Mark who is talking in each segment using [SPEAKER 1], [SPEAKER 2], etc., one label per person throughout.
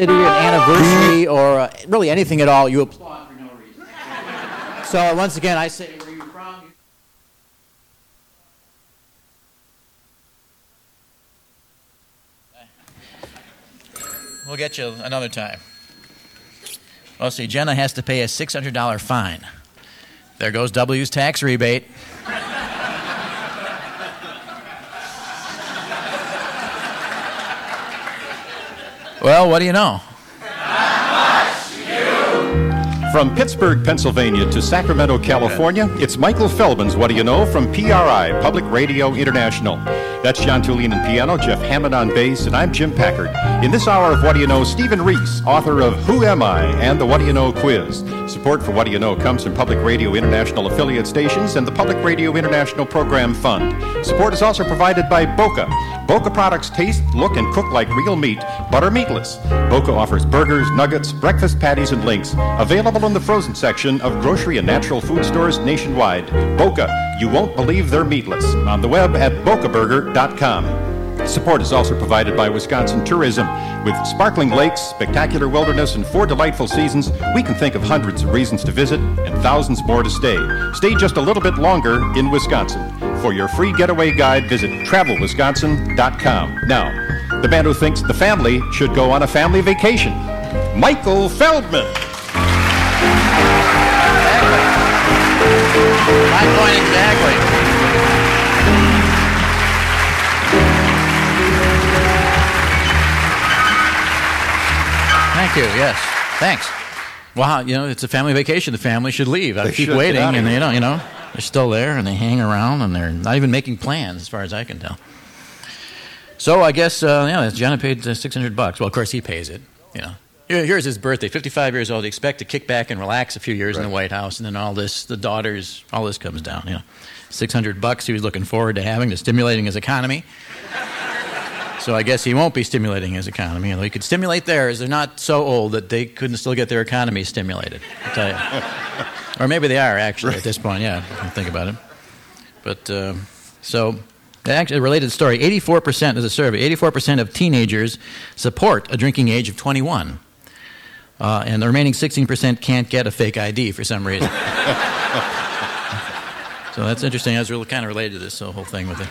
[SPEAKER 1] Either an anniversary or uh, really anything at all, you applaud for no reason. so once again, I say, where you from? We'll get you another time. Well, see, Jenna has to pay a $600 fine. There goes W's tax rebate. well, what do you know?
[SPEAKER 2] From Pittsburgh, Pennsylvania to Sacramento, California, it's Michael Feldman's What Do You Know from PRI, Public Radio International. That's John Tulin on piano, Jeff Hammond on bass, and I'm Jim Packard. In this hour of What Do You Know, Stephen Reese, author of Who Am I and the What Do You Know quiz. Support for What Do You Know comes from Public Radio International affiliate stations and the Public Radio International Program Fund. Support is also provided by Boca. Boca products taste, look, and cook like real meat, but are meatless. Boca offers burgers, nuggets, breakfast patties, and links. Available in the frozen section of grocery and natural food stores nationwide. Boca, you won't believe they're meatless. On the web at bocaburger.com. Support is also provided by Wisconsin Tourism. With sparkling lakes, spectacular wilderness, and four delightful seasons, we can think of hundreds of reasons to visit and thousands more to stay. Stay just a little bit longer in Wisconsin. For your free getaway guide, visit travelwisconsin.com. Now, the man who thinks the family should go on a family vacation, Michael Feldman.
[SPEAKER 1] My point exactly. Thank you. Yes. Thanks. Wow. You know, it's a family vacation. The family should leave. I
[SPEAKER 2] They should
[SPEAKER 1] keep
[SPEAKER 2] get
[SPEAKER 1] waiting,
[SPEAKER 2] out of
[SPEAKER 1] and
[SPEAKER 2] here.
[SPEAKER 1] they don't. You know, they're still there, and they hang around, and they're not even making plans, as far as I can tell. So I guess uh, yeah, that's Jenna paid uh, six hundred bucks. Well, of course he pays it. You know, Here- here's his birthday, fifty-five years old. You expect to kick back and relax a few years in the White House, and then all this, the daughters, all this comes down. You know, six hundred bucks he was looking forward to having to stimulating his economy. So I guess he won't be stimulating his economy. Although he could stimulate theirs. They're not so old that they couldn't still get their economy stimulated. I'll tell you. or maybe they are actually at this point. Yeah, when I think about it. But uh, so, actually, a related story 84% of the survey, 84% of teenagers support a drinking age of 21. Uh, and the remaining 16% can't get a fake ID for some reason. so that's interesting. I was really kind of related to this whole thing with it.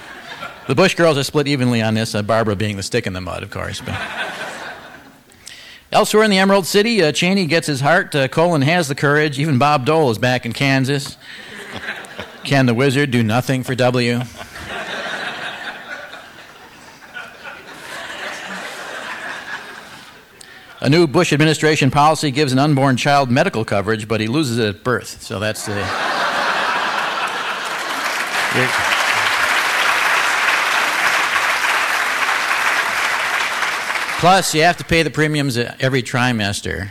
[SPEAKER 1] The Bush girls are split evenly on this, uh, Barbara being the stick in the mud, of course. But. Elsewhere in the Emerald City, uh, Cheney gets his heart. Uh, Colin has the courage. Even Bob Dole is back in Kansas. Can the wizard do nothing for W? A new Bush administration policy gives an unborn child medical coverage, but he loses it at birth. So that's the. Plus, you have to pay the premiums e-, every trimester,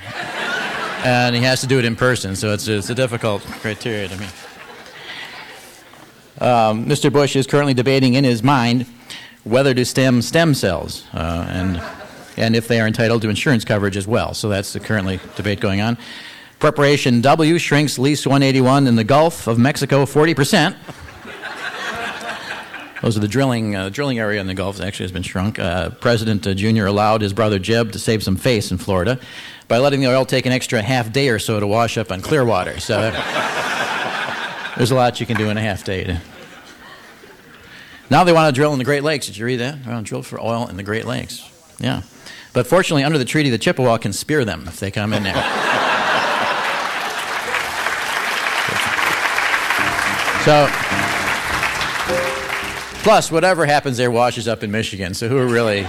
[SPEAKER 1] and he has to do it in person. So it's it's a difficult criteria to meet. Mr. Bush is currently debating in his mind whether to stem stem cells uh, and, and if they are entitled to insurance coverage as well. So that's the currently debate going on. Preparation W shrinks lease 181 in the Gulf of Mexico 40%. Those are the drilling, uh, drilling area in the Gulf actually has been shrunk. Uh, President uh, Jr. allowed his brother Jeb to save some face in Florida by letting the oil take an extra half day or so to wash up on Clearwater. So uh, there's a lot you can do in a half day. To, now they want to drill in the Great Lakes. Did you read that? They want to drill for oil in the Great Lakes. Yeah. But fortunately, under the treaty, the Chippewa can spear them if they come in there. so, plus, whatever happens there washes up in Michigan. So, who are really.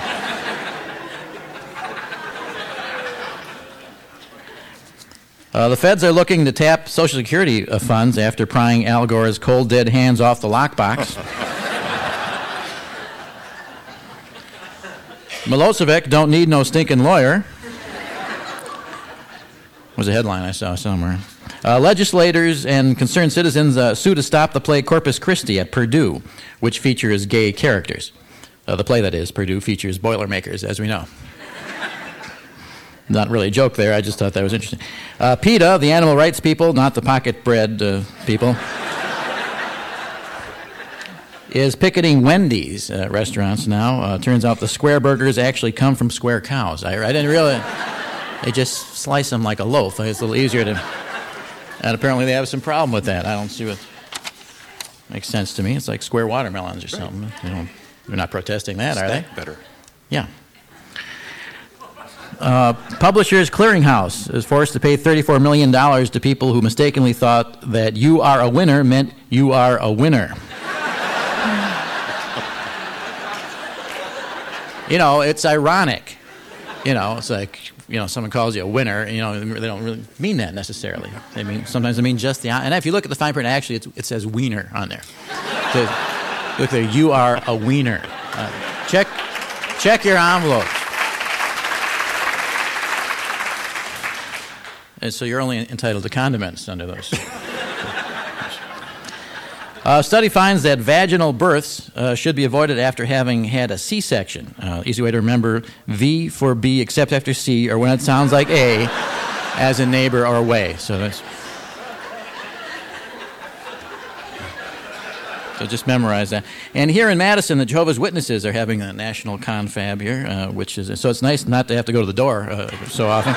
[SPEAKER 1] Uh, the feds are looking to tap Social Security uh, funds after prying Al Gore's cold, dead hands off the lockbox. Milosevic don't need no stinking lawyer. Was a headline I saw somewhere. Uh, legislators and concerned citizens uh, sue to stop the play Corpus Christi at Purdue, which features gay characters. Uh, the play that is Purdue features Boilermakers, as we know. Not really a joke there. I just thought that was interesting. Uh, PETA, the animal rights people, not the pocket bread uh, people, is picketing Wendy's uh, restaurants now. Uh, turns out the square burgers actually come from square cows. I, I didn't really. I They just slice them like a loaf. It's a little easier to. And apparently they have some problem with that. I don't see what makes sense to me. It's like square watermelons or something. They don't, they're not protesting that, are they?
[SPEAKER 3] Better.
[SPEAKER 1] Yeah. Uh, Publishers Clearinghouse is forced to pay $34 million to people who mistakenly thought that you are a winner meant you are a winner. you know, it's ironic. You know, it's like, you know, someone calls you a winner, you know, they don't really mean that necessarily. They mean, sometimes they mean just the, and if you look at the fine print, actually, it's, it says wiener on there. So, look there, you are a wiener. Uh, check, check your envelope. And so you're only entitled to condiments under those. A Uh, study finds that vaginal births uh, should be avoided after having had a C section. Uh, easy way to remember V for B except after C or when it sounds like A as in neighbor or way. So that's. So just memorize that. And here in Madison, the Jehovah's Witnesses are having a national confab here, uh, which is so it's nice not to have to go to the door uh, so often.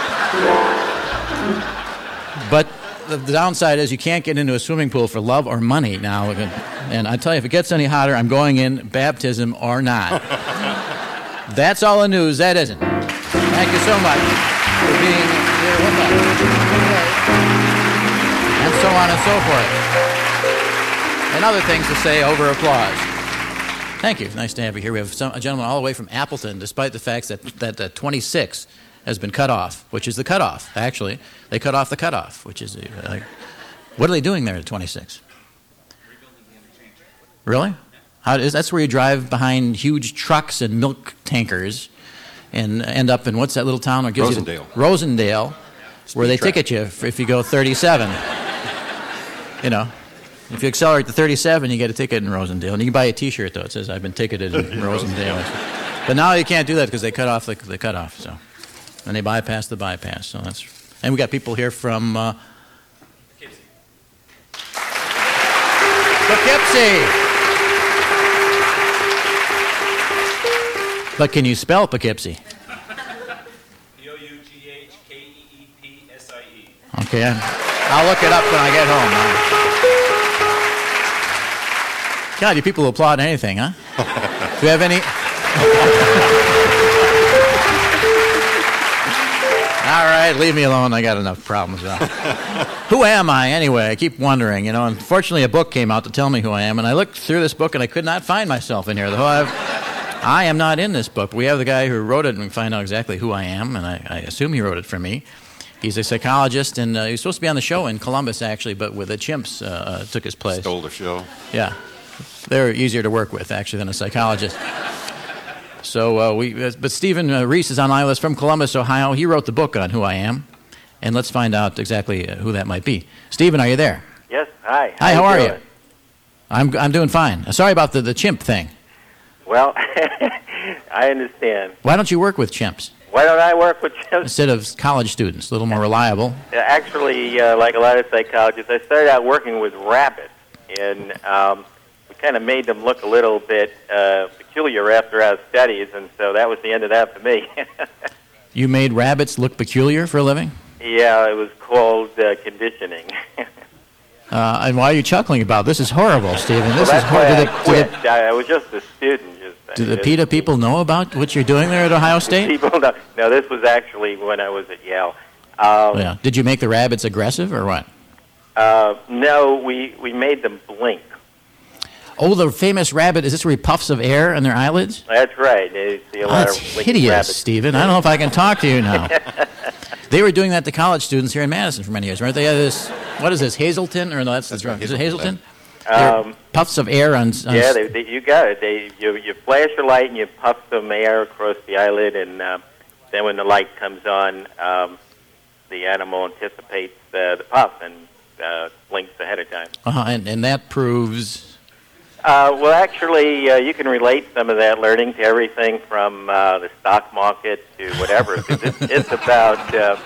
[SPEAKER 1] but the, the downside is you can't get into a swimming pool for love or money now. And I tell you, if it gets any hotter, I'm going in baptism or not. That's all the news. That isn't. Thank you so much for being here with us. And so on and so forth and other things to say over applause. Thank you. Nice to have you here. We have some, a gentleman all the way from Appleton, despite the fact that, that uh, 26 has been cut off, which is the cutoff, actually. They cut off the cutoff, which is. Uh, like- what are they doing there at 26? Really? How is, that's where you drive behind huge trucks and milk tankers and end up in what's that little town? That gives You
[SPEAKER 2] Rosendale.
[SPEAKER 1] the, Rosendale, where they
[SPEAKER 2] trap.
[SPEAKER 1] ticket you if, if you go 37. you know, if you accelerate to 37, you get a ticket in Rosendale. And you can buy a t shirt, though. It says, I've been ticketed in Rosendale. But now you can't do that because they cut off the, the cutoff. So. And they bypass the bypass. So that's, and we got people here from uh, Poughkeepsie. But can you spell Poughkeepsie?
[SPEAKER 4] P O U G H K E E P S I E.
[SPEAKER 1] Okay, I- I'll look it up when I get home. Oh, God, you people applaud anything, huh? Do you have any? All right, leave me alone. I got enough problems. Now. who am I anyway? I keep wondering. You know, unfortunately, a book came out to tell me who I am, and I looked through this book and I could not find myself in here. Though I've, I am not in this book. We have the guy who wrote it, and we find out exactly who I am, and I, I assume he wrote it for me. He's a psychologist, and uh, he was supposed to be on the show in Columbus, actually, but with the chimps uh, uh, took his place.
[SPEAKER 3] Stole the show.
[SPEAKER 1] Yeah. They're easier to work with, actually, than a psychologist. So uh, we, uh, but Stephen uh, Reese is on ILS from Columbus, Ohio. He wrote the book on who I am, and let's find out exactly uh, who that might be. Stephen, are you there?
[SPEAKER 5] Yes. Hi.
[SPEAKER 1] Hi, how are you?
[SPEAKER 5] doing?
[SPEAKER 1] I'm, I'm doing fine. Uh, Sorry about the, the chimp thing.
[SPEAKER 5] Well, I understand.
[SPEAKER 1] Why don't you work with chimps
[SPEAKER 5] Why don't I work with you?
[SPEAKER 1] instead of college students? A little more reliable.
[SPEAKER 5] Actually, uh, like a lot of psychologists, I started out working with rabbits, and um, we kind of made them look a little bit uh, peculiar after our studies, and so that was the end of that for me.
[SPEAKER 1] You made rabbits look peculiar for a living?
[SPEAKER 5] yeah, it was called uh, conditioning.
[SPEAKER 1] Uh, and why are you chuckling about this? Is horrible, Stephen. This
[SPEAKER 5] That's
[SPEAKER 1] is horrible.
[SPEAKER 5] why I
[SPEAKER 1] Did the- did the-
[SPEAKER 5] quit. I, I was just a student. Just,
[SPEAKER 1] Do the
[SPEAKER 5] just-
[SPEAKER 1] PETA people know about what you're doing there at Ohio State?
[SPEAKER 5] People know. No, this was actually when I was at Yale. Um,
[SPEAKER 1] Yeah. Did you make the rabbits aggressive or what?
[SPEAKER 5] uh, no, we, we made them blink.
[SPEAKER 1] Oh, the famous rabbit. Is this where he puffs of air on their eyelids?
[SPEAKER 5] That's right. They see a
[SPEAKER 1] Oh,
[SPEAKER 5] lot
[SPEAKER 1] that's
[SPEAKER 5] of wicked
[SPEAKER 1] hideous,
[SPEAKER 5] rabbits.
[SPEAKER 1] Stephen. I don't know if I can talk to you now. they were doing that to college students here in Madison for many years, weren't they? Had this, what is this, Hazelton? Or no, that's, that's
[SPEAKER 3] That's
[SPEAKER 1] wrong. Is it Hazelton?
[SPEAKER 3] Hazelton,
[SPEAKER 1] Um, puffs of air on. on
[SPEAKER 5] Yeah, they, they, you got it. They you you flash your light and you puff some air across the eyelid, and uh, then when the light comes on, um, the animal anticipates uh, the puff and uh, blinks ahead of time.
[SPEAKER 1] uh-huh, and, and that proves.
[SPEAKER 5] Uh, well, actually, uh, you can relate some of that learning to everything from uh, the stock market to whatever. 'cause it's, it's about uh,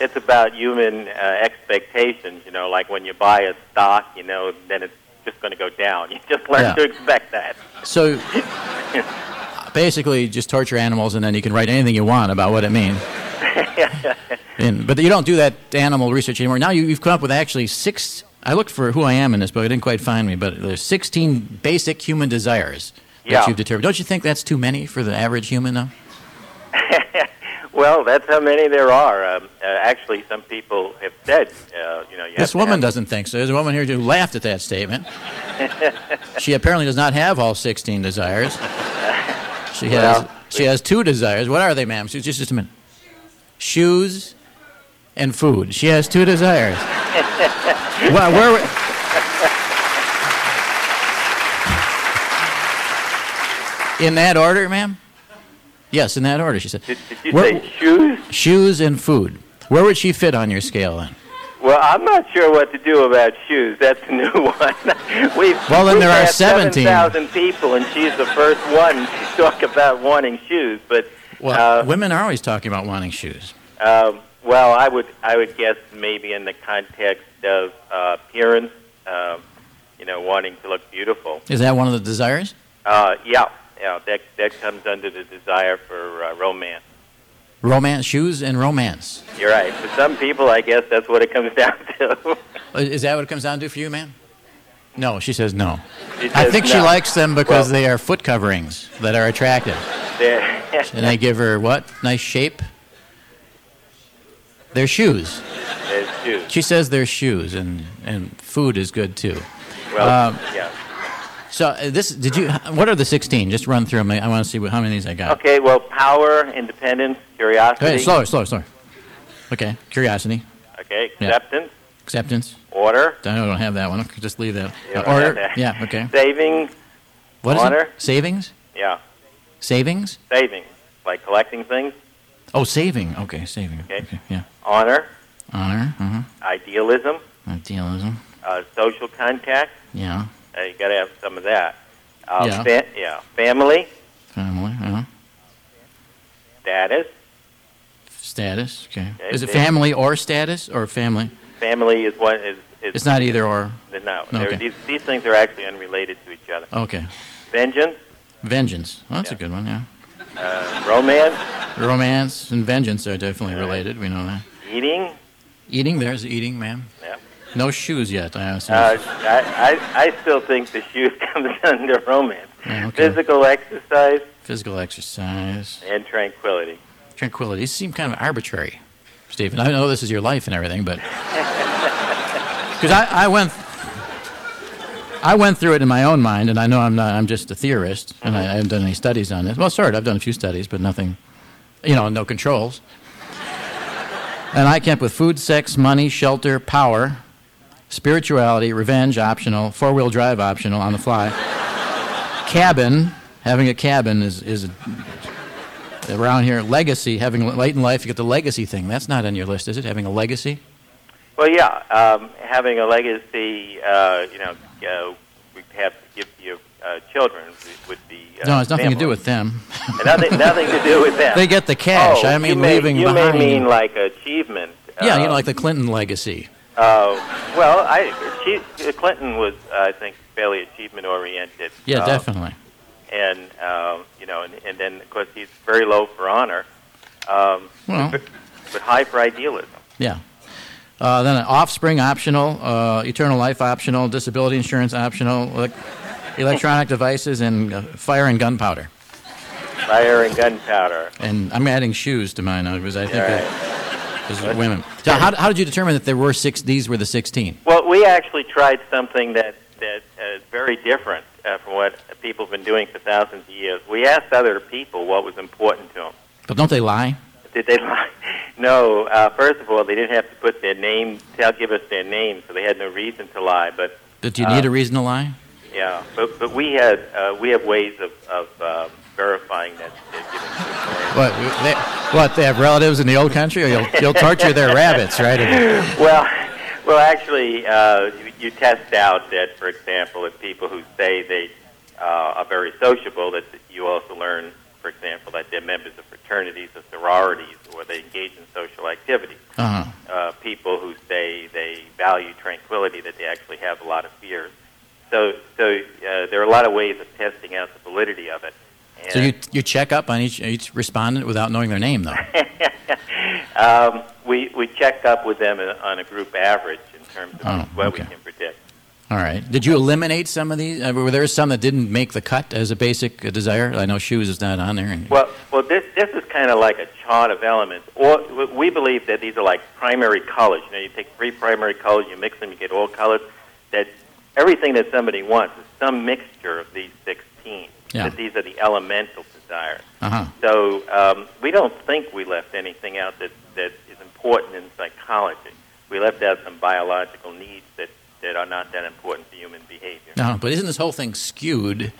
[SPEAKER 5] it's about human uh, expectations. You know, like when you buy a stock, you know, then it's just going to go down. You just learn
[SPEAKER 1] Yeah.
[SPEAKER 5] to expect that.
[SPEAKER 1] So basically, just torture animals and then you can write anything you want about what it means. And, but you don't do that animal research anymore. Now you, you've come up with actually six. I looked for who I am in this book. I didn't quite find me, but there's 16 basic human desires that
[SPEAKER 5] Yeah.
[SPEAKER 1] you've determined. Don't you think that's too many for the average human, though?
[SPEAKER 5] Well, that's how many there are. Um, uh, actually, some people have said, uh, you know, you have
[SPEAKER 1] This
[SPEAKER 5] to
[SPEAKER 1] woman
[SPEAKER 5] have-
[SPEAKER 1] doesn't think so. There's a woman here who laughed at that statement. she apparently does not have all 16 desires. She has
[SPEAKER 5] Well-
[SPEAKER 1] she has two desires. What are they, ma'am? Just, just a minute. Shoes and food. She has two desires. well, where were- In that order, ma'am? Yes, in that order, she said.
[SPEAKER 5] Did, did you
[SPEAKER 1] Where-
[SPEAKER 5] say shoes?
[SPEAKER 1] shoes and food. Where would she fit on your scale then?
[SPEAKER 5] Well, I'm not sure what to do about shoes. That's a new one. we've
[SPEAKER 1] Well, then
[SPEAKER 5] we've
[SPEAKER 1] there are
[SPEAKER 5] had
[SPEAKER 1] 17.
[SPEAKER 5] 7,000 people, and she's the first one to talk about wanting shoes. But
[SPEAKER 1] Well,
[SPEAKER 5] uh,
[SPEAKER 1] women are always talking about wanting shoes.
[SPEAKER 5] Um, well, I would I would guess maybe in the context of uh, appearance, um, you know, wanting to look beautiful.
[SPEAKER 1] Is that one of the desires?
[SPEAKER 5] Uh, yeah, yeah, that that comes under the desire for uh, romance.
[SPEAKER 1] Romance, shoes, and romance.
[SPEAKER 5] You're right. For some people, I guess that's what it comes down to.
[SPEAKER 1] I- Is that what it comes down to for you, ma'am? No, she says no.
[SPEAKER 5] She
[SPEAKER 1] I
[SPEAKER 5] says
[SPEAKER 1] think she
[SPEAKER 5] no.
[SPEAKER 1] likes them because
[SPEAKER 5] Well-
[SPEAKER 1] they are foot coverings that are attractive.
[SPEAKER 5] They're-
[SPEAKER 1] And they give her what? Nice shape? They're shoes.
[SPEAKER 5] they're shoes.
[SPEAKER 1] She says they're shoes, and, and food is good too.
[SPEAKER 5] Well,
[SPEAKER 1] Um,
[SPEAKER 5] yeah.
[SPEAKER 1] So, uh, this, did you, what are the 16? Just run through them. I want to see what, how many of these I got.
[SPEAKER 5] Okay. Well, power, independence,
[SPEAKER 1] Go
[SPEAKER 5] curiosity.
[SPEAKER 1] ahead, slower, slower, slower. Okay, curiosity,
[SPEAKER 5] Okay.
[SPEAKER 1] Yeah.
[SPEAKER 5] Acceptance,
[SPEAKER 1] acceptance.
[SPEAKER 5] order,
[SPEAKER 1] I don't have that one. Just leave that.
[SPEAKER 5] Yeah,
[SPEAKER 1] Uh, order.
[SPEAKER 5] I have that.
[SPEAKER 1] Yeah. Okay.
[SPEAKER 5] saving.
[SPEAKER 1] What is
[SPEAKER 5] Honor.
[SPEAKER 1] it? Savings.
[SPEAKER 5] Yeah,
[SPEAKER 1] Savings.
[SPEAKER 5] saving, like collecting things.
[SPEAKER 1] Oh, saving. Okay, saving.
[SPEAKER 5] Okay.
[SPEAKER 1] Yeah.
[SPEAKER 5] Honor,
[SPEAKER 1] Honor. Uh-huh.
[SPEAKER 5] idealism,
[SPEAKER 1] Idealism.
[SPEAKER 5] uh, social contact.
[SPEAKER 1] Yeah.
[SPEAKER 5] Uh, you got to have some of that. Uh,
[SPEAKER 1] Yeah.
[SPEAKER 5] fa- yeah. Family,
[SPEAKER 1] Family. Uh-huh.
[SPEAKER 5] status.
[SPEAKER 1] Status. Okay.
[SPEAKER 5] Okay,
[SPEAKER 1] Is it
[SPEAKER 5] family.
[SPEAKER 1] family or status or family?
[SPEAKER 5] Family is what is. is
[SPEAKER 1] It's not either or.
[SPEAKER 5] No, they're-
[SPEAKER 1] okay.
[SPEAKER 5] these, these things are actually unrelated to each other.
[SPEAKER 1] Okay.
[SPEAKER 5] Vengeance,
[SPEAKER 1] Vengeance. Oh, that's a
[SPEAKER 5] Yeah.
[SPEAKER 1] good one. Yeah.
[SPEAKER 5] uh, romance,
[SPEAKER 1] Romance and vengeance are definitely related. We know that.
[SPEAKER 5] eating.
[SPEAKER 1] Eating. There's eating, ma'am.
[SPEAKER 5] Yeah.
[SPEAKER 1] No shoes yet. I assume.
[SPEAKER 5] Uh, I, I, I still think the shoe comes under romance.
[SPEAKER 1] Yeah, Oh, okay.
[SPEAKER 5] Physical exercise
[SPEAKER 1] Physical exercise.
[SPEAKER 5] and tranquility.
[SPEAKER 1] tranquility. These seem kind of arbitrary, Stephen. I know this is your life and everything, but because I, I went, I went through it in my own mind, and I know I'm not. I'm just a theorist, and I, I haven't done any studies on this. Well, sort of. I've done a few studies, but nothing, you know, no controls. And I kept with food, sex, money, shelter, power, spirituality, revenge optional, four-wheel drive optional, on the fly. cabin, having a cabin is is a around here legacy having late in life you get the legacy thing that's not on your list is it having a legacy
[SPEAKER 5] Well, yeah, um, having a legacy, uh, you know, uh, we have to give your uh, children would be. Uh,
[SPEAKER 1] no it's nothing to
[SPEAKER 5] family.
[SPEAKER 1] do with them
[SPEAKER 5] nothing, nothing to do with them.
[SPEAKER 1] they get the cash
[SPEAKER 5] Oh,
[SPEAKER 1] i mean
[SPEAKER 5] you may,
[SPEAKER 1] leaving
[SPEAKER 5] you
[SPEAKER 1] behind
[SPEAKER 5] may mean like achievement.
[SPEAKER 1] yeah
[SPEAKER 5] uh,
[SPEAKER 1] you know like the clinton legacy
[SPEAKER 5] Uh, well, I she, Clinton was, uh, I think, fairly achievement oriented.
[SPEAKER 1] yeah
[SPEAKER 5] uh,
[SPEAKER 1] definitely
[SPEAKER 5] And um, you know, and, and then of course he's very low for honor, um,
[SPEAKER 1] well
[SPEAKER 5] but high for idealism.
[SPEAKER 1] yeah uh, then an offspring optional uh, eternal life optional disability insurance optional elec- electronic devices and uh, fire and gunpowder
[SPEAKER 5] Fire and gunpowder.
[SPEAKER 1] and i'm adding shoes to mine now because i think
[SPEAKER 5] All
[SPEAKER 1] that-
[SPEAKER 5] right.
[SPEAKER 1] because of women so how, how did you determine that there were six these were the 16
[SPEAKER 5] Well, we actually tried something that that uh, is very different uh, from what people have been doing for thousands of years. We asked other people what was important to them.
[SPEAKER 1] but don't they lie
[SPEAKER 5] Did they lie? No. Uh, first of all, they didn't have to put their name. They'll give us their name, so they had no reason to lie. But
[SPEAKER 1] but do you
[SPEAKER 5] Uh,
[SPEAKER 1] need a reason to lie
[SPEAKER 5] yeah, but but we had uh, we have ways of of um, verifying that they're giving. us their name.
[SPEAKER 1] What they, what they have relatives in the old country, or you'll, you'll torture their rabbits, right?
[SPEAKER 5] Well, well, actually, uh, you, you test out that, for example, if people who say they uh, are very sociable, that you also learn, for example, that they're members of fraternities or sororities, or they engage in social activities.
[SPEAKER 1] Uh-huh.
[SPEAKER 5] Uh, people who say they value tranquility, that they actually have a lot of fears. So, so uh, there are a lot of ways of testing out the validity of it. And,
[SPEAKER 1] So you you check up on each each respondent without knowing their name, though.
[SPEAKER 5] um, we we checked up with them uh, on a group average in terms of
[SPEAKER 1] Oh,
[SPEAKER 5] what we
[SPEAKER 1] okay.
[SPEAKER 5] can predict.
[SPEAKER 1] All right. Did you eliminate some of these? Uh, were there some that didn't make the cut as a basic uh, desire? I know shoes is not on there. And,
[SPEAKER 5] Well, well, this this is kind of like a chart of elements. Or we believe that these are like primary colors. You know, you take three primary colors, you mix them, you get all colors. That everything that somebody wants is some mixture of these sixteen.
[SPEAKER 1] Yeah.
[SPEAKER 5] That these are the elemental desires.
[SPEAKER 1] uh-huh.
[SPEAKER 5] So um, we don't think we left anything out that, that is important in psychology. We left out some biological needs that, that are not that important to human behavior.
[SPEAKER 1] No, but isn't this whole thing skewed?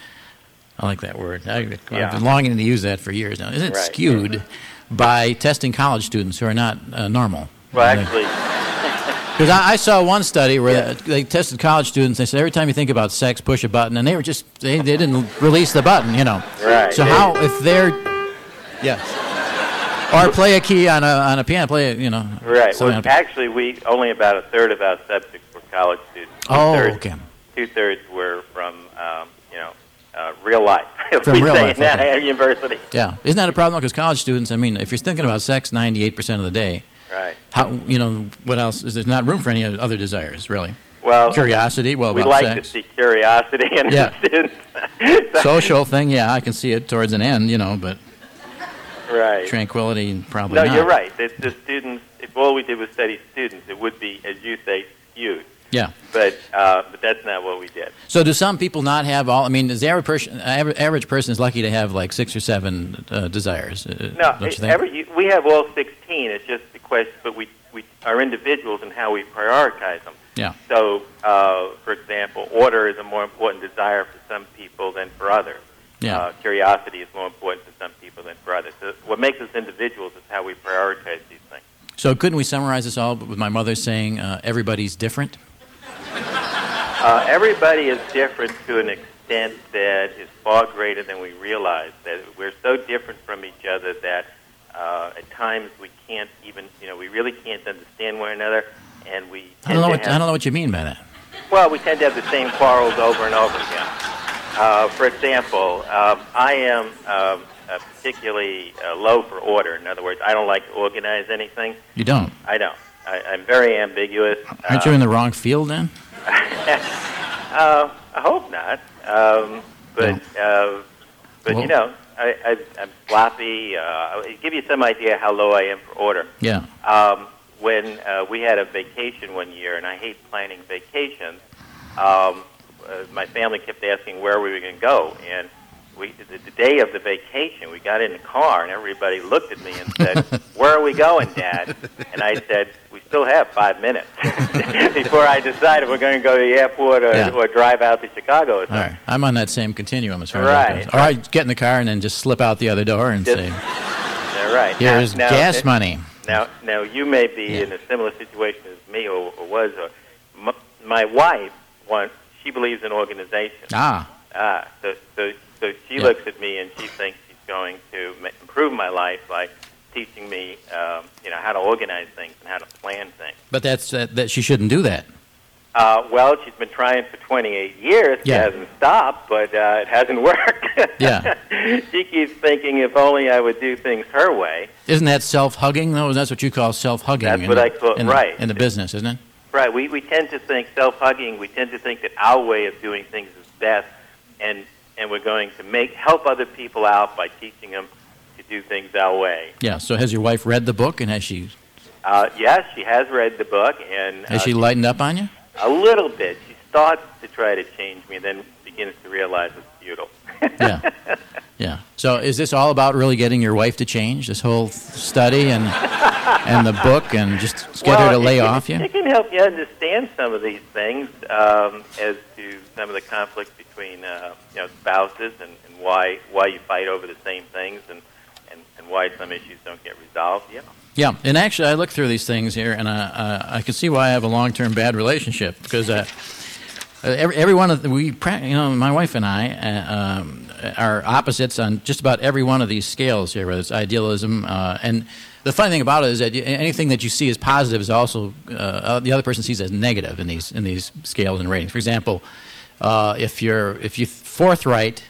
[SPEAKER 1] I like that word. I,
[SPEAKER 5] Yeah.
[SPEAKER 1] have been longing to use that for years now. Isn't it
[SPEAKER 5] Right.
[SPEAKER 1] skewed by testing college students who are not uh, normal?
[SPEAKER 5] Well, actually,
[SPEAKER 1] Because I, I saw one study where they, tested college students. They said every time you think about sex, push a button, and they were just they, they didn't release the button, you know.
[SPEAKER 5] Right.
[SPEAKER 1] So how if they're yes, or play a key on a on a piano, play it, you know.
[SPEAKER 5] right.
[SPEAKER 1] something
[SPEAKER 5] Well,
[SPEAKER 1] on a-
[SPEAKER 5] actually, we only about a third of our subjects were college students.
[SPEAKER 1] oh,
[SPEAKER 5] Two-thirds-
[SPEAKER 1] okay.
[SPEAKER 5] Two-thirds were from, um, you know, uh, real life. if
[SPEAKER 1] From
[SPEAKER 5] we
[SPEAKER 1] real
[SPEAKER 5] say
[SPEAKER 1] life,
[SPEAKER 5] it now
[SPEAKER 1] okay.
[SPEAKER 5] at university.
[SPEAKER 1] Yeah, isn't that a problem? Because college students, I mean, if you're thinking about sex 98% of the day,
[SPEAKER 5] Right.
[SPEAKER 1] how you know what else? Is there's not room for any other desires, really?
[SPEAKER 5] Well,
[SPEAKER 1] Curiosity, well,
[SPEAKER 5] we
[SPEAKER 1] about
[SPEAKER 5] like
[SPEAKER 1] sex,
[SPEAKER 5] to see curiosity in
[SPEAKER 1] Yeah.
[SPEAKER 5] students.
[SPEAKER 1] social thing. Yeah, I can see it towards an end, you know, but
[SPEAKER 5] right.
[SPEAKER 1] tranquility probably
[SPEAKER 5] No,
[SPEAKER 1] not.
[SPEAKER 5] you're right. The, the students, if all we did was study students, it would be, as you say, skewed.
[SPEAKER 1] Yeah.
[SPEAKER 5] But uh, but that's not what we did.
[SPEAKER 1] So do some people not have all? I mean, is the average person average, average person is lucky to have like six or seven uh, desires? uh,
[SPEAKER 5] No,
[SPEAKER 1] don't you think?
[SPEAKER 5] every, you- we have all 16. It's just the question, but we, we are individuals and how we prioritize them.
[SPEAKER 1] Yeah.
[SPEAKER 5] So, uh, for example, order is a more important desire for some people than for others.
[SPEAKER 1] Yeah.
[SPEAKER 5] Uh, curiosity is more important to some people than for others. So what makes us individuals is how we prioritize these things.
[SPEAKER 1] so couldn't we summarize this all with my mother saying uh, everybody's different?
[SPEAKER 5] Uh, everybody is different to an extent that is far greater than we realize. That we're so different from each other that uh, at times we can't even, you know, we really can't understand one another, and we
[SPEAKER 1] I don't
[SPEAKER 5] tend
[SPEAKER 1] know.
[SPEAKER 5] to
[SPEAKER 1] What,
[SPEAKER 5] have,
[SPEAKER 1] I don't know what you mean by that.
[SPEAKER 5] well, we tend to have the same quarrels over and over again. Uh, for example, um, I am um, uh, particularly uh, low for order. In other words, I don't like to organize anything.
[SPEAKER 1] You don't.
[SPEAKER 5] I don't. I, I'm very ambiguous.
[SPEAKER 1] Aren't you in the wrong field then?
[SPEAKER 5] Uh, I hope not. Um, but uh, but
[SPEAKER 1] Well-
[SPEAKER 5] you know, I, I, I'm sloppy. Uh, I'll give you some idea how low I am for order.
[SPEAKER 1] Yeah.
[SPEAKER 5] Um, when uh, we had a vacation one year, and I hate planning vacations, um, uh, my family kept asking where we were going to go. And we, the, the day of the vacation, we got in the car, and everybody looked at me and said, Where are we going, Dad? And I said, We still have five minutes before I decide if we're going to go to the airport or,
[SPEAKER 1] Yeah.
[SPEAKER 5] or drive out to Chicago or
[SPEAKER 1] All
[SPEAKER 5] something.
[SPEAKER 1] right. I'm on that same continuum as far as
[SPEAKER 5] Right.
[SPEAKER 1] that goes. Or I get in the car and then just slip out the other door and
[SPEAKER 5] Just-
[SPEAKER 1] say,
[SPEAKER 5] All right.
[SPEAKER 1] "Here's
[SPEAKER 5] Now- now-
[SPEAKER 1] gas money."
[SPEAKER 5] Now, now you may be
[SPEAKER 1] Yeah.
[SPEAKER 5] in a similar situation as me, or, or was. Or m- my wife, once she believes in organization.
[SPEAKER 1] Ah.
[SPEAKER 5] Ah, so, so, so she
[SPEAKER 1] Yeah.
[SPEAKER 5] looks at me and she thinks she's going to ma- improve my life by teaching me, um, you know, how to organize things and how to plan things.
[SPEAKER 1] But that's that, that she shouldn't do that.
[SPEAKER 5] Uh, well, she's been trying for 28 years. She
[SPEAKER 1] Yeah.
[SPEAKER 5] hasn't stopped, but uh, it hasn't worked.
[SPEAKER 1] Yeah.
[SPEAKER 5] she keeps thinking, if only I would do things her way.
[SPEAKER 1] Isn't that self-hugging though? That's what you call self-hugging.
[SPEAKER 5] That's
[SPEAKER 1] in
[SPEAKER 5] what
[SPEAKER 1] the-
[SPEAKER 5] I call-
[SPEAKER 1] in the-
[SPEAKER 5] right.
[SPEAKER 1] in the business, isn't it?
[SPEAKER 5] Right. We, we tend to think self hugging. We tend to think that our way of doing things is best, and and we're going to make help other people out by teaching them to do things our way.
[SPEAKER 1] Yeah. So has your wife read the book and has she
[SPEAKER 5] Uh, yes, she has read the book, and uh,
[SPEAKER 1] has she lightened up on you?
[SPEAKER 5] a little bit. She starts to try to change me, and then begins to realize it's futile.
[SPEAKER 1] Yeah. Yeah. So is this all about really getting your wife to change? This whole study and and the book and just get her to
[SPEAKER 5] well,
[SPEAKER 1] lay
[SPEAKER 5] it can,
[SPEAKER 1] off you?
[SPEAKER 5] It can help you understand some of these things um, as to some of the conflict between uh, you know spouses and, and why why you fight over the same things and, and, and why some issues don't get resolved. Yeah.
[SPEAKER 1] Yeah. And actually, I look through these things here and I uh, I can see why I have a long-term bad relationship because. Uh, Uh, Every, every one of the, we, pra- you know, my wife and I uh, um, are opposites on just about every one of these scales here, whether it's idealism. Uh, and the funny thing about it is that you, anything that you see as positive is also uh, uh, the other person sees as negative in these in these scales and ratings. For example, uh, if you're if you forthright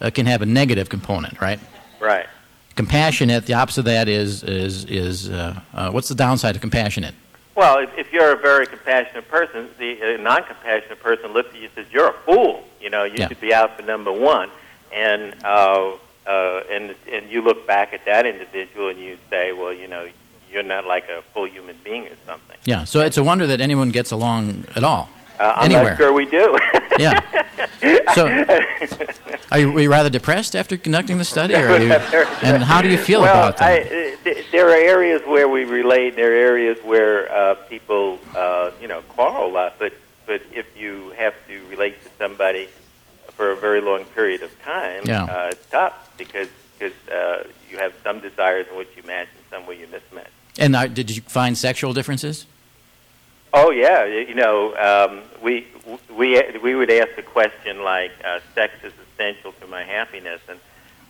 [SPEAKER 1] uh, can have a negative component, right?
[SPEAKER 5] Right.
[SPEAKER 1] compassionate. The opposite of that is is is uh, uh, what's the downside of compassionate?
[SPEAKER 5] Well, if, if you're a very compassionate person, the uh, non-compassionate person looks at you and says, "You're a fool. You know, you
[SPEAKER 1] Yeah.
[SPEAKER 5] should be out for number one." And uh, uh, and and you look back at that individual and you say, "Well, you know, you're not like a full human being or something."
[SPEAKER 1] Yeah. So it's a wonder that anyone gets along at all.
[SPEAKER 5] Uh, I'm
[SPEAKER 1] Anywhere.
[SPEAKER 5] not sure we do.
[SPEAKER 1] Yeah. So, are you, were you rather depressed after conducting the study, or are you, and how do you feel
[SPEAKER 5] well,
[SPEAKER 1] about that?
[SPEAKER 5] I, uh, th- there are areas where we relate. There are areas where uh, people, uh, you know, quarrel a lot. But but if you have to relate to somebody for a very long period of time,
[SPEAKER 1] Yeah.
[SPEAKER 5] uh, it's tough because because uh, you have some desires in which you match and some where you mismatch.
[SPEAKER 1] and uh, did you find sexual differences?
[SPEAKER 5] Oh yeah, y- you know, um, we we we would ask the question like, uh, "Sex is essential to my happiness," and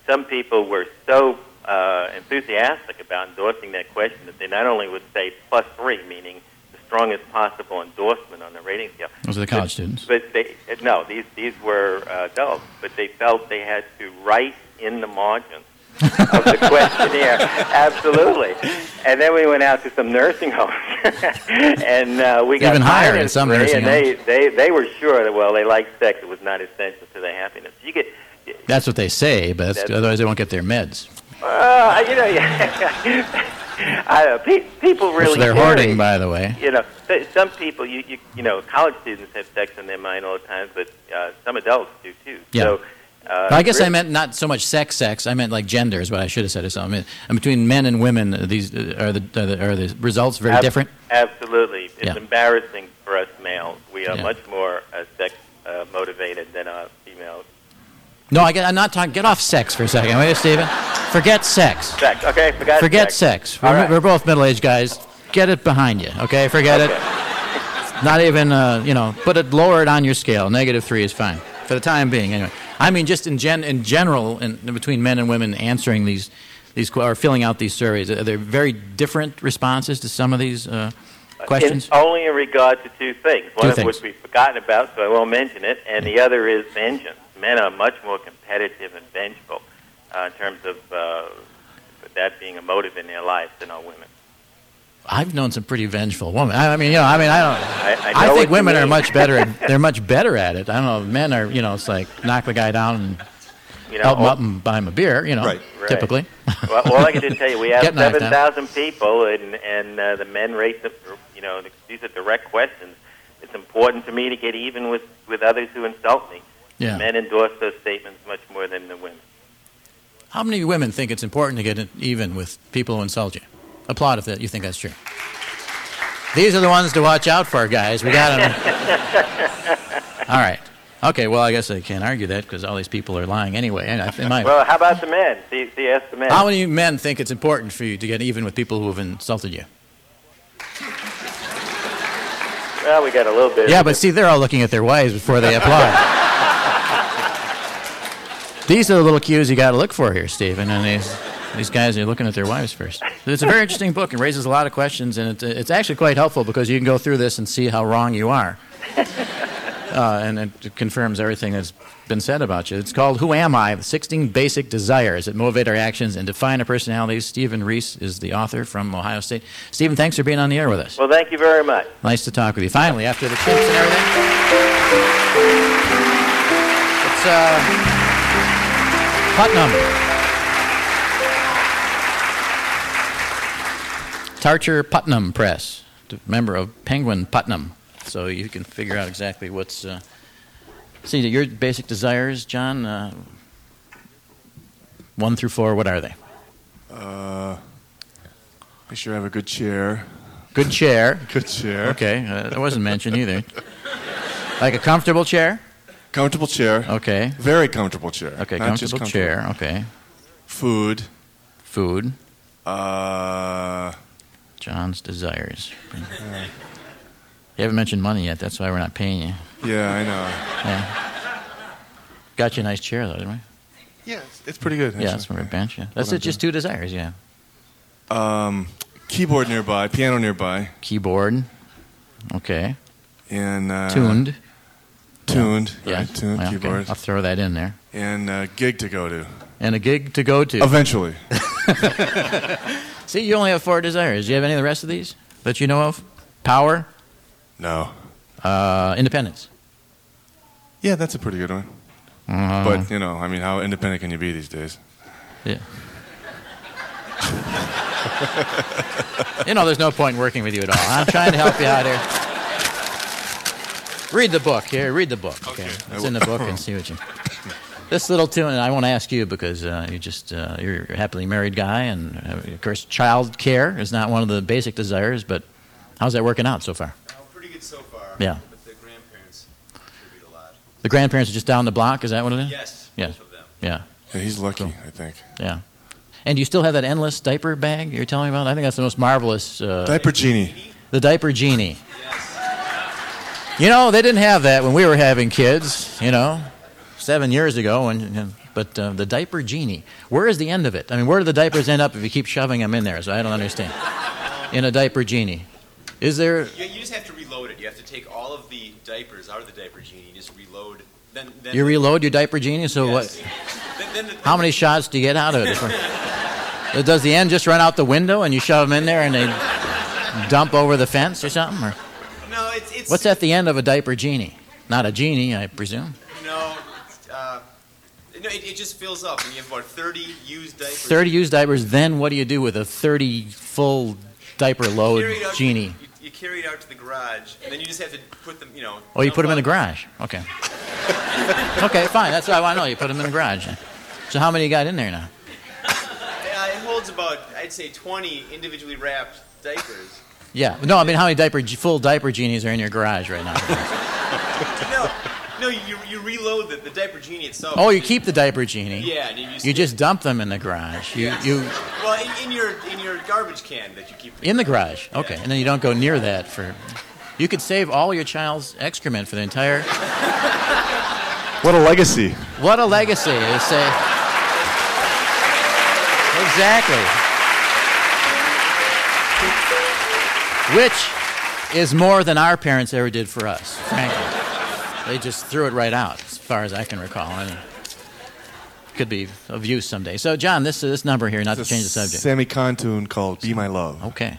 [SPEAKER 5] some people were so uh, enthusiastic about endorsing that question that they not only would say plus three, meaning the strongest possible endorsement on the rating scale.
[SPEAKER 1] Those are the college students.
[SPEAKER 5] But they no, these these were uh, adults, but they felt they had to write in the margins of the questionnaire. Absolutely. And then we went out to some nursing homes, and uh, we got
[SPEAKER 1] Even higher in
[SPEAKER 5] minus
[SPEAKER 1] some
[SPEAKER 5] three,
[SPEAKER 1] nursing
[SPEAKER 5] and they, they they were sure that well they liked sex. It was not essential to their happiness. You get.
[SPEAKER 1] That's what they say, but that's,
[SPEAKER 5] That's-
[SPEAKER 1] otherwise they won't get their meds,
[SPEAKER 5] Uh, you know, yeah. I don't know. Pe- people really
[SPEAKER 1] which they're
[SPEAKER 5] vary.
[SPEAKER 1] hoarding, by the way.
[SPEAKER 5] you know, th- some people, you, you you know, college students have sex in their mind all the time, but uh, some adults do too.
[SPEAKER 1] Yeah.
[SPEAKER 5] So, uh,
[SPEAKER 1] I guess I
[SPEAKER 5] really-
[SPEAKER 1] meant not so much sex, sex. I meant like gender is what I should have said or something. I mean, and between men and women, uh, these uh, are the are the, are the results very
[SPEAKER 5] Ab-
[SPEAKER 1] different.
[SPEAKER 5] Absolutely, it's
[SPEAKER 1] Yeah.
[SPEAKER 5] embarrassing for us males. We are
[SPEAKER 1] Yeah.
[SPEAKER 5] much more uh, sex uh, motivated than our female
[SPEAKER 1] No, I get, I'm not talking. Get off sex for a second, will you, Stephen? Forget sex.
[SPEAKER 5] sex. Okay, forgot
[SPEAKER 1] Forget
[SPEAKER 5] sex.
[SPEAKER 1] sex.
[SPEAKER 5] All
[SPEAKER 1] We're,
[SPEAKER 5] right.
[SPEAKER 1] we're both middle-aged guys. Get it behind you, okay? Forget it. Not even, uh, you know, put it lower it on your scale. Negative three is fine for the time being, anyway. I mean, just in gen in general, in, in between men and women answering these these que- or filling out these surveys, are there very different responses to some of these uh, questions?
[SPEAKER 5] In, only in regard to two things. One
[SPEAKER 1] Two
[SPEAKER 5] of
[SPEAKER 1] things.
[SPEAKER 5] which we've forgotten about, so I won't mention it, and the other is vengeance. Men are much more competitive and vengeful uh, in terms of uh, that being a motive in their lives than are women.
[SPEAKER 1] I've known some pretty vengeful women. I, I mean, you know, I mean, I don't.
[SPEAKER 5] I, I, know
[SPEAKER 1] I,
[SPEAKER 5] what
[SPEAKER 1] think
[SPEAKER 5] you
[SPEAKER 1] women are
[SPEAKER 5] mean.
[SPEAKER 1] much better. At, they're much better at it. I don't know. Men are, you know, it's like knock the guy down and
[SPEAKER 5] You know, oh.
[SPEAKER 1] help him up and buy him a beer. You know,
[SPEAKER 2] Right.
[SPEAKER 5] Right.
[SPEAKER 1] typically.
[SPEAKER 5] Well, all I can just tell you, we have
[SPEAKER 1] Get knocked
[SPEAKER 5] seven
[SPEAKER 1] down.
[SPEAKER 5] thousand people, and and uh, the men rate the, you know these are direct questions. It's important to me to get even with with others who insult me.
[SPEAKER 1] Yeah.
[SPEAKER 5] Men endorse those statements much more than the women.
[SPEAKER 1] How many women think it's important to get it even with people who insult you? Applaud if that you think that's true. These are the ones to watch out for, guys. We got them. all right. Okay. Well, I guess I can't argue that because all these people are lying anyway. And I, they might.
[SPEAKER 5] Well, how about the men? See, see, ask the men.
[SPEAKER 1] How many men think it's important for you to get even with people who have insulted you?
[SPEAKER 5] well, we got a little bit.
[SPEAKER 1] Yeah, but see, they're all looking at their wives before they apply. these are the little cues you got to look for here, Stephen. And these, these guys are looking at their wives first. It's a very interesting book. It raises a lot of questions, and it, it's actually quite helpful because you can go through this and see how wrong you are. Uh, and it confirms everything that's been said about you. It's called Who Am I? The 16 Basic Desires that Motivate Our Actions and Define Our Personalities. Stephen Reese is the author from Ohio State. Stephen, thanks for being on the air with us.
[SPEAKER 5] Well, thank you very much.
[SPEAKER 1] Nice to talk with you. Finally, after the chips and everything. It's uh, Putnam. Tarcher Putnam Press, d- member of Penguin Putnam. So you can figure out exactly what's. Uh, see, your basic desires, John, uh, one through four, what are they?
[SPEAKER 3] Uh, make sure I have a good chair.
[SPEAKER 1] Good chair.
[SPEAKER 3] Good chair.
[SPEAKER 1] Okay, uh, that wasn't mentioned either. Like a comfortable chair?
[SPEAKER 3] Comfortable chair.
[SPEAKER 1] Okay.
[SPEAKER 3] Very comfortable chair.
[SPEAKER 1] Okay,
[SPEAKER 3] Not just
[SPEAKER 1] comfortable, chair. Okay,
[SPEAKER 3] Food.
[SPEAKER 1] food.
[SPEAKER 3] Uh,
[SPEAKER 1] John's desires. You haven't mentioned money yet. That's why we're not paying you.
[SPEAKER 3] yeah, I know.
[SPEAKER 1] Got you a nice chair though, didn't we?
[SPEAKER 3] Yeah, it's, it's pretty good.
[SPEAKER 1] yeah, that's
[SPEAKER 3] actually.
[SPEAKER 1] from a bench. Yeah, that's
[SPEAKER 3] What
[SPEAKER 1] it.
[SPEAKER 3] I'm
[SPEAKER 1] Just two desires. Yeah,
[SPEAKER 3] Um, keyboard nearby, piano nearby,
[SPEAKER 1] keyboard. Okay,
[SPEAKER 3] and uh,
[SPEAKER 1] tuned.
[SPEAKER 3] tuned,
[SPEAKER 1] Yeah,
[SPEAKER 3] right? Tuned
[SPEAKER 1] Yeah, okay.
[SPEAKER 3] keyboard,
[SPEAKER 1] I'll throw that in there.
[SPEAKER 3] and uh, gig to go to
[SPEAKER 1] And a gig to go to.
[SPEAKER 3] eventually.
[SPEAKER 1] See, you only have four desires. Do you have any of the rest of these that you know of? Power,
[SPEAKER 3] No.
[SPEAKER 1] uh, independence.
[SPEAKER 3] Yeah, that's a pretty good one. But you know, I mean, how independent can you be these days?
[SPEAKER 1] Uh-huh. Yeah. you know, there's no point working with you at all. I'm trying to help you out here. Read the book here. Read the book. Okay, it's in the book, and see what you. This little tune, and I won't ask you because uh, you just uh, you're a happily married guy, and uh, of course, child care is not one of the basic desires. But how's that working out so far?
[SPEAKER 6] Oh, pretty good so far.
[SPEAKER 1] Yeah.
[SPEAKER 6] But the grandparents contribute a lot.
[SPEAKER 1] The grandparents are just down the block. Is that what it is?
[SPEAKER 6] Yes.
[SPEAKER 1] Yes.
[SPEAKER 6] Both of them.
[SPEAKER 1] Yeah.
[SPEAKER 3] Yeah, he's lucky, I think.
[SPEAKER 1] Yeah. And do you still have that endless diaper bag you're telling me about? I think that's the most marvelous. Uh,
[SPEAKER 3] Diaper genie.
[SPEAKER 1] The diaper genie. You know, they didn't have that when we were having kids, you know, seven years ago. And, and- but uh, the diaper genie, where is the end of it? I mean, where do the diapers end up if you keep shoving them in there? So I don't understand. In a diaper genie. Is there.
[SPEAKER 6] You, you just have to reload it. You have to take all of the diapers out of the diaper genie and just reload. Then, then
[SPEAKER 1] You reload your diaper genie? So
[SPEAKER 6] Yes.
[SPEAKER 1] what?
[SPEAKER 6] Then, then the,
[SPEAKER 1] How many shots do you get out of it? Does the end just run out the window and you shove them in there and they dump over the fence or something? Or
[SPEAKER 6] no, it's it's
[SPEAKER 1] what's at the end of a diaper genie? Not a genie, I presume.
[SPEAKER 6] No, it's, uh, no, it, it just fills up, and you have about 30 used diapers.
[SPEAKER 1] 30 used diapers, then what do you do with a 30 full diaper
[SPEAKER 6] You
[SPEAKER 1] load
[SPEAKER 6] carry it out-
[SPEAKER 1] genie?
[SPEAKER 6] You, you carry it out to the garage, and then you just have to put them. You know.
[SPEAKER 1] Oh, you put them in the
[SPEAKER 6] unplug-
[SPEAKER 1] garage. Okay. okay, fine. That's what I want to know. You put them in the garage. So how many you got in there now?
[SPEAKER 6] Uh, it holds about, I'd say, 20 individually wrapped diapers.
[SPEAKER 1] Yeah. No, I mean, how many diaper, full diaper genies are in your garage right now?
[SPEAKER 6] No, no, you, you reload the, the diaper genie itself.
[SPEAKER 1] Oh, you keep the diaper genie.
[SPEAKER 6] Yeah, and you just,
[SPEAKER 1] You just dump them in the garage. You, you
[SPEAKER 6] well in, in your in your garbage can that you keep.
[SPEAKER 1] in the garage. Okay, and then you don't go near that for. You could save all your child's excrement for the entire.
[SPEAKER 2] What a legacy.
[SPEAKER 1] What a legacy to say. Exactly. Which is more than our parents ever did for us, frankly. They just threw it right out, as far as I can recall. I mean, could be of use someday. So, John, this, this number here, not to change the subject.
[SPEAKER 3] Sammy Kahn tune called "Be My Love."
[SPEAKER 1] Okay.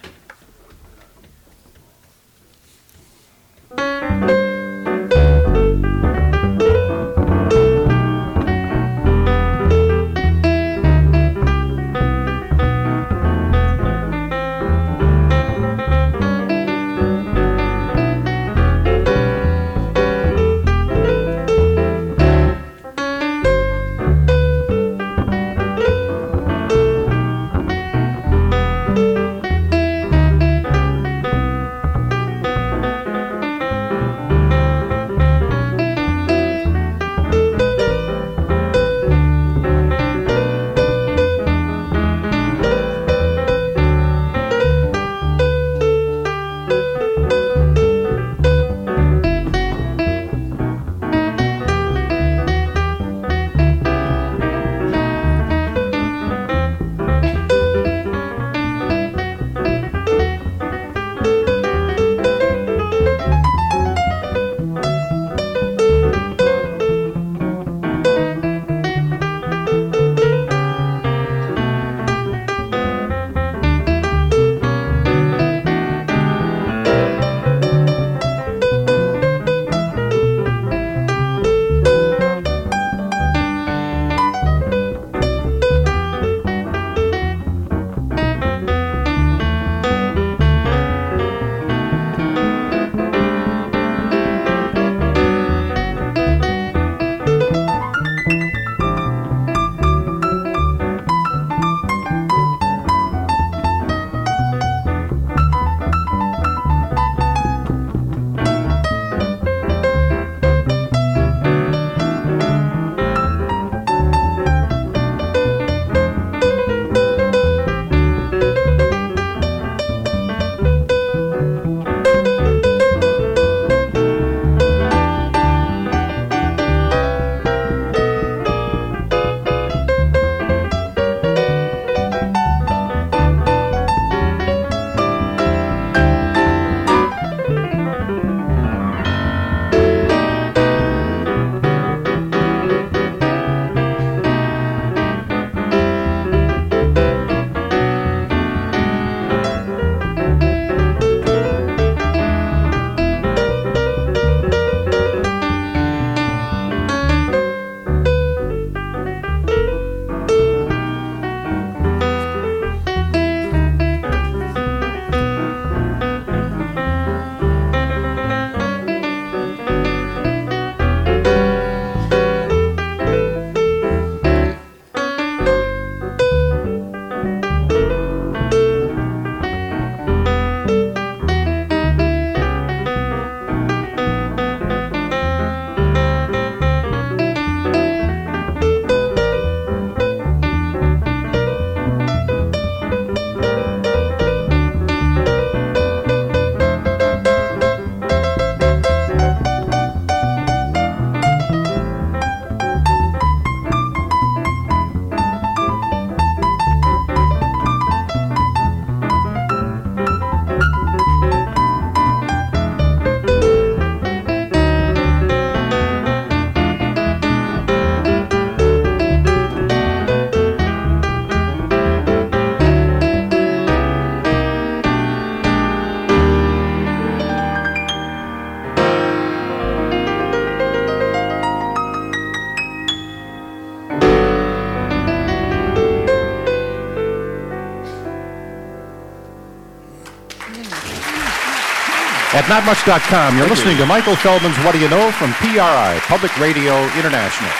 [SPEAKER 2] At notmuch.com, you're listening to Michael Feldman's What Do You Know from PRI, Public Radio International.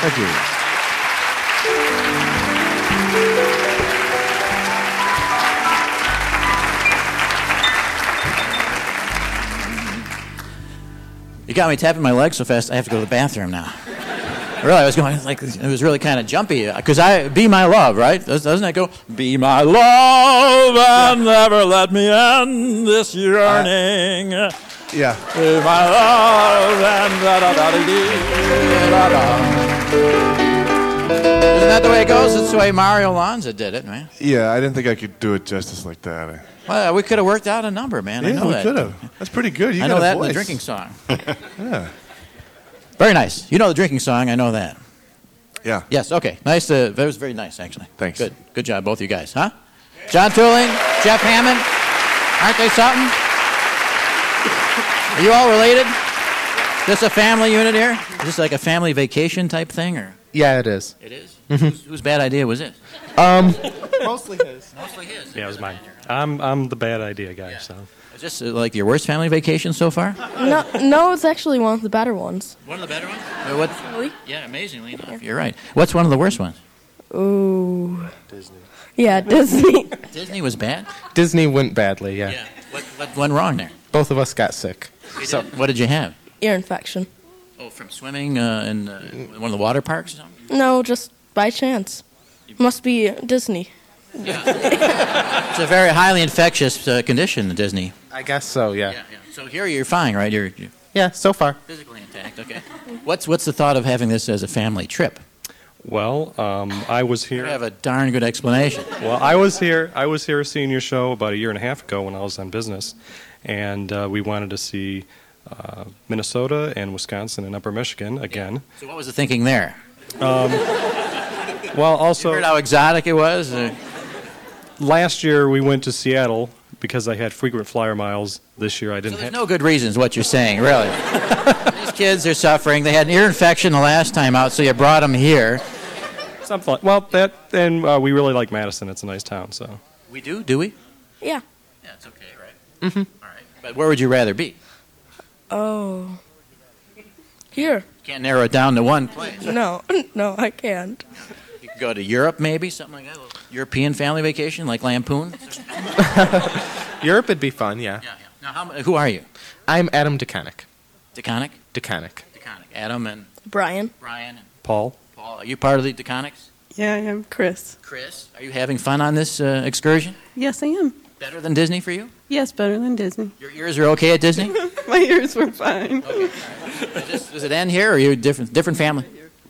[SPEAKER 2] Thank you.
[SPEAKER 1] You got me tapping my leg so fast, I have to go to the bathroom now. really, I was going, like, it was really kind of jumpy. Because I, be my love, right? Does- Doesn't that go, be my love and never let me end this yearning?
[SPEAKER 7] Yeah.
[SPEAKER 1] be my love and da da da da dee, da da. Isn't that the way it goes? That's the way Mario Lanza did it, man.
[SPEAKER 3] Yeah, I didn't think I could do it justice like that. I-
[SPEAKER 1] Well, we could have worked out a number, man. I
[SPEAKER 3] yeah,
[SPEAKER 1] know
[SPEAKER 3] we
[SPEAKER 1] that.
[SPEAKER 3] could have. That's pretty good. You
[SPEAKER 1] I
[SPEAKER 3] got
[SPEAKER 1] know
[SPEAKER 3] a
[SPEAKER 1] that in
[SPEAKER 3] voice.
[SPEAKER 1] the drinking song.
[SPEAKER 3] Yeah.
[SPEAKER 1] Very nice. You know the drinking song. I know that.
[SPEAKER 3] Yeah.
[SPEAKER 1] Yes. Okay. Nice. Uh, that was very nice, actually.
[SPEAKER 3] Thanks.
[SPEAKER 1] Good. Good job, both you guys, huh? John Tooling, Jeff Hammond. Aren't they something? Are you all related? This a family unit here? Is this like a family vacation type thing, or
[SPEAKER 7] Yeah, it is.
[SPEAKER 1] it is? Whose, whose bad idea was it?
[SPEAKER 7] Um, mostly his.
[SPEAKER 1] Mostly his.
[SPEAKER 8] Yeah, it was mine. I'm
[SPEAKER 1] Um,
[SPEAKER 8] I'm the bad idea guy. So
[SPEAKER 1] Is this uh, like your worst family vacation so far?
[SPEAKER 9] No, no, it's actually one of the better ones.
[SPEAKER 1] One of the better ones. Uh, what?
[SPEAKER 9] Really?
[SPEAKER 1] Yeah, amazingly enough, you're right. What's one of the worst ones?
[SPEAKER 9] Ooh. Disney. Yeah, Disney.
[SPEAKER 1] Disney was bad.
[SPEAKER 7] Disney went badly. Yeah.
[SPEAKER 1] What, what went wrong there?
[SPEAKER 7] Both of us got sick.
[SPEAKER 1] So, what did you have?
[SPEAKER 9] Ear infection.
[SPEAKER 1] Oh, from swimming uh, in uh,
[SPEAKER 7] Mm.
[SPEAKER 1] one of the water parks or something?
[SPEAKER 9] No, just by chance. Must be Disney.
[SPEAKER 1] It's a very highly infectious uh, condition, Disney.
[SPEAKER 7] I guess so. Yeah.
[SPEAKER 1] yeah. So here you're fine, right? You're, you're
[SPEAKER 7] Yeah. So far.
[SPEAKER 1] physically intact, okay. What's, what's the thought of having this as a family trip?
[SPEAKER 8] well, um, I was
[SPEAKER 1] You
[SPEAKER 8] here.
[SPEAKER 1] have a darn good explanation.
[SPEAKER 8] Well, I was here. I was here a senior show about a year and a half ago when I was on business, and uh, we wanted to see uh, Minnesota and Wisconsin and Upper Michigan again. Um,
[SPEAKER 1] So what was the thinking there?
[SPEAKER 8] Well,
[SPEAKER 1] You
[SPEAKER 8] also
[SPEAKER 1] heard how exotic it was? Uh,
[SPEAKER 8] last year we went to Seattle because I had frequent flyer miles. This year I
[SPEAKER 1] so
[SPEAKER 8] didn't.
[SPEAKER 1] there's
[SPEAKER 8] have,
[SPEAKER 1] no good reasons what you're saying, really. These kids are suffering. They had an ear infection the last time out, so you brought them here.
[SPEAKER 8] Something like, well, that and uh, we really like Madison. It's a nice town. So
[SPEAKER 1] We do, do we?
[SPEAKER 9] Yeah.
[SPEAKER 1] Yeah, it's okay, right? Mm-hmm. All right. But where would you rather be?
[SPEAKER 9] Oh. Here.
[SPEAKER 1] Can't narrow it down to one place.
[SPEAKER 9] No, no, I can't.
[SPEAKER 1] You could go to Europe, maybe something like that. a little European family vacation, like Lampoon.
[SPEAKER 7] Europe would be fun. Yeah.
[SPEAKER 1] Yeah, yeah. Now, how, m- who are you?
[SPEAKER 7] I'm Adam DeConnick.
[SPEAKER 1] Deconic?
[SPEAKER 7] DeConnick.
[SPEAKER 1] Deconic. Adam and
[SPEAKER 9] Brian.
[SPEAKER 1] Brian and
[SPEAKER 8] Paul,
[SPEAKER 1] Paul. Are you part of the Deconics?
[SPEAKER 10] Yeah, I am Chris.
[SPEAKER 1] Chris, are you having fun on this uh, excursion?
[SPEAKER 10] Yes, I am.
[SPEAKER 1] Better than Disney for you?
[SPEAKER 10] Yes, better than Disney.
[SPEAKER 1] Your ears are okay at Disney?
[SPEAKER 10] My ears were fine.
[SPEAKER 1] Is this- does it end here, or are you a different, different family?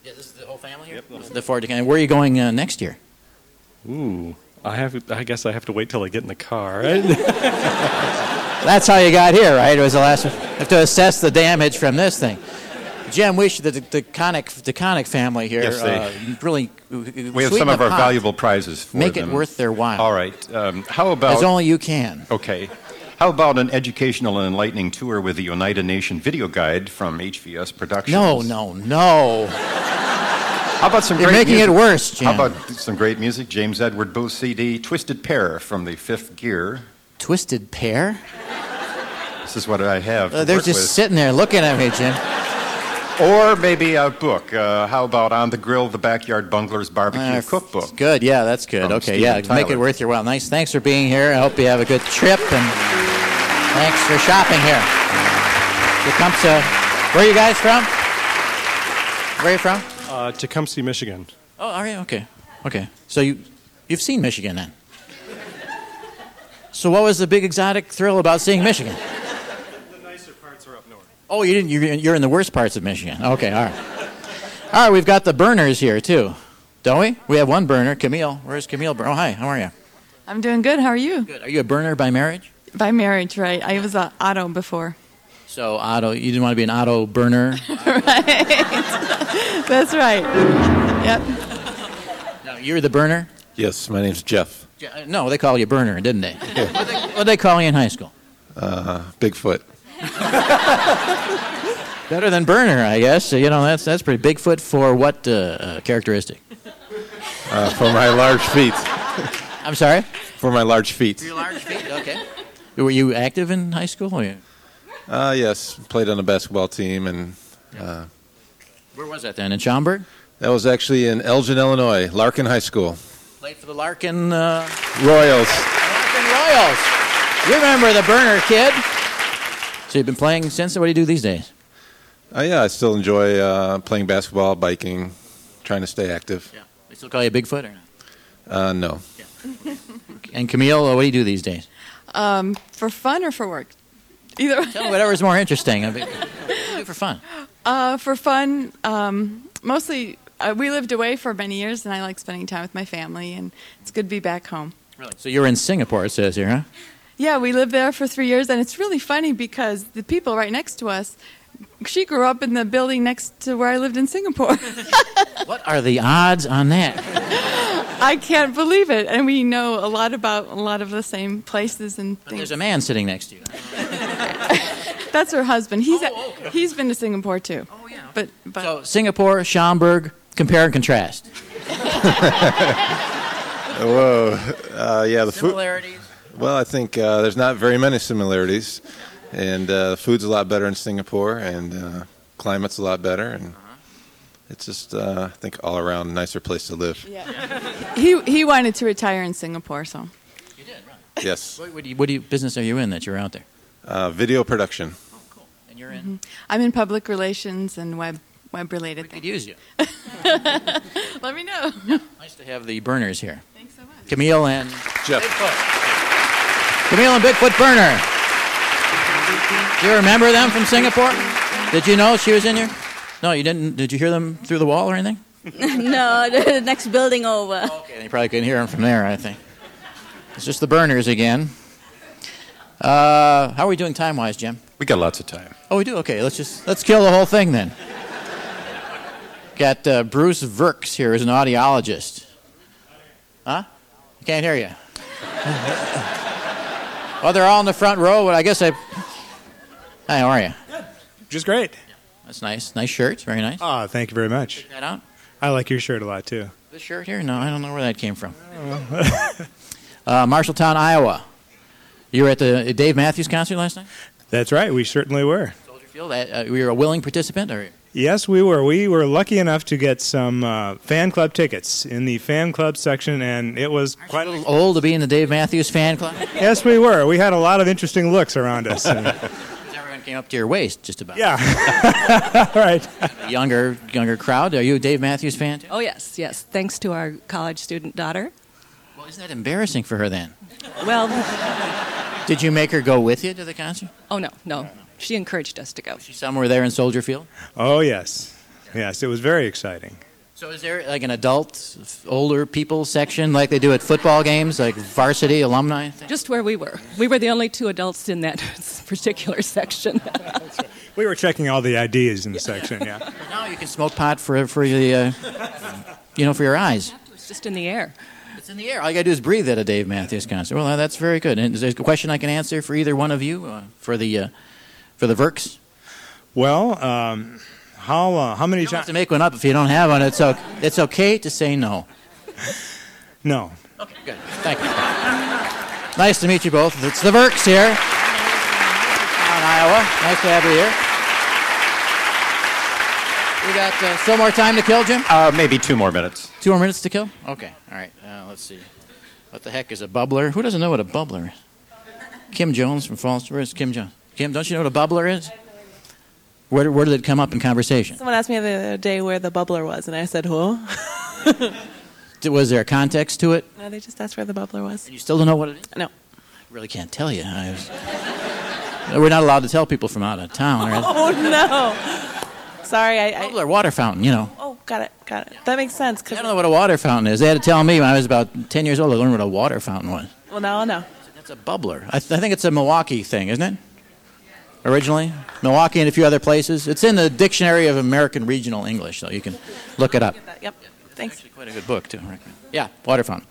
[SPEAKER 1] Yeah, this is the whole family here? This is the four Deconic. Where are you going uh, next year?
[SPEAKER 8] ooh, I have. I guess I have to wait till I get in the car.
[SPEAKER 1] That's how you got here, right? It was the last one. Have to assess the damage from this thing. Jim, we should, the, the, the, Connick, the Connick family here
[SPEAKER 2] Yes, they-
[SPEAKER 1] uh, really.
[SPEAKER 2] We have some of our valuable prizes for
[SPEAKER 1] Make it
[SPEAKER 2] them.
[SPEAKER 1] worth their while.
[SPEAKER 2] All right. Um, how about
[SPEAKER 1] As only you can.
[SPEAKER 2] Okay. How about an educational and enlightening tour with the Oneida Nation video guide from HVS Productions?
[SPEAKER 1] No, no, no.
[SPEAKER 2] How about some
[SPEAKER 1] You're
[SPEAKER 2] great
[SPEAKER 1] making it
[SPEAKER 2] music?
[SPEAKER 1] worse, Jim.
[SPEAKER 2] How about some great music? James Edward Booth CD, Twisted Pair from the Fifth Gear.
[SPEAKER 1] Twisted pear?
[SPEAKER 2] This is what I have.
[SPEAKER 1] Uh,
[SPEAKER 2] to
[SPEAKER 1] they're
[SPEAKER 2] work
[SPEAKER 1] just sitting there looking at me, Jim.
[SPEAKER 2] with. Or maybe a book. Uh, how about On the Grill, The Backyard Bungler's Barbecue
[SPEAKER 1] Uh,
[SPEAKER 2] Cookbook?
[SPEAKER 1] Good, yeah, that's good.
[SPEAKER 2] From
[SPEAKER 1] okay,
[SPEAKER 2] Steven
[SPEAKER 1] yeah, make
[SPEAKER 2] Tyler.
[SPEAKER 1] it worth your while. Nice. Thanks for being here. I hope you have a good trip and thanks for shopping here. Tecumseh. Where are you guys from? Where are you from?
[SPEAKER 8] uh, Tecumseh, Michigan.
[SPEAKER 1] Oh, are you? Okay. Okay. So you, you've seen Michigan then? So what was the big exotic thrill about seeing Michigan?
[SPEAKER 8] The nicer parts are up north.
[SPEAKER 1] Oh, you didn't. You're, you're in the worst parts of Michigan. Okay, all right. All right, we've got the burners here too, don't we? We have one burner, Camille. Where's Camille? Bur- Oh, hi. How are you?
[SPEAKER 10] I'm doing good. How are you?
[SPEAKER 1] Good. Are you a burner by marriage?
[SPEAKER 10] By marriage, right? I
[SPEAKER 7] uh,
[SPEAKER 10] was a auto before.
[SPEAKER 1] So Otto, you didn't want to be an Otto burner.
[SPEAKER 10] That's right. Yep.
[SPEAKER 1] No, you're the burner.
[SPEAKER 11] Yes, my name's Jeff
[SPEAKER 1] Yeah, uh, No, they call you burner, didn't they? What they, what'd they call you in high school?
[SPEAKER 11] Uh, Bigfoot.
[SPEAKER 1] Better than burner, I guess. So, you know, that's that's pretty Bigfoot for what uh, uh, characteristic?
[SPEAKER 11] Uh, for my large feet.
[SPEAKER 1] I'm sorry.
[SPEAKER 11] For my large feet.
[SPEAKER 1] Your large feet. Okay. Were you active in high school? Or you-
[SPEAKER 12] Uh, yes, played on a basketball team, and uh,
[SPEAKER 1] Where was that then? In Schaumburg?
[SPEAKER 12] that was actually in Elgin, Illinois, Larkin High School,
[SPEAKER 1] Played for the Larkin uh,
[SPEAKER 12] Royals.
[SPEAKER 1] Larkin Royals. You remember the burner kid? So you've been playing since. What do you do these days?
[SPEAKER 12] Uh, yeah, I still enjoy uh, playing basketball, biking, trying to stay active.
[SPEAKER 1] They still call you Bigfoot or not?
[SPEAKER 12] Uh, no,
[SPEAKER 1] And Camille, uh, what do you do these days?
[SPEAKER 7] Um, for fun or for work? Either way.
[SPEAKER 1] Tell me whatever's more interesting. I mean, what do you do for fun?
[SPEAKER 7] Uh, for fun, um, mostly uh, we lived away for many years, and I like spending time with my family, and it's good to be back home.
[SPEAKER 1] So you were in Singapore, it says here, huh?
[SPEAKER 7] Yeah, we lived there for three years, and it's really funny because the people right next to us, she grew up in the building next to where I lived in Singapore.
[SPEAKER 1] What are the odds on that?
[SPEAKER 7] I can't believe it, and we know a lot about a lot of the same places and
[SPEAKER 1] And
[SPEAKER 7] things.
[SPEAKER 1] there's a man sitting next to you.
[SPEAKER 7] That's her husband.
[SPEAKER 1] Oh,
[SPEAKER 7] He's he's been to Singapore too. Oh yeah. But but
[SPEAKER 1] Singapore, Schaumburg, compare and contrast.
[SPEAKER 12] Whoa. Uh, yeah, the
[SPEAKER 1] Similarities?
[SPEAKER 12] food. Well, I think uh, there's not very many similarities, and uh, the food's a lot better in Singapore, and uh, climate's a lot better, and it's just uh, I think all around a nicer place to live.
[SPEAKER 7] he he wanted to retire in Singapore, so
[SPEAKER 12] Yes.
[SPEAKER 1] What, what, do you, what do you, business are you in that you're out there?
[SPEAKER 12] Uh, video production.
[SPEAKER 1] And you're in.
[SPEAKER 7] Mm-hmm. I'm in public relations and web web related. We could
[SPEAKER 1] use you.
[SPEAKER 7] Let me know.
[SPEAKER 1] Nice to have the burners here. Thanks so much. Camille and
[SPEAKER 12] Jeff.
[SPEAKER 1] Camille and Bigfoot Burner. Do you remember them from Singapore? Did you know she was in here? No, you didn't. Did you hear them through the wall or anything?
[SPEAKER 13] no, the next building over.
[SPEAKER 1] Okay, you probably couldn't hear them from there. I think it's just the burners again. Uh, how are we doing time wise, Jim?
[SPEAKER 2] We got lots of time.
[SPEAKER 1] Oh, we do. Okay, let's just let's kill the whole thing then. Got uh, Bruce Verks here as an audiologist. Huh? I can't hear you. well, they're all in the front row, but I guess I. Hi, how are you?
[SPEAKER 14] Just great.
[SPEAKER 1] That's nice. Nice shirt. Very nice.
[SPEAKER 14] Ah, thank you very much.
[SPEAKER 1] That out?
[SPEAKER 14] I like your shirt a lot too.
[SPEAKER 1] This shirt here? No, I don't know where that came from. uh, Marshalltown, Iowa. You were at the uh, Dave Matthews concert last night.
[SPEAKER 14] That's right. We certainly were.
[SPEAKER 1] Did you feel that uh, we were a willing participant, or
[SPEAKER 14] Yes, we were. We were lucky enough to get some uh, fan club tickets in the fan club section, and it was quite
[SPEAKER 1] a old to be in the Dave Matthews fan club.
[SPEAKER 14] yes, we were. We had a lot of interesting looks around us. and-
[SPEAKER 1] everyone came up to your waist just about.
[SPEAKER 14] yeah, right.
[SPEAKER 1] Younger, younger crowd. Are you a Dave Matthews fan? too?
[SPEAKER 15] Oh, yes, yes. Thanks to our college student daughter.
[SPEAKER 1] Well, isn't that embarrassing for her then?
[SPEAKER 15] Well,
[SPEAKER 1] Did you make her go with you to the concert?
[SPEAKER 15] oh, no, no. She encouraged us to go.
[SPEAKER 1] Somewhere there in Soldier Field.
[SPEAKER 14] Oh yes, yes. It was very exciting.
[SPEAKER 1] So is there like an adult, f- older people section like they do at football games, like varsity alumni? thing?
[SPEAKER 15] Just where we were. We were the only two adults in that particular section.
[SPEAKER 14] We were checking all the IDs in the section. Yeah.
[SPEAKER 1] Now you can smoke pot for for the, uh, you know, for your eyes.
[SPEAKER 15] it's just in the air.
[SPEAKER 1] It's in the air. All you gotta do is breathe at a Dave Matthews concert. Well, uh, that's very good. And is there a question I can answer for either one of you? Uh, for the, uh, for the Verks.
[SPEAKER 14] Well, um, how uh, how many
[SPEAKER 1] You don't have to make one up if you don't have one. It's okay, it's okay to say no.
[SPEAKER 14] No.
[SPEAKER 1] Okay, good. Thank you. nice to meet you both. It's the Verks here on Iowa. Nice to have you here. We got uh, still more time to kill, Jim?
[SPEAKER 2] Uh, maybe two more minutes.
[SPEAKER 1] Two more minutes to kill? Okay, all right. Uh, let's see. What the heck is a bubbler? Who doesn't know what a bubbler is? Kim Jones from Falls. Where's Kim Jones? Kim, don't you know what a bubbler is? Where, where did it come up in conversation?
[SPEAKER 16] Someone asked me the other day where the bubbler was, and I said, "Who?"
[SPEAKER 1] Did- Was there a context to it?
[SPEAKER 16] No, they just asked where the bubbler was.
[SPEAKER 1] You still don't know what it is?
[SPEAKER 16] No.
[SPEAKER 1] Really can't tell you. I was- We're not allowed to tell people from out of town. Right?
[SPEAKER 16] Oh no! Sorry, I. I
[SPEAKER 1] Bubbler, water fountain, you know.
[SPEAKER 16] oh, got it, got it. That makes sense. 'cause-
[SPEAKER 1] I don't know what a water fountain is. They had to tell me when I was about 10 years old, I learned what a water fountain was.
[SPEAKER 16] well, now I know.
[SPEAKER 1] That's a bubbler. I, th- I think it's a Milwaukee thing, isn't it? Originally? Milwaukee and a few other places. It's in the Dictionary of American Regional English, so you can look it up.
[SPEAKER 16] Uh, Yep. Thanks.
[SPEAKER 1] Quite a good book, too. I recommend. Yeah, water fountain.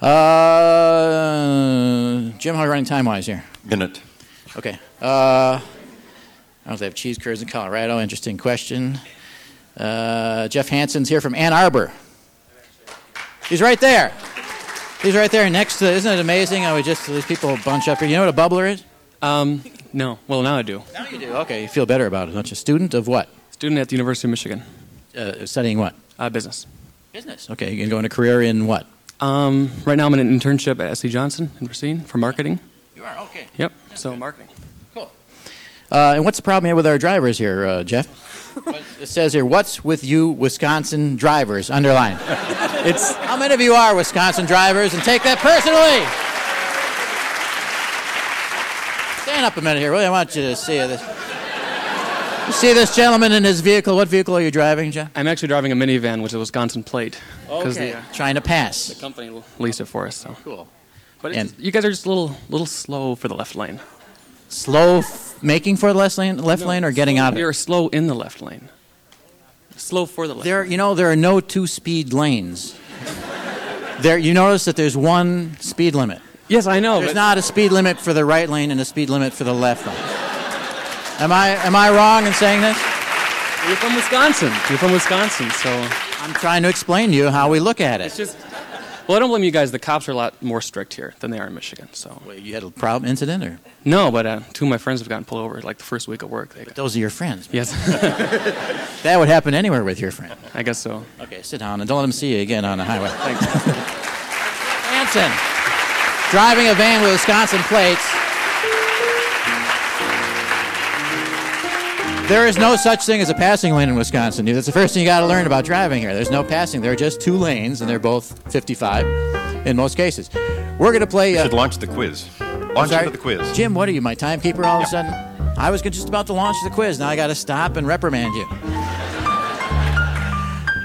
[SPEAKER 1] Uh, Jim, how are you running time wise here?
[SPEAKER 2] Minute.
[SPEAKER 1] Okay. Uh, I don't know if they have cheese curds in Colorado. Interesting question. Uh, Jeff Hansen's here from Ann Arbor. He's right there. He's right there next to. Isn't it amazing how we just these people bunch up here? You know what a bubbler is? Um, no. Well, now I do. Now you do. Okay, you feel better about it, don't you? Student of what? Student at the University of Michigan. Uh, studying what? Uh, business. Business. Okay, you can go into career in what?
[SPEAKER 17] Um, right now I'm in an internship at SC Johnson in Racine for marketing.
[SPEAKER 1] You are okay.
[SPEAKER 17] Yep. So marketing.
[SPEAKER 1] Uh, and what's the problem here with our drivers here, uh, Jeff? it says here, "What's with you, Wisconsin drivers?" Underline. it's how many of you are Wisconsin drivers, and take that personally. Stand up a minute here. Really, I want you to see this. You see this gentleman in his vehicle. What vehicle are you driving, Jeff?
[SPEAKER 17] I'm actually driving a minivan with a Wisconsin plate. 'cause
[SPEAKER 1] Okay.
[SPEAKER 17] the, uh,
[SPEAKER 1] Trying to pass.
[SPEAKER 17] The company l- leased it for us. So.
[SPEAKER 1] Cool.
[SPEAKER 17] But it's, you guys are just a little little slow for the left lane.
[SPEAKER 1] Slow f- making for the left lane, left lane, or getting out of it.
[SPEAKER 17] You're slow in the left lane. Slow for the left.
[SPEAKER 1] There, you know, there are no two-speed lanes. there, you notice that there's one speed limit.
[SPEAKER 17] Yes, I know.
[SPEAKER 1] There's
[SPEAKER 17] but-
[SPEAKER 1] not a speed limit for the right lane and a speed limit for the left lane. am I am I wrong in saying this?
[SPEAKER 17] You're from Wisconsin. You're from Wisconsin, so
[SPEAKER 1] I'm trying to explain to you how we look at it.
[SPEAKER 17] It's just. Well, I don't blame you guys. The cops are a lot more strict here than they are in Michigan. So.
[SPEAKER 1] Wait, you had a problem incident, or?
[SPEAKER 17] No, but uh, two of my friends have gotten pulled over like the first week of work. They got,
[SPEAKER 1] Those are your friends.
[SPEAKER 17] Yes.
[SPEAKER 1] that would happen anywhere with your friend.
[SPEAKER 17] I guess so.
[SPEAKER 1] Okay, sit down and don't let them see you again on the highway. Hanson, driving a van with Wisconsin plates. There is no such thing as a passing lane in Wisconsin. That's the first thing you got to learn about driving here. There's no passing. There are just two lanes, and they're both 55 in most cases. We're going to play.
[SPEAKER 2] You
[SPEAKER 1] uh,
[SPEAKER 2] should launch the quiz. Launch
[SPEAKER 1] sorry?
[SPEAKER 2] into the quiz.
[SPEAKER 1] Jim, what are you, my timekeeper all of a sudden? I was just about to launch the quiz. Now I got to stop and reprimand you.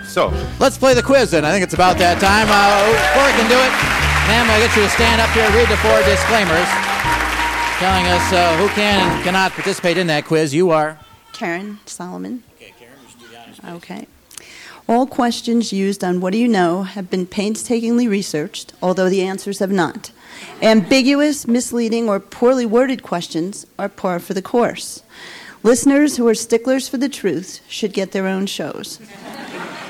[SPEAKER 2] So,
[SPEAKER 1] Let's play the quiz then. I think it's about that time. Uh, Cora can do it. Ma'am, I'll get you to stand up here, read the four disclaimers telling us uh, who can and cannot participate in that quiz. You are.
[SPEAKER 18] Karen Solomon. Okay, Karen, Okay. All questions used on What Do You Know have been painstakingly researched, although the answers have not. Ambiguous, misleading, or poorly worded questions are par for the course. Listeners who are sticklers for the truth should get their own shows.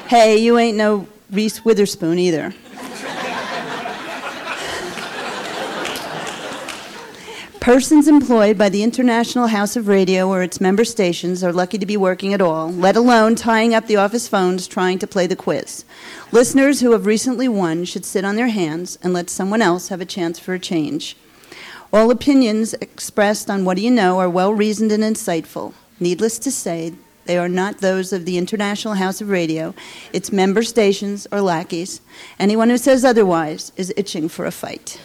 [SPEAKER 18] hey, you ain't no Reese Witherspoon either. Persons employed by the International House of Radio or its member stations are lucky to be working at all, let alone tying up the office phones trying to play the quiz. Listeners who have recently won should sit on their hands and let someone else have a chance for a change. All opinions expressed on What Do You Know are well reasoned and insightful. Needless to say, they are not those of the International House of Radio, its member stations, or lackeys. Anyone who says otherwise is itching for a fight.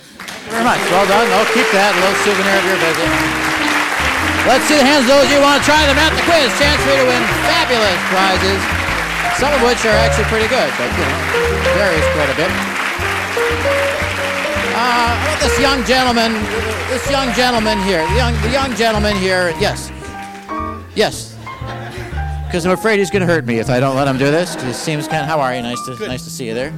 [SPEAKER 1] Very much. Well done. I'll keep that. A little souvenir of your visit. Let's see the hands of those of you who want to try them out in the quiz. Chance for you to win fabulous prizes, some of which are actually pretty good, but you know, varies quite a bit. Uh, how about this young gentleman, this young gentleman here, the young, the young gentleman here, yes, yes, because I'm afraid he's going to hurt me if I don't let him do this. 'cause it seems kind of. How are you? Nice to, nice to see you there,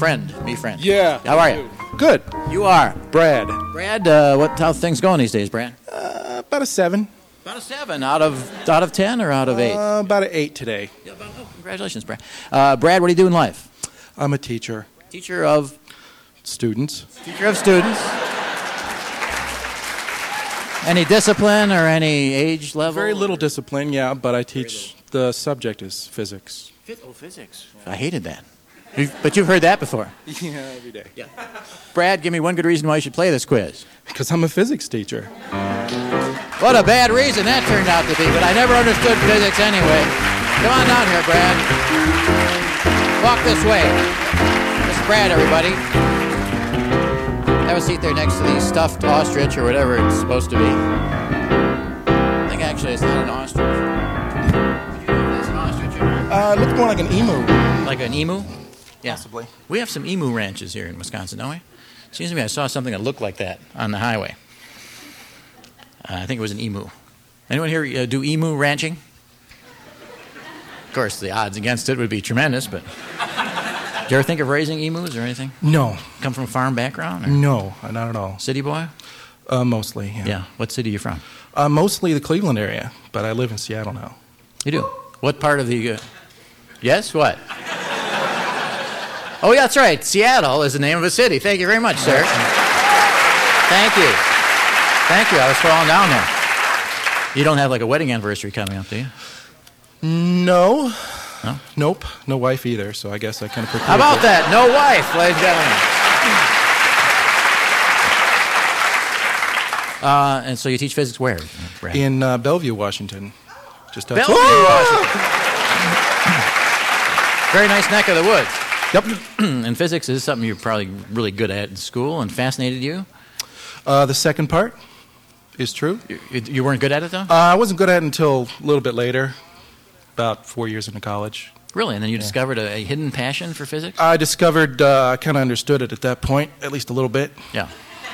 [SPEAKER 1] friend. Be friend.
[SPEAKER 19] Yeah.
[SPEAKER 1] How are you?
[SPEAKER 19] Good.
[SPEAKER 1] You are.
[SPEAKER 19] Brad. Uh,
[SPEAKER 1] Brad, uh, what how things going these days, Brad?
[SPEAKER 19] About a seven.
[SPEAKER 1] About a seven out of out of ten or out of eight. oh,
[SPEAKER 19] Uh, about an eight today.
[SPEAKER 1] Congratulations, Brad. Uh, Brad, what do you do in life?
[SPEAKER 19] I'm a teacher.
[SPEAKER 1] Teacher of
[SPEAKER 19] students.
[SPEAKER 1] Teacher of students. Any discipline or any age level?
[SPEAKER 19] Very little discipline, yeah, but I teach. The subject is physics.
[SPEAKER 1] Oh, physics. I hated that. You've- But you've heard that before.
[SPEAKER 19] Yeah, every day. Yeah.
[SPEAKER 1] Brad, give me one good reason why you should play this quiz.
[SPEAKER 19] Because I'm a physics teacher.
[SPEAKER 1] What a bad reason that turned out to be, but I never understood physics anyway. Come on down here, Brad. Walk this way. This is Brad, everybody. Have a seat there next to the stuffed ostrich or whatever it's supposed to be. I think actually it's not an ostrich. It's an ostrich.
[SPEAKER 19] Uh, it looks more like an emu.
[SPEAKER 1] Like an emu? Yeah. Possibly. We have some emu ranches here in Wisconsin, don't we? Seems to me I saw something that looked like that on the highway. Uh, I think it was an emu. Anyone here uh, do emu ranching? Of course, the odds against it would be tremendous, but. Do you ever think of raising emus or anything?
[SPEAKER 19] No,
[SPEAKER 1] Come from a farm background? Or
[SPEAKER 19] no, not at all.
[SPEAKER 1] City boy?
[SPEAKER 19] Uh, mostly, yeah.
[SPEAKER 1] Yeah. What city are you from?
[SPEAKER 19] Uh, mostly the Cleveland area, but I live in Seattle now.
[SPEAKER 1] You do? What part of the. Uh, yes? What? Oh, yeah, that's right. Seattle is the name of a city. Thank you very much, sir. Thank you. Thank you. I was falling down there. You don't have like a wedding anniversary coming up, do you?
[SPEAKER 19] No.
[SPEAKER 1] No?
[SPEAKER 19] Nope. No wife either, so I guess I kind of
[SPEAKER 1] How about that? No wife, ladies and gentlemen. Uh, and so you teach physics where? Brad?
[SPEAKER 19] In uh, Bellevue, Washington. Just outside-
[SPEAKER 1] Bellevue, Washington. Very nice neck of the woods. Yep. and physics is something you're probably really good at in school and fascinated you.
[SPEAKER 19] Uh, the second part is true.
[SPEAKER 1] You, you weren't good at it, though?
[SPEAKER 19] Uh, I wasn't good at it until a little bit later, about four years into college.
[SPEAKER 1] Really? And then you
[SPEAKER 19] Yeah.
[SPEAKER 1] discovered a, a hidden passion for physics?
[SPEAKER 19] I discovered, uh, I kind of understood it at that point, at least a little bit.
[SPEAKER 1] Yeah.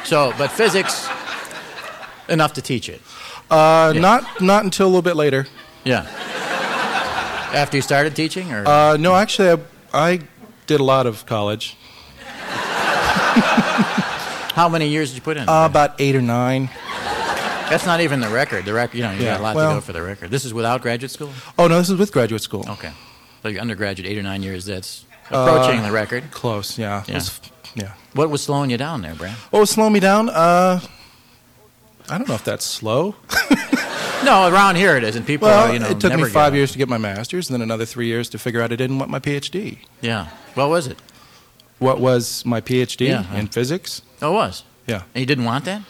[SPEAKER 1] So, but physics, enough to teach it.
[SPEAKER 19] Uh,
[SPEAKER 1] Yeah.
[SPEAKER 19] Not not until a little bit later.
[SPEAKER 1] Yeah. After you started teaching, or
[SPEAKER 19] Uh, no, actually, I, I did a lot of college,
[SPEAKER 1] how many years did you put in?
[SPEAKER 19] uh, about eight or nine.
[SPEAKER 1] That's not even the record. The record, you know, you
[SPEAKER 19] Yeah,
[SPEAKER 1] got a lot to
[SPEAKER 19] well-
[SPEAKER 1] go for the record. This is without graduate school.
[SPEAKER 19] Oh no, this is with graduate school.
[SPEAKER 1] Okay. So your undergraduate, eight or nine years. That's
[SPEAKER 19] Uh,
[SPEAKER 1] approaching the record.
[SPEAKER 19] Close, yeah. It
[SPEAKER 1] Yeah.
[SPEAKER 19] was- yeah.
[SPEAKER 1] What was slowing you down there, Brad?
[SPEAKER 19] What was slowing me down? Uh, I don't know if that's slow.
[SPEAKER 1] No, around here it is, and people,
[SPEAKER 19] well,
[SPEAKER 1] you know,
[SPEAKER 19] it took me
[SPEAKER 1] never get
[SPEAKER 19] five
[SPEAKER 1] it.
[SPEAKER 19] years to get my master's, and then another three years to figure out I didn't want my PhD.
[SPEAKER 1] Yeah. What was it?
[SPEAKER 19] What was my PhD
[SPEAKER 1] Yeah, huh.
[SPEAKER 19] in physics?
[SPEAKER 1] Oh, it was.
[SPEAKER 19] Yeah.
[SPEAKER 1] And you didn't want that.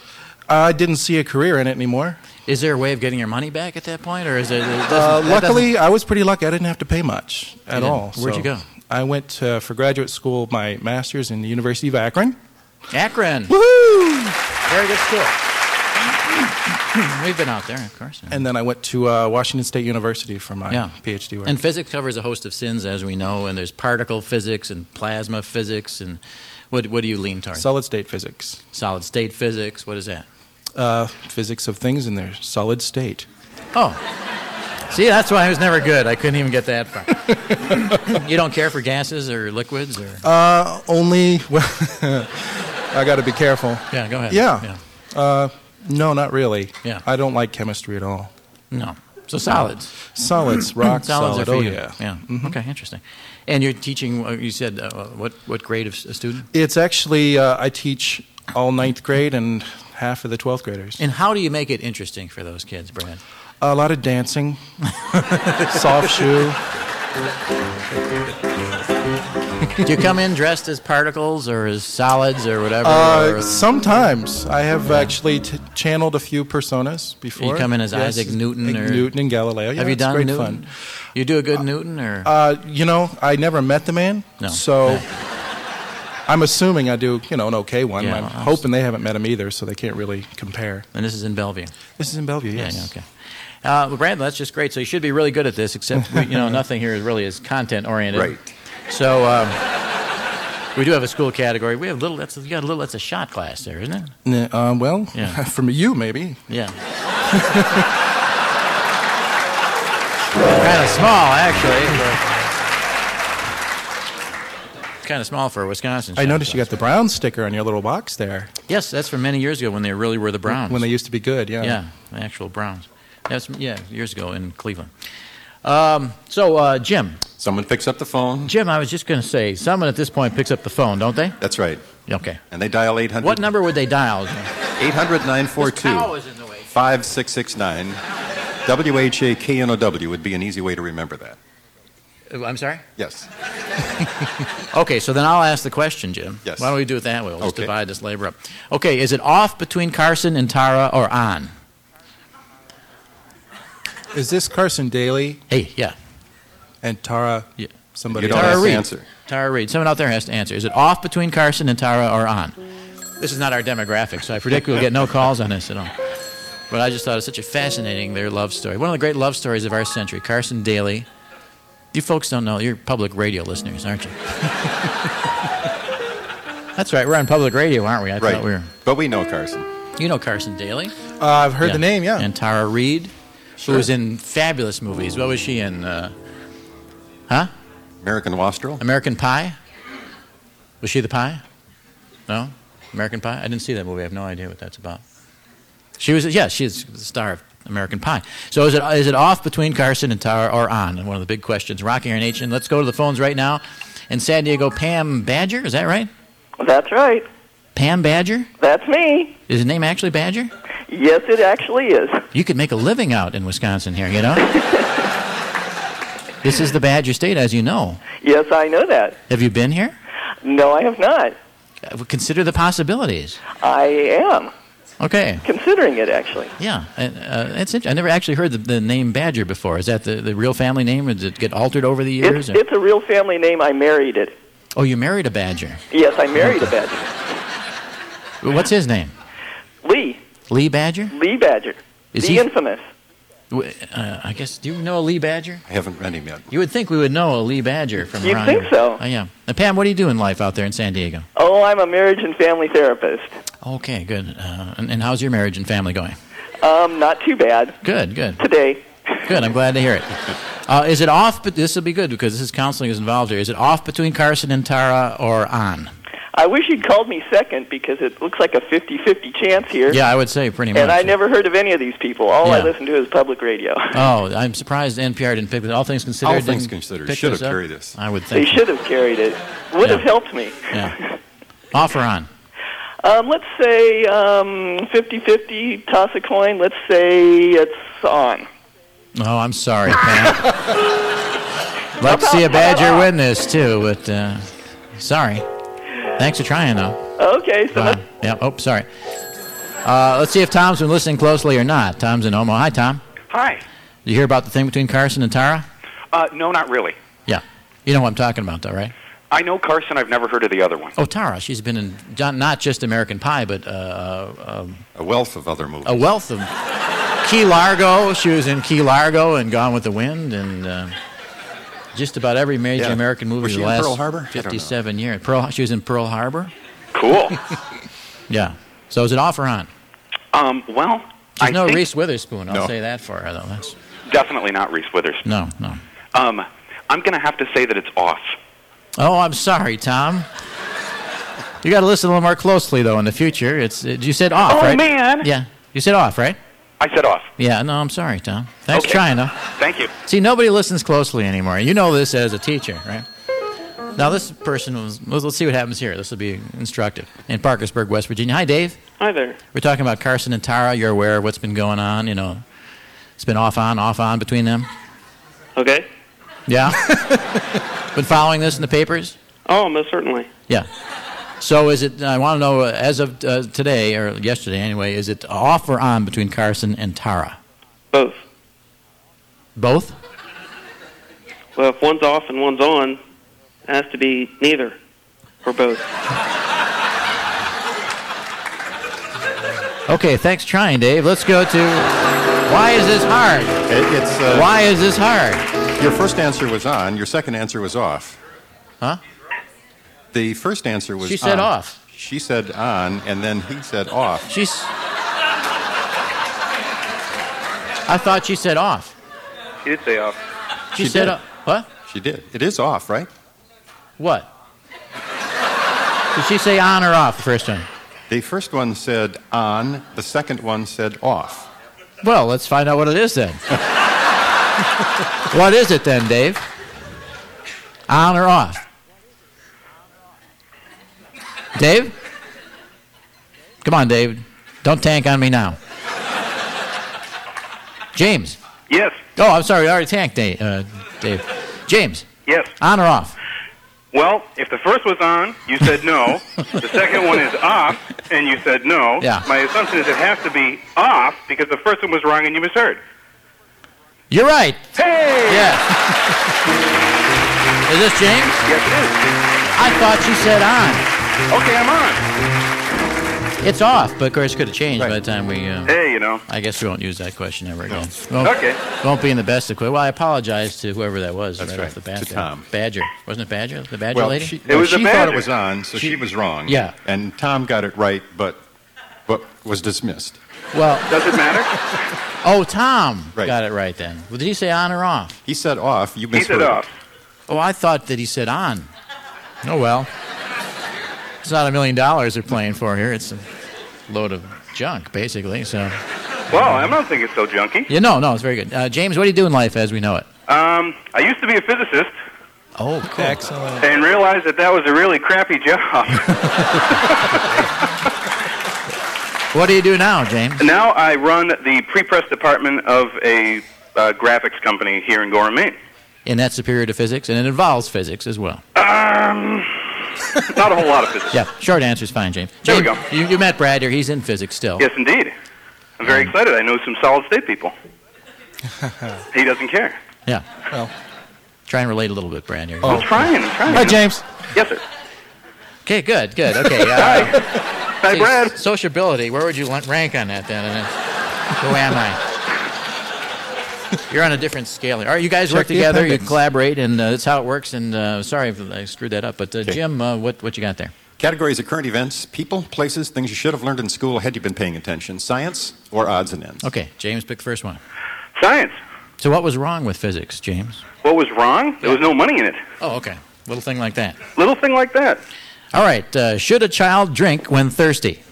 [SPEAKER 19] I didn't see a career in it anymore.
[SPEAKER 1] Is there a way of getting your money back at that point, or is it? it doesn't-
[SPEAKER 19] Uh,
[SPEAKER 1] that doesn't-
[SPEAKER 19] luckily, I was pretty lucky. I didn't have to pay much at
[SPEAKER 1] didn't.
[SPEAKER 19] all.
[SPEAKER 1] Where'd you go?
[SPEAKER 19] I went uh, for graduate school, my master's in the University of Akron.
[SPEAKER 1] Akron.
[SPEAKER 19] Woohoo!
[SPEAKER 1] Very good school. We've been out there, of course.
[SPEAKER 19] And then I went to uh, Washington State University for my
[SPEAKER 1] Yeah.
[SPEAKER 19] PhD work.
[SPEAKER 1] And physics covers a host of sins, as we know, and there's particle physics and plasma physics. And what, what do you lean towards?
[SPEAKER 19] solid state physics,
[SPEAKER 1] Solid state physics. What is that?
[SPEAKER 19] uh, physics of things in their solid state.
[SPEAKER 1] Oh. See, that's why I was never good. I couldn't even get that far. you don't care for gases or liquids or.
[SPEAKER 19] Uh, only, well, I got to be careful.
[SPEAKER 1] Yeah, go ahead.
[SPEAKER 19] Yeah. Uh, no, not really.
[SPEAKER 1] Yeah.
[SPEAKER 19] I don't like chemistry at all.
[SPEAKER 1] No. So solids.
[SPEAKER 19] Solids, rock
[SPEAKER 1] solids
[SPEAKER 19] solid.
[SPEAKER 1] Are for
[SPEAKER 19] oh,
[SPEAKER 1] you.
[SPEAKER 19] yeah.
[SPEAKER 1] Yeah. Okay, interesting. And you're teaching. uh, You said uh, what? What grade of s- a student?
[SPEAKER 19] It's actually, uh, I teach all ninth grade and half of the 12th graders.
[SPEAKER 1] And how do you make it interesting for those kids, Brad?
[SPEAKER 19] A lot of dancing, soft shoe.
[SPEAKER 1] Do you come in dressed as particles or as solids or whatever?
[SPEAKER 19] Uh,
[SPEAKER 1] or-
[SPEAKER 19] sometimes I have actually t- channeled a few personas before.
[SPEAKER 1] come in as
[SPEAKER 19] Yes,
[SPEAKER 1] Isaac Newton
[SPEAKER 19] Ig-
[SPEAKER 1] or-
[SPEAKER 19] Newton and Galileo. Yeah,
[SPEAKER 1] have you
[SPEAKER 19] it's
[SPEAKER 1] done
[SPEAKER 19] great
[SPEAKER 1] Newton?
[SPEAKER 19] fun.
[SPEAKER 1] You do a good Newton or?
[SPEAKER 19] Uh, you know, I never met the man,
[SPEAKER 1] No.
[SPEAKER 19] so I'm assuming I do, you know, an okay one.
[SPEAKER 1] Yeah,
[SPEAKER 19] I'm
[SPEAKER 1] well,
[SPEAKER 19] hoping they haven't met him either, so they can't really compare.
[SPEAKER 1] and this is in Bellevue.
[SPEAKER 19] This is in Bellevue,
[SPEAKER 1] Yeah,
[SPEAKER 19] yes.
[SPEAKER 1] yeah, okay. Uh, well, Brad, that's just great. So you should be really good at this, except we, you know nothing here is really is content oriented.
[SPEAKER 19] Right.
[SPEAKER 1] So um, we do have a school category. We have little. That's you got a little. That's a shot class there, isn't it?
[SPEAKER 19] N- uh, well,
[SPEAKER 1] Yeah.
[SPEAKER 19] from you maybe.
[SPEAKER 1] Yeah. kind of small, actually. Kind of small for a Wisconsin.
[SPEAKER 19] I
[SPEAKER 1] shot
[SPEAKER 19] noticed you
[SPEAKER 1] class.
[SPEAKER 19] got the Browns sticker on your little box there.
[SPEAKER 1] Yes, that's from many years ago when they really were the Browns.
[SPEAKER 19] When they used to be good, yeah.
[SPEAKER 1] Yeah, the actual Browns. That's yeah, years ago in Cleveland. Um, so uh, Jim.
[SPEAKER 2] Someone picks up the phone.
[SPEAKER 1] Jim, I was just going to say, someone at this point picks up the phone, don't they?
[SPEAKER 2] That's right.
[SPEAKER 1] Okay.
[SPEAKER 2] And they dial 800.
[SPEAKER 1] What number would they dial?
[SPEAKER 2] 800
[SPEAKER 1] cow
[SPEAKER 2] 942
[SPEAKER 1] is in the way.
[SPEAKER 2] 5669. WHAKNOW would be an easy way to remember that.
[SPEAKER 1] Uh, I'm sorry.
[SPEAKER 2] Yes.
[SPEAKER 1] Okay, so then I'll ask the question, Jim.
[SPEAKER 2] Yes.
[SPEAKER 1] Why don't we do it that way? We'll just
[SPEAKER 2] Okay.
[SPEAKER 1] divide this labor up. Okay, is it off between Carson and Tara or on?
[SPEAKER 19] Is this Carson Daly
[SPEAKER 1] Hey, yeah.
[SPEAKER 19] and Tara?
[SPEAKER 1] Yeah.
[SPEAKER 19] Somebody
[SPEAKER 2] You don't
[SPEAKER 19] else?
[SPEAKER 2] have to answer.
[SPEAKER 1] Tara Reid. Someone out there has to answer. Is it off between Carson and Tara or on? This is not our demographic, so I predict we'll get no calls on this at all. But I just thought it's such a fascinating their love story. One of the great love stories of our century. Carson Daly. You folks don't know. You're public radio listeners, aren't you? That's right. We're on public radio, aren't we? I
[SPEAKER 2] Right.
[SPEAKER 1] thought we were.
[SPEAKER 2] But we know Carson.
[SPEAKER 1] You know Carson Daly.
[SPEAKER 19] Uh, I've heard the name, yeah.
[SPEAKER 1] And Tara Reid, who was in fabulous movies. What was she in? Uh, huh?
[SPEAKER 2] American Wastrel.
[SPEAKER 1] American Pie? Was she the pie? No? American Pie? I didn't see that movie. I have no idea what that's about. She was, yeah, she's the star of American Pie. So is it, is it off between Carson and Tara or on? One of the big questions. Rocky and H. And let's go to the phones right now in San Diego, Pam Badger. Is that right?
[SPEAKER 20] That's right.
[SPEAKER 1] Pam Badger?
[SPEAKER 20] That's me.
[SPEAKER 1] Is his name actually Badger?
[SPEAKER 20] Yes, it actually is.
[SPEAKER 1] You could make a living out in Wisconsin here, you know? this is the Badger State, as you know.
[SPEAKER 20] Yes, I know that.
[SPEAKER 1] Have you been here?
[SPEAKER 20] No, I have not.
[SPEAKER 1] Uh, Consider the possibilities.
[SPEAKER 20] I am
[SPEAKER 1] Okay.
[SPEAKER 20] considering it actually.
[SPEAKER 1] Yeah, and, uh, it's int- I never actually heard the, the name Badger before. Is that the, the real family name, or did it get altered over the years?
[SPEAKER 20] It's,
[SPEAKER 1] or-
[SPEAKER 20] it's a real family name. I married it.
[SPEAKER 1] oh, you married a Badger.
[SPEAKER 20] Yes, I married a badger.
[SPEAKER 1] What's his name?
[SPEAKER 20] Lee.
[SPEAKER 1] Lee Badger?
[SPEAKER 20] Lee Badger.
[SPEAKER 1] Is
[SPEAKER 20] the
[SPEAKER 1] he-
[SPEAKER 20] infamous.
[SPEAKER 1] W- Uh, I guess. Do you know a Lee Badger?
[SPEAKER 2] I haven't met him yet.
[SPEAKER 1] You would think we would know a Lee Badger from
[SPEAKER 20] You'd
[SPEAKER 1] around
[SPEAKER 20] think
[SPEAKER 1] here.
[SPEAKER 20] so.
[SPEAKER 1] Oh, yeah. Now, Pam, what do you do in life out there in San Diego?
[SPEAKER 20] Oh, I'm a marriage and family therapist.
[SPEAKER 1] Okay, good. Uh, and, and how's your marriage and family going?
[SPEAKER 20] Um, not too bad.
[SPEAKER 1] Good, good.
[SPEAKER 20] Today.
[SPEAKER 1] Good. I'm glad to hear it. Uh, is it off? But this will be good because this is counseling is involved here. Is it off between Carson and Tara or on?
[SPEAKER 20] I wish you'd called me second because it looks like a 50-50 chance here.
[SPEAKER 1] Yeah, I would say pretty much.
[SPEAKER 20] And I never heard of any of these people. All I
[SPEAKER 1] Yeah.
[SPEAKER 20] listen to is public radio.
[SPEAKER 1] Oh, I'm surprised NPR didn't pick this. All things considered,
[SPEAKER 20] All things
[SPEAKER 1] didn't
[SPEAKER 20] considered,
[SPEAKER 1] pick
[SPEAKER 20] should
[SPEAKER 1] this
[SPEAKER 20] have
[SPEAKER 1] up?
[SPEAKER 20] carried this.
[SPEAKER 1] I would
[SPEAKER 20] They
[SPEAKER 1] think.
[SPEAKER 20] should have carried it. Would
[SPEAKER 1] Yeah.
[SPEAKER 20] have helped me.
[SPEAKER 1] Yeah. Off or on?
[SPEAKER 20] Um, let's say um, 50-50, toss a coin. Let's say it's on.
[SPEAKER 1] Oh, I'm sorry, Pam. Like to see a Badger win this too, but uh, sorry. Thanks for trying though.
[SPEAKER 20] Okay, so
[SPEAKER 1] Wow. Yeah. Oh, sorry. Uh, let's see if Tom's been listening closely or not. Tom's in Omaha. Hi, Tom.
[SPEAKER 21] Hi.
[SPEAKER 1] You hear about the thing between Carson and Tara?
[SPEAKER 21] Uh, no, not really.
[SPEAKER 1] Yeah. You know what I'm talking about, though, right?
[SPEAKER 21] I know Carson. I've never heard of the other one.
[SPEAKER 1] Oh, Tara. She's been in John, not just American Pie, but uh, um,
[SPEAKER 2] A wealth of other movies.
[SPEAKER 1] a wealth of Key Largo. She was in Key Largo and Gone with the Wind, and uh, just about every major
[SPEAKER 2] Yeah.
[SPEAKER 1] American movie
[SPEAKER 2] Was
[SPEAKER 1] in
[SPEAKER 2] she
[SPEAKER 1] the
[SPEAKER 2] in
[SPEAKER 1] last
[SPEAKER 2] Pearl Harbor? I don't know.
[SPEAKER 1] 57 years. Pearl, she was in Pearl Harbor.
[SPEAKER 21] Cool.
[SPEAKER 1] yeah. So is it off or on?
[SPEAKER 21] Um, well,
[SPEAKER 1] There's
[SPEAKER 21] I
[SPEAKER 1] no
[SPEAKER 21] think
[SPEAKER 1] Reese Witherspoon. I'll
[SPEAKER 21] No.
[SPEAKER 1] say that for her though. That's,
[SPEAKER 21] definitely not Reese Witherspoon.
[SPEAKER 1] no, no.
[SPEAKER 21] Um, I'm going to have to say that it's off.
[SPEAKER 1] Oh, I'm sorry, Tom. You got to listen a little more closely though. In the future, it's it, you said off,
[SPEAKER 21] Oh,
[SPEAKER 1] right?
[SPEAKER 21] man.
[SPEAKER 1] Yeah, you said off, right?
[SPEAKER 21] I said off.
[SPEAKER 1] Yeah. No, I'm sorry, Tom. Thanks for trying though.
[SPEAKER 21] Thank you.
[SPEAKER 1] See, nobody listens closely anymore. You know this as a teacher, right? Now, this person was. Let's, let's see what happens here. This will be instructive. In Parkersburg, West Virginia. Hi, Dave.
[SPEAKER 22] Hi there.
[SPEAKER 1] We're talking about Carson and Tara. You're aware of what's been going on. You know, it's been off on, off on between them.
[SPEAKER 22] Okay.
[SPEAKER 1] Yeah. been following this in the papers.
[SPEAKER 22] Oh, most certainly.
[SPEAKER 1] Yeah. So is it? I want to know uh, as of uh, today or yesterday anyway. Is it off or on between Carson and Tara?
[SPEAKER 22] Both.
[SPEAKER 1] Both.
[SPEAKER 22] Well, if one's off and one's on, it has to be neither or both.
[SPEAKER 1] Okay. Thanks, for trying, Dave. Let's go to. Why is this hard?
[SPEAKER 2] it's, uh,
[SPEAKER 1] Why is this hard?
[SPEAKER 2] Your first answer was on. Your second answer was off.
[SPEAKER 1] Huh?
[SPEAKER 2] The first answer was.
[SPEAKER 1] She said
[SPEAKER 2] on.
[SPEAKER 1] off.
[SPEAKER 2] She said on, and then he said off.
[SPEAKER 1] She's. I thought she said off.
[SPEAKER 21] She did say off.
[SPEAKER 1] She, said
[SPEAKER 2] did.
[SPEAKER 1] off. What?
[SPEAKER 2] She did. It is off, right?
[SPEAKER 1] What? Did she say on or off the first one?
[SPEAKER 2] The first one said on. The second one said off.
[SPEAKER 1] Well, let's find out what it is then. what is it then, Dave? On or off? Dave? Come on, Dave. Don't tank on me now. James?
[SPEAKER 23] Yes.
[SPEAKER 1] Oh, I'm sorry. I already tanked Dave. Uh, Dave. James?
[SPEAKER 23] Yes.
[SPEAKER 1] On or off?
[SPEAKER 23] Well, if the first was on, you said no. the second one is off, and you said no.
[SPEAKER 1] Yeah.
[SPEAKER 23] My assumption is it has to be off because the first one was wrong and you misheard.
[SPEAKER 1] You're right.
[SPEAKER 23] Hey!
[SPEAKER 1] Yeah. Is this James?
[SPEAKER 23] Yes, it is.
[SPEAKER 1] I thought you said on.
[SPEAKER 23] Okay, I'm on.
[SPEAKER 1] It's off, but of course it could have changed by the time we. Uh,
[SPEAKER 23] Hey, you know.
[SPEAKER 1] I guess we won't use that question ever again.
[SPEAKER 23] Okay.
[SPEAKER 1] Won't be in the best of. Well, I apologize to whoever that was
[SPEAKER 2] That's
[SPEAKER 1] right,
[SPEAKER 2] right,
[SPEAKER 1] off the bat.
[SPEAKER 2] to
[SPEAKER 1] there.
[SPEAKER 2] Tom.
[SPEAKER 1] Badger, wasn't it Badger? The Badger
[SPEAKER 2] well,
[SPEAKER 1] lady.
[SPEAKER 2] she, no, she thought it was on, so she, was wrong.
[SPEAKER 1] Yeah.
[SPEAKER 2] And Tom got it right, but but was dismissed.
[SPEAKER 1] Well,
[SPEAKER 23] does it matter?
[SPEAKER 1] Oh, Tom got it right then. Well, did he say on or off?
[SPEAKER 2] He said off. You misheard.
[SPEAKER 1] Oh, I thought that he said on. Oh well. It's not a million dollars they're playing for here. It's a load of junk, basically. So,
[SPEAKER 23] Well, I don't think it's so junky.
[SPEAKER 1] yeah, no, no, it's very good. Uh, James, what do you do in life as we know it?
[SPEAKER 23] Um, I used to be a physicist.
[SPEAKER 1] Oh, cool.
[SPEAKER 19] Excellent.
[SPEAKER 23] and realized that that was a really crappy job.
[SPEAKER 1] What do you do now, James?
[SPEAKER 23] now I run the pre-press department of a uh, graphics company here in Gorham, Maine.
[SPEAKER 1] And that's superior to physics, and it involves physics as well.
[SPEAKER 23] Um, not a whole lot of physics.
[SPEAKER 1] Yeah, short answer's fine, James.
[SPEAKER 23] There we
[SPEAKER 1] James, You, you met Brad here. He's in physics still.
[SPEAKER 23] Yes, indeed. I'm
[SPEAKER 1] Mm.
[SPEAKER 23] very excited. I know some solid state people. he doesn't care.
[SPEAKER 1] Yeah. Well, try and relate a little bit, Brad. Here.
[SPEAKER 23] I'm trying. I'm trying.
[SPEAKER 1] Hi, James.
[SPEAKER 23] Yes, sir.
[SPEAKER 1] Okay, good, good. Okay. Uh,
[SPEAKER 23] Hi.
[SPEAKER 1] Hi, Brad. Sociability. Where would you lan- rank on that then? And it's- Who am I? You're on a different scale. here. All right, you guys
[SPEAKER 19] Check
[SPEAKER 1] work
[SPEAKER 19] the
[SPEAKER 1] together. You
[SPEAKER 19] appendix.
[SPEAKER 1] collaborate, and uh, that's how it works. And uh, sorry if I screwed that up, but uh, Jim, uh, what what you got there?
[SPEAKER 2] Categories of current events, people, places, things you should have learned in school had you been paying attention, science, or odds and ends.
[SPEAKER 1] Okay, James, pick the first one.
[SPEAKER 23] Science.
[SPEAKER 1] So what was wrong with physics, James?
[SPEAKER 23] What was wrong? There was no money in it.
[SPEAKER 1] Oh, okay. Little thing like that.
[SPEAKER 23] Little thing like that.
[SPEAKER 1] All right. Uh, should a child drink when thirsty?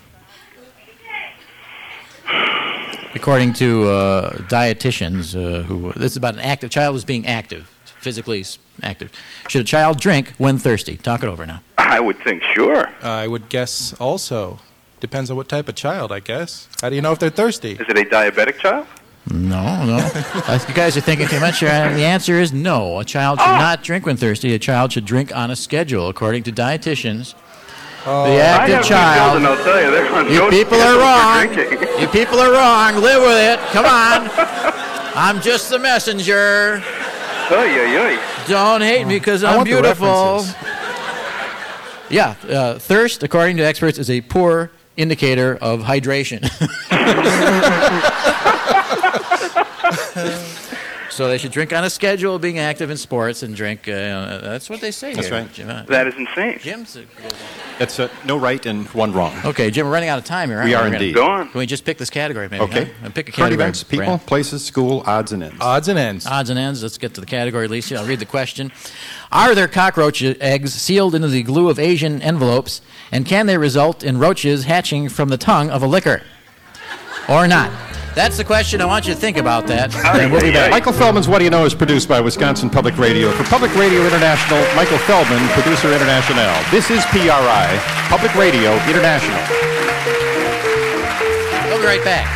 [SPEAKER 1] According to uh, dietitians, uh, who this is about an active child is being active, physically s- active. Should a child drink when thirsty? Talk it over now.
[SPEAKER 23] I would think, sure.
[SPEAKER 19] I would guess also. Depends on what type of child, I guess. How do you know if they're thirsty?
[SPEAKER 23] Is it a diabetic child?
[SPEAKER 1] No, no. Uh, you guys are thinking too much. here. Uh, The answer is no. A child should not drink when thirsty. A child should drink on a schedule, according to dietitians. the
[SPEAKER 23] I have
[SPEAKER 1] active
[SPEAKER 23] two
[SPEAKER 1] child.
[SPEAKER 23] children, I'll tell you, they're on
[SPEAKER 1] You
[SPEAKER 23] no
[SPEAKER 1] people are
[SPEAKER 23] schedule for
[SPEAKER 1] wrong.
[SPEAKER 23] drinking.
[SPEAKER 1] You people are wrong. Live with it. Come on. I'm just the messenger. Don't hate me because
[SPEAKER 19] I
[SPEAKER 1] I'm
[SPEAKER 19] want the
[SPEAKER 1] beautiful.
[SPEAKER 19] references.
[SPEAKER 1] Yeah, uh, thirst, according to experts, is a poor indicator of hydration. so they should drink on a schedule, being active in sports, and drink. Uh, that's what they say.
[SPEAKER 2] That's
[SPEAKER 1] here,
[SPEAKER 2] right.
[SPEAKER 1] Jim. Uh,
[SPEAKER 23] That is insane.
[SPEAKER 1] Jim's
[SPEAKER 2] That's uh, no right and one wrong.
[SPEAKER 1] Okay, Jim, we're running out of time here. aren't
[SPEAKER 2] We are
[SPEAKER 1] We're gonna-
[SPEAKER 2] indeed. Go on.
[SPEAKER 1] Can we just pick this category, maybe?
[SPEAKER 2] Okay.
[SPEAKER 1] huh? Uh, Pick a
[SPEAKER 2] current
[SPEAKER 1] category.
[SPEAKER 2] events, people,
[SPEAKER 1] Brad.
[SPEAKER 2] places, school, odds and ends.
[SPEAKER 1] Odds and ends. Odds and ends. Let's get to the category, Lisa. I'll read the question. Are there cockroach eggs sealed into the glue of Asian envelopes, and can they result in roaches hatching from the tongue of a liquor, or not? That's the question. I want you to think about that. and we'll be back.
[SPEAKER 2] Michael Feldman's What Do You Know is produced by Wisconsin Public Radio. For Public Radio International, Michael Feldman, producer international. This is PRI, Public Radio International.
[SPEAKER 1] We'll be right back.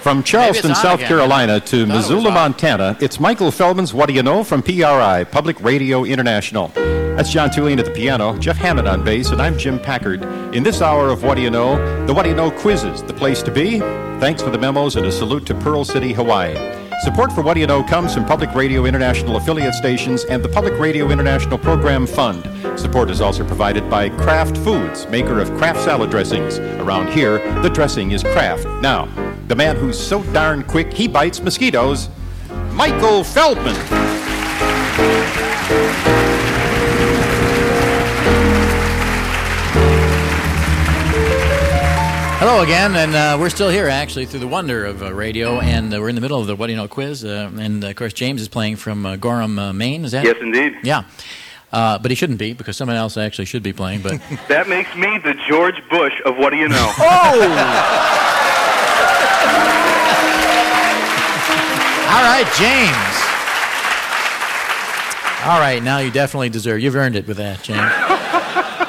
[SPEAKER 2] From
[SPEAKER 1] Maybe
[SPEAKER 2] Charleston,
[SPEAKER 1] it's on
[SPEAKER 2] South
[SPEAKER 1] again.
[SPEAKER 2] Carolina to
[SPEAKER 1] No, it was
[SPEAKER 2] Missoula,
[SPEAKER 1] off.
[SPEAKER 2] Montana, it's Michael Feldman's What Do You Know from PRI, Public Radio International. That's John Tulane at the piano, Jeff Hammond on bass, and I'm Jim Packard. In this hour of What Do You Know, the What Do You Know quizzes, the place to be. Thanks for the memos and a salute to Pearl City, Hawaii. Support for What Do You Know comes from Public Radio International affiliate stations and the Public Radio International Program Fund. Support is also provided by Kraft Foods, maker of Kraft salad dressings. Around here, the dressing is Kraft. Now, the man who's so darn quick he bites mosquitoes, Michael Feldman.
[SPEAKER 1] Uh, Hello again, and uh, we're still here actually through the wonder of uh, radio, and uh, we're in the middle of the What Do You Know quiz, uh, and uh, of course James is playing from uh, Gorham, uh, Maine. Is that?
[SPEAKER 23] Yes, indeed.
[SPEAKER 1] Yeah, uh, but he shouldn't be because someone else actually should be playing. But
[SPEAKER 23] That makes me the George Bush of what do you know?
[SPEAKER 1] oh, all right, James. All right, now you definitely deserve. You've earned it with that, James.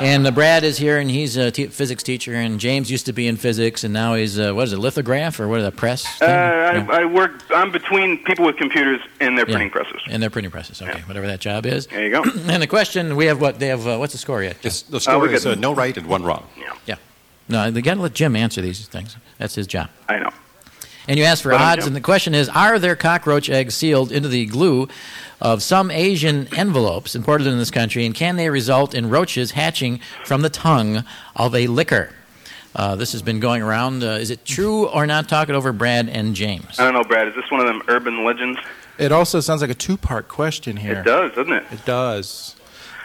[SPEAKER 1] And uh, Brad is here, and he's a te- physics teacher. And James used to be in physics, and now he's uh, what is it, lithograph or what is it, press?
[SPEAKER 23] Uh,
[SPEAKER 1] thing?
[SPEAKER 23] I, I work. I'm between people with computers and their
[SPEAKER 1] Yeah.
[SPEAKER 23] printing presses.
[SPEAKER 1] And their printing presses. Okay, whatever that job is.
[SPEAKER 23] There you go.
[SPEAKER 1] and the question we have what they have. Uh, what's the score yet?
[SPEAKER 23] the score Uh, we is, got- uh,
[SPEAKER 2] no right and one wrong.
[SPEAKER 23] Yeah.
[SPEAKER 1] Yeah. No, they got to let Jim answer these things. That's his job.
[SPEAKER 23] I know.
[SPEAKER 1] And you asked for
[SPEAKER 23] But I'm
[SPEAKER 1] odds,
[SPEAKER 23] Jim.
[SPEAKER 1] and the question is: Are there cockroach eggs sealed into the glue of some Asian envelopes imported in this country, and can they result in roaches hatching from the tongue of a liquor? Uh, this has been going around. Uh, is it true or not? Talk it over, Brad and James.
[SPEAKER 23] I don't know, Brad. Is this one of them urban legends?
[SPEAKER 19] It also sounds like a two-part question here.
[SPEAKER 23] It does, doesn't it?
[SPEAKER 19] It does.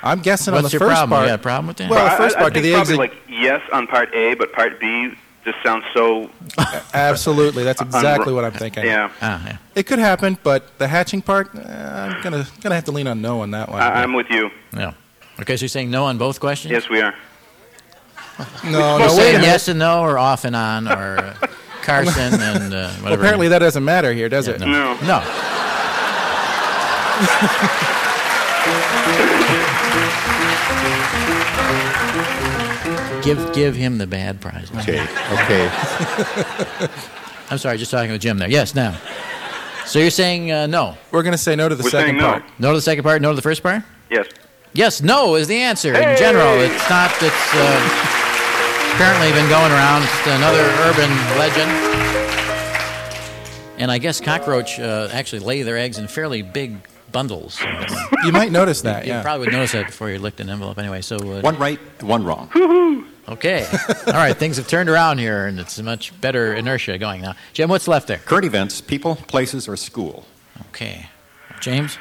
[SPEAKER 19] I'm guessing on
[SPEAKER 23] What's
[SPEAKER 19] the
[SPEAKER 23] your
[SPEAKER 19] first
[SPEAKER 23] problem?
[SPEAKER 19] part.
[SPEAKER 23] You got a problem
[SPEAKER 1] with
[SPEAKER 23] Well,
[SPEAKER 19] Well, the
[SPEAKER 23] I-
[SPEAKER 19] first
[SPEAKER 23] I, I
[SPEAKER 19] part. do
[SPEAKER 23] think
[SPEAKER 19] the eggs
[SPEAKER 23] probably like yes on part A, but part B just sounds so.
[SPEAKER 19] Absolutely, that's
[SPEAKER 23] un-
[SPEAKER 19] exactly what I'm thinking.
[SPEAKER 23] Ah, Yeah.
[SPEAKER 19] It could happen, but the hatching part, eh, I'm gonna gonna have to lean on no on that one.
[SPEAKER 23] I, I'm with you.
[SPEAKER 1] Yeah. Okay, so you're saying no on both questions?
[SPEAKER 23] Yes, we are.
[SPEAKER 19] no,
[SPEAKER 1] We're
[SPEAKER 19] no, wait a
[SPEAKER 1] saying
[SPEAKER 19] minute.
[SPEAKER 1] yes and no, or off and on, or uh, Carson and uh, whatever.
[SPEAKER 19] Well, apparently that doesn't matter here, does it?
[SPEAKER 1] No. No. Give give him the bad prize.
[SPEAKER 2] Okay. Okay.
[SPEAKER 1] I'm sorry, just talking with Jim there. Yes, now. So you're saying uh, no?
[SPEAKER 19] We're going to say no to the We're second saying no. part.
[SPEAKER 1] No to the second part. No to the first part.
[SPEAKER 23] Yes.
[SPEAKER 1] Yes, no is the answer in general. It's not. It's uh, apparently been going around. It's another urban legend. And I guess cockroach uh, actually lay their eggs in fairly big bundles.
[SPEAKER 19] You might notice that.
[SPEAKER 1] You
[SPEAKER 19] yeah.
[SPEAKER 1] probably would notice that before you licked an envelope anyway. So uh,
[SPEAKER 2] One right, one wrong.
[SPEAKER 1] Okay. All right. Things have turned around here, and it's much better inertia going now. Jim, what's left there?
[SPEAKER 2] Current events, people, places, or school.
[SPEAKER 1] Okay. James,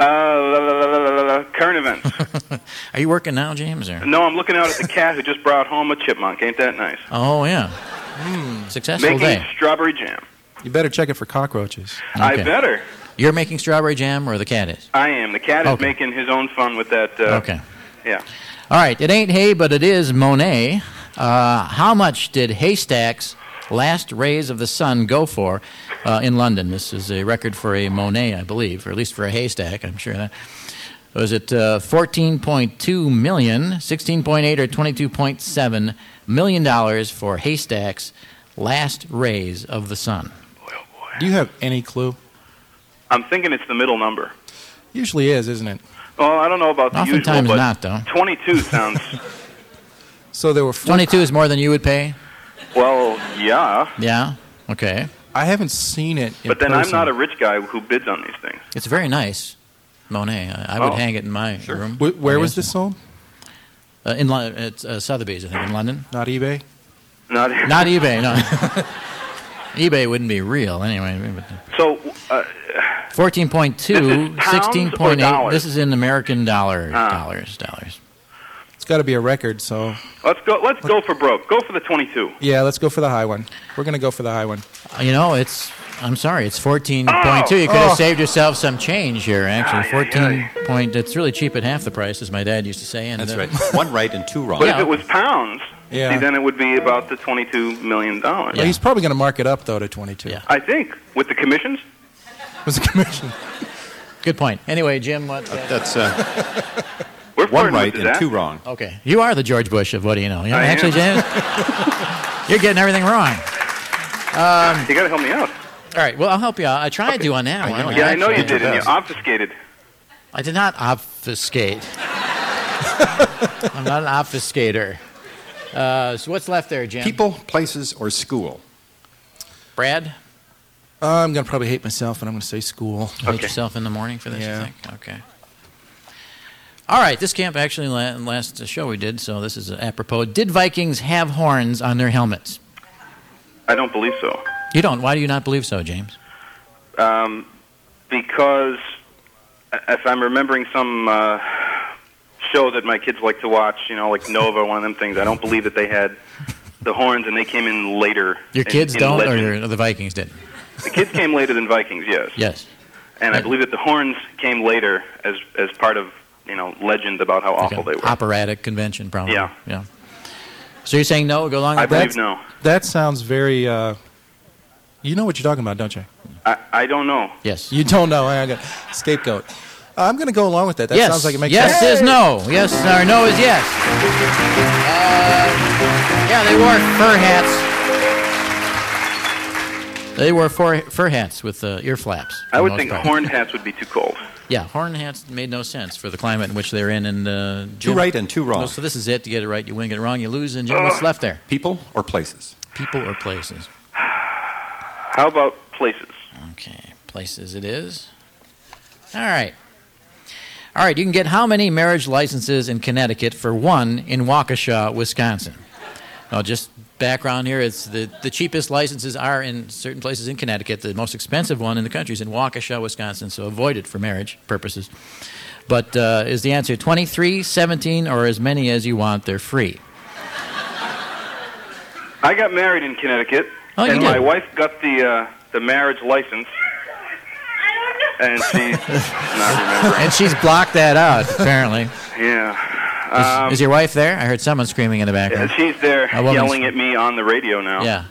[SPEAKER 23] Uh, la, la, la, la, la, la, current events.
[SPEAKER 1] are you working now, James? Or?
[SPEAKER 23] no, I'm looking out at the cat who just brought home a chipmunk. Ain't that nice?
[SPEAKER 1] Oh yeah.
[SPEAKER 23] Hmm.
[SPEAKER 1] Successful
[SPEAKER 23] Making
[SPEAKER 1] day.
[SPEAKER 23] strawberry jam.
[SPEAKER 19] You better check it for cockroaches.
[SPEAKER 23] I
[SPEAKER 1] Okay.
[SPEAKER 23] better.
[SPEAKER 1] You're making strawberry jam, or the cat is.
[SPEAKER 23] I am. The cat is
[SPEAKER 1] Okay.
[SPEAKER 23] making his own fun with that. Uh,
[SPEAKER 1] Okay.
[SPEAKER 23] Yeah.
[SPEAKER 1] All right. It ain't hay, but it is Monet. Uh, how much did haystacks? Last rays of the sun go for uh, in London. This is a record for a Monet, I believe, or at least for a haystack. I'm sure that was it uh, 14.2 million, 16.8 or 22.7 million dollars for haystacks last rays of the sun.
[SPEAKER 19] Do you have any clue?
[SPEAKER 23] I'm thinking it's the middle number.
[SPEAKER 19] Usually is, isn't it?
[SPEAKER 23] Well, I don't know about the usual,
[SPEAKER 1] Oftentimes
[SPEAKER 23] but
[SPEAKER 1] not, though.
[SPEAKER 23] 22 sounds.
[SPEAKER 19] So there were four
[SPEAKER 1] 22 is more than you would pay.
[SPEAKER 23] well, yeah.
[SPEAKER 1] Yeah. Okay.
[SPEAKER 19] I haven't seen it. In
[SPEAKER 23] But then I'm
[SPEAKER 19] person.
[SPEAKER 23] not a rich guy who bids on these things.
[SPEAKER 1] It's very nice, Monet. I, I would
[SPEAKER 23] Oh,
[SPEAKER 1] hang it in my room.
[SPEAKER 19] Wh- where was
[SPEAKER 1] this?
[SPEAKER 19] this sold?
[SPEAKER 1] Uh, in London, it's uh, Sotheby's, I think, in London.
[SPEAKER 19] Not eBay.
[SPEAKER 23] Not,
[SPEAKER 1] Not eBay. No. eBay wouldn't be real anyway. but-
[SPEAKER 23] So, uh,
[SPEAKER 1] 14.2,
[SPEAKER 23] This is pounds or
[SPEAKER 1] 16.8.
[SPEAKER 23] dollars?
[SPEAKER 1] This is in American dollars.
[SPEAKER 23] Ah.
[SPEAKER 1] Dollars. Dollars.
[SPEAKER 19] It's got to be a record. So
[SPEAKER 23] let's go. Let's go for broke. Go for the 22.
[SPEAKER 19] yeah, let's go for the high one. We're gonna go for the high one.
[SPEAKER 1] Uh, You know, it's. I'm sorry, it's 14.2. You could have
[SPEAKER 19] Oh.
[SPEAKER 1] saved yourself some change here, actually. 14 point. It's really cheap at half the price, as my dad used to say. And
[SPEAKER 2] That's
[SPEAKER 1] uh,
[SPEAKER 2] right. One right and two wrong.
[SPEAKER 23] But if it was pounds,
[SPEAKER 19] Yeah.
[SPEAKER 23] see, then it would be about the 22 million dollars.
[SPEAKER 19] Well, he's probably gonna mark it up though to 22. Yeah.
[SPEAKER 23] I think with the commissions.
[SPEAKER 19] Was the commission?
[SPEAKER 1] Good point. Anyway, Jim, what?
[SPEAKER 2] that's uh,
[SPEAKER 23] We're
[SPEAKER 2] one
[SPEAKER 23] flirting
[SPEAKER 2] right
[SPEAKER 23] with
[SPEAKER 2] and
[SPEAKER 23] that.
[SPEAKER 2] two wrong.
[SPEAKER 1] Okay. You are the George Bush of what do you know? You know
[SPEAKER 2] I am.
[SPEAKER 1] actually, James, you're getting everything wrong. Um,
[SPEAKER 23] you got to help me out.
[SPEAKER 1] All right. Well, I'll help you out. I tried to on that one.
[SPEAKER 23] yeah, I know you did, and you
[SPEAKER 1] not
[SPEAKER 23] obfuscated.
[SPEAKER 1] I did not obfuscate. I'm not an obfuscator. Uh, so what's left there, Jim?
[SPEAKER 2] People, places, or school?
[SPEAKER 1] Brad?
[SPEAKER 19] I'm going to probably hate myself, and I'm going to say school.
[SPEAKER 1] You Hate yourself in the morning for this,
[SPEAKER 19] Yeah.
[SPEAKER 1] you think? Okay. All right, this camp actually la- last show we did, so this is apropos. Did Vikings have horns on their helmets?
[SPEAKER 23] I don't believe so.
[SPEAKER 1] You don't. Why do you not believe so, James?
[SPEAKER 23] Um, because if I'm remembering some uh, show that my kids like to watch, you know, like Nova, one of them things, I don't believe that they had the horns and they came in later.
[SPEAKER 1] Your
[SPEAKER 23] in-
[SPEAKER 1] kids
[SPEAKER 23] in
[SPEAKER 1] don't,
[SPEAKER 23] legend.
[SPEAKER 1] or the Vikings did?
[SPEAKER 23] The kids came later than Vikings, yes.
[SPEAKER 1] Yes.
[SPEAKER 23] And I believe that the horns came later as, as part of, you know, legend about how awful they were.
[SPEAKER 1] Ah. Operatic convention, probably.
[SPEAKER 23] Yeah.
[SPEAKER 1] Yeah. So you're saying no? Go along with that?
[SPEAKER 19] That sounds very. Uh, you know what you're talking about, don't you?
[SPEAKER 23] I, I don't know.
[SPEAKER 1] Yes.
[SPEAKER 19] You don't know. I got scapegoat. I'm going to go along with that. That
[SPEAKER 1] yes.
[SPEAKER 19] sounds like it makes
[SPEAKER 1] yes
[SPEAKER 19] sense.
[SPEAKER 1] is no. Yes or no is yes. Uh, yeah, they wore fur hats. They wore fur, fur hats with uh, ear flaps.
[SPEAKER 23] I
[SPEAKER 1] for the
[SPEAKER 23] would
[SPEAKER 1] most
[SPEAKER 23] think
[SPEAKER 1] part.
[SPEAKER 23] horned hats would be too cold.
[SPEAKER 1] Yeah, horn hats made no sense for the climate in which they're in. And uh,
[SPEAKER 23] Two
[SPEAKER 1] Jim-
[SPEAKER 23] right and two wrong.
[SPEAKER 1] No, so this is it. You get it right, you win. Get it wrong, you lose. And Jim, what's
[SPEAKER 23] Ugh.
[SPEAKER 1] left there?
[SPEAKER 2] People or places?
[SPEAKER 1] People or places?
[SPEAKER 23] How about places?
[SPEAKER 1] Okay, places it is. All right. All right, you can get how many marriage licenses in Connecticut for one in Waukesha, Wisconsin? Now, just background here it's the, the cheapest licenses are in certain places in Connecticut. The most expensive one in the country is in Waukesha, Wisconsin, so avoid it for marriage purposes. But uh, is the answer 23, 17, or as many as you want? They're free.
[SPEAKER 23] I got married in Connecticut,
[SPEAKER 1] Oh, you
[SPEAKER 23] and
[SPEAKER 1] did.
[SPEAKER 23] my wife got the uh, the marriage license. And she, not remembering.
[SPEAKER 1] and she's blocked that out, apparently. Is,
[SPEAKER 23] Yeah. Um,
[SPEAKER 1] is your wife there? I heard someone screaming in the background.
[SPEAKER 23] yeah, she's there
[SPEAKER 1] A woman's-
[SPEAKER 23] yelling at me on the radio now.
[SPEAKER 1] Yeah.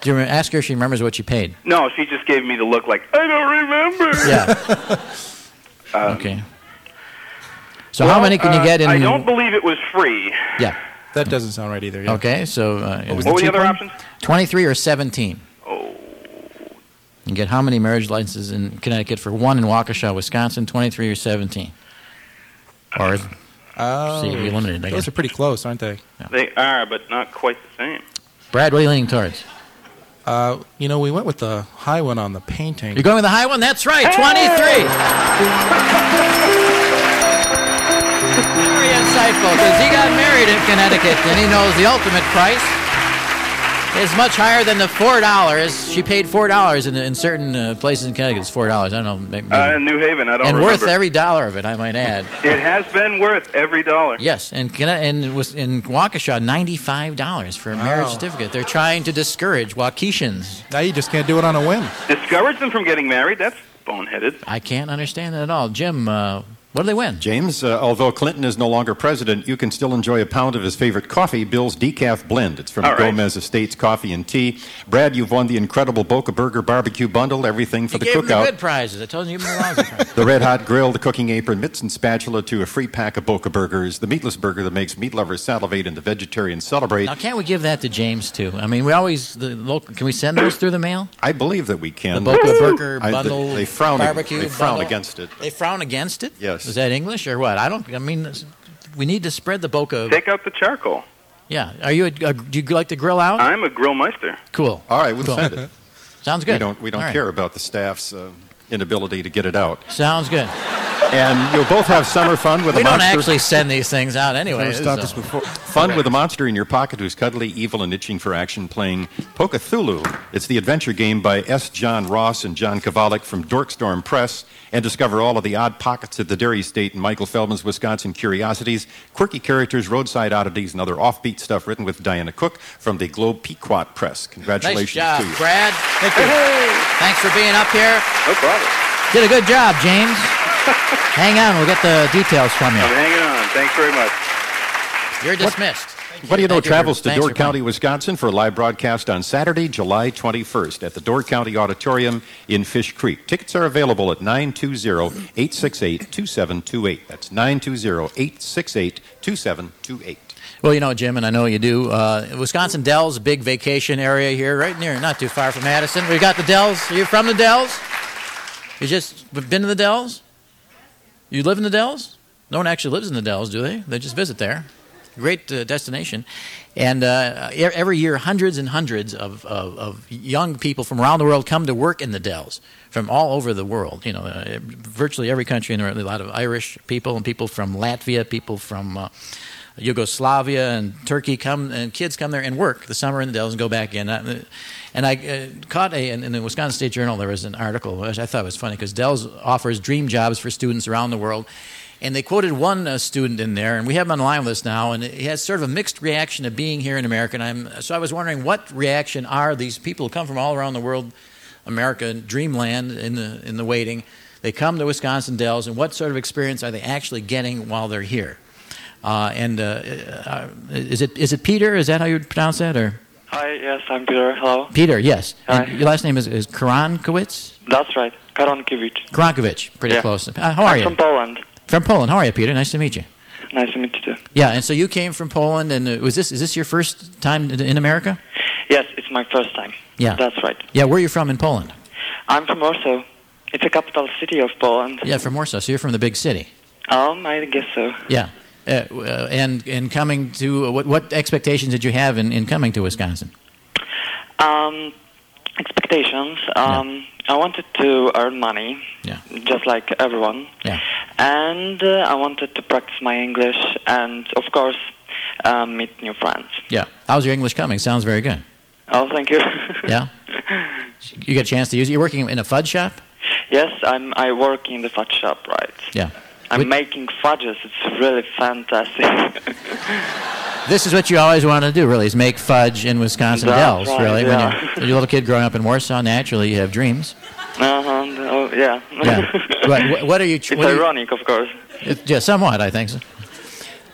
[SPEAKER 1] Do you remember, ask her if she remembers what you paid?
[SPEAKER 23] No, she just gave me the look like I don't remember.
[SPEAKER 1] Yeah.
[SPEAKER 23] Um,
[SPEAKER 1] okay. So how many can you
[SPEAKER 23] uh,
[SPEAKER 1] get in?
[SPEAKER 23] I don't believe it was free.
[SPEAKER 1] Yeah.
[SPEAKER 19] That doesn't sound right either. Yeah.
[SPEAKER 1] Okay. So. Uh,
[SPEAKER 23] What was the What were the cheap other one? options?
[SPEAKER 1] Twenty-three or seventeen.
[SPEAKER 23] Oh.
[SPEAKER 1] You get how many marriage licenses in Connecticut for one in Waukesha, Wisconsin? Twenty-three or seventeen. Or
[SPEAKER 19] Oh,
[SPEAKER 1] See, we eliminated that
[SPEAKER 19] Those
[SPEAKER 1] guy.
[SPEAKER 19] are pretty close, aren't they?
[SPEAKER 23] They are, but not quite the same.
[SPEAKER 1] Brad, what are you leaning towards?
[SPEAKER 19] Uh, you know, we went with the high one on the painting.
[SPEAKER 1] You're going with the high one. That's right. Twenty-three. Very insightful because he got married in Connecticut and he knows the ultimate price is much higher than the four dollars. She paid four dollars in, in certain uh, places in Connecticut. It's four dollars. I don't know. Maybe,
[SPEAKER 23] Uh, in New Haven, I don't
[SPEAKER 1] and
[SPEAKER 23] remember.
[SPEAKER 1] worth every dollar of it, I might add.
[SPEAKER 23] It has been worth every dollar.
[SPEAKER 1] Yes, and Conne- and it was in Waukesha, ninety-five dollars for a marriage certificate. They're trying to discourage Waukeshans.
[SPEAKER 19] Now you just can't do it on a whim.
[SPEAKER 23] Discourage them from getting married. That's boneheaded.
[SPEAKER 1] I can't understand that at all, Jim. Uh, what do they win?
[SPEAKER 2] James, uh, although Clinton is no longer president, you can still enjoy a pound of his favorite coffee, Bill's Decaf Blend. It's from
[SPEAKER 23] All right.
[SPEAKER 2] Gomez Estates Coffee and Tea. Brad, you've won the incredible Boca Burger Barbecue Bundle, everything for
[SPEAKER 1] you
[SPEAKER 2] the
[SPEAKER 1] gave them the
[SPEAKER 2] cookout.
[SPEAKER 1] good prizes. I told you, you gave them the lousy prizes.
[SPEAKER 2] the red hot grill, the cooking apron, mitts and spatula to a free pack of Boca Burgers, the meatless burger that makes meat lovers salivate and the vegetarians celebrate.
[SPEAKER 1] Now, can't we give that to James too? I mean, we always the local. Can we send those through the mail?
[SPEAKER 2] I believe that we
[SPEAKER 1] The
[SPEAKER 2] can.
[SPEAKER 1] Boca Burger
[SPEAKER 2] I- they-
[SPEAKER 1] bundle,
[SPEAKER 2] they frown,
[SPEAKER 1] barbecue
[SPEAKER 2] they frown
[SPEAKER 1] bundle?
[SPEAKER 2] against it.
[SPEAKER 1] They frown against it.
[SPEAKER 2] Yes.
[SPEAKER 1] Is that English or what? I don't. I mean, this- we need to spread the Boca.
[SPEAKER 23] Take out the charcoal.
[SPEAKER 1] Yeah. Are you? A, a, do you like to grill out?
[SPEAKER 23] I'm a grill meister.
[SPEAKER 1] Cool.
[SPEAKER 2] All right, we'll
[SPEAKER 1] Cool.
[SPEAKER 2] send it.
[SPEAKER 1] Sounds good.
[SPEAKER 2] We don't, we don't
[SPEAKER 1] All right.
[SPEAKER 2] care about the staff's uh, inability to get it out.
[SPEAKER 1] Sounds good.
[SPEAKER 2] And you'll both have summer fun with
[SPEAKER 1] we
[SPEAKER 2] a
[SPEAKER 1] don't
[SPEAKER 2] monster.
[SPEAKER 1] actually send these things out anyway. so-
[SPEAKER 2] Fun with a monster in your pocket who's cuddly, evil, and itching for action playing Pokathulu. It's the adventure game by S. John Ross and John Kovalik from Dorkstorm Press. And discover all of the odd pockets of the Dairy State and Michael Feldman's Wisconsin curiosities, quirky characters, roadside oddities, and other offbeat stuff written with Diana Cook from the Globe Pequot Press.
[SPEAKER 1] Nice
[SPEAKER 2] Congratulations
[SPEAKER 1] job,
[SPEAKER 2] to you.
[SPEAKER 1] Brad. Thank you. Thanks for being up here.
[SPEAKER 23] No problem.
[SPEAKER 1] Did a good job, James. Hang on, we'll get the details from you.
[SPEAKER 23] I'm hanging on. Thanks very much.
[SPEAKER 1] You're dismissed.
[SPEAKER 2] What do you know
[SPEAKER 1] Thank for-
[SPEAKER 2] travels to
[SPEAKER 1] thanks
[SPEAKER 2] Door
[SPEAKER 1] for playing.
[SPEAKER 2] County, Wisconsin for a live broadcast on Saturday, July 21st at the Door County Auditorium in Fish Creek. Tickets are available at 920-868-2728. That's 920-868-2728.
[SPEAKER 1] Well, you know, Jim, and I know you do. Uh, Wisconsin Dells, big vacation area here, right near, not too far from Madison. We got the Dells. Are you from the Dells? You just been to the Dells? You live in the Dells? No one actually lives in the Dells, do they? They just visit there. Great uh, destination. And uh, e- every year, hundreds and hundreds of, of, of young people from around the world come to work in the Dells from all over the world. You know, uh, virtually every country, and there are a lot of Irish people and people from Latvia, people from uh, Yugoslavia and Turkey come and kids come there and work the summer in the Dells and go back in. Uh, And I uh, caught a in, in the Wisconsin State Journal there was an article which I thought was funny because Dells offers dream jobs for students around the world. And they quoted one uh, student in there, and we have him on the line with us now, and he has sort of a mixed reaction to being here in America. And I'm, so I was wondering what reaction are these people who come from all around the world, America, dreamland in the, in the waiting. They come to Wisconsin Dells, and what sort of experience are they actually getting while they're here? Uh, and uh, uh, is it is it Peter? Is that how you would pronounce that? Or
[SPEAKER 4] Hi, yes, I'm Peter. Hello.
[SPEAKER 1] Peter? Yes. And
[SPEAKER 4] Hi.
[SPEAKER 1] your last name is is Karankowicz.
[SPEAKER 4] That's right. Karankiewicz.
[SPEAKER 1] Karankovic. Pretty
[SPEAKER 4] Yeah.
[SPEAKER 1] close. Uh, how are
[SPEAKER 4] I'm
[SPEAKER 1] you?
[SPEAKER 4] From Poland.
[SPEAKER 1] From Poland. How are you, Peter? Nice to meet you.
[SPEAKER 4] Nice to meet you too.
[SPEAKER 1] Yeah. And so you came from Poland, and uh, was this is this your first time in- in America?
[SPEAKER 4] Yes, it's my first time.
[SPEAKER 1] Yeah.
[SPEAKER 4] That's right.
[SPEAKER 1] Yeah. Where are you from in Poland?
[SPEAKER 4] I'm from Warsaw. It's a capital city of Poland.
[SPEAKER 1] Yeah, from Warsaw. So you're from the big city.
[SPEAKER 4] Um, I guess so.
[SPEAKER 1] Yeah. Uh, w- uh, and and coming to uh, what what expectations did you have in, in coming to Wisconsin?
[SPEAKER 4] Um, expectations. Um, I wanted to earn money.
[SPEAKER 1] Yeah.
[SPEAKER 4] Just like everyone.
[SPEAKER 1] Yeah.
[SPEAKER 4] And uh, I wanted to practice my English and, of course, uh, meet new friends.
[SPEAKER 1] Yeah. How's your English coming? Sounds very good.
[SPEAKER 4] Oh, thank you.
[SPEAKER 1] Yeah. You get a chance to use it. You're working in a fudge shop.
[SPEAKER 4] yes, I'm. I work in the fudge shop, right?
[SPEAKER 1] Yeah.
[SPEAKER 4] I'm making fudges. It's really fantastic.
[SPEAKER 1] This is what you always wanted to do, really, is make fudge in Wisconsin
[SPEAKER 4] That's
[SPEAKER 1] Dells,
[SPEAKER 4] right,
[SPEAKER 1] really. When
[SPEAKER 4] yeah.
[SPEAKER 1] you're, when you're a little kid growing up in Warsaw, naturally, you have dreams.
[SPEAKER 4] Uh-huh. and- Oh, yeah.
[SPEAKER 1] Yeah. Right, wha- what are you? tr-
[SPEAKER 4] it's
[SPEAKER 1] what are you-
[SPEAKER 4] ironic, of course.
[SPEAKER 1] It, yeah, somewhat, I think so.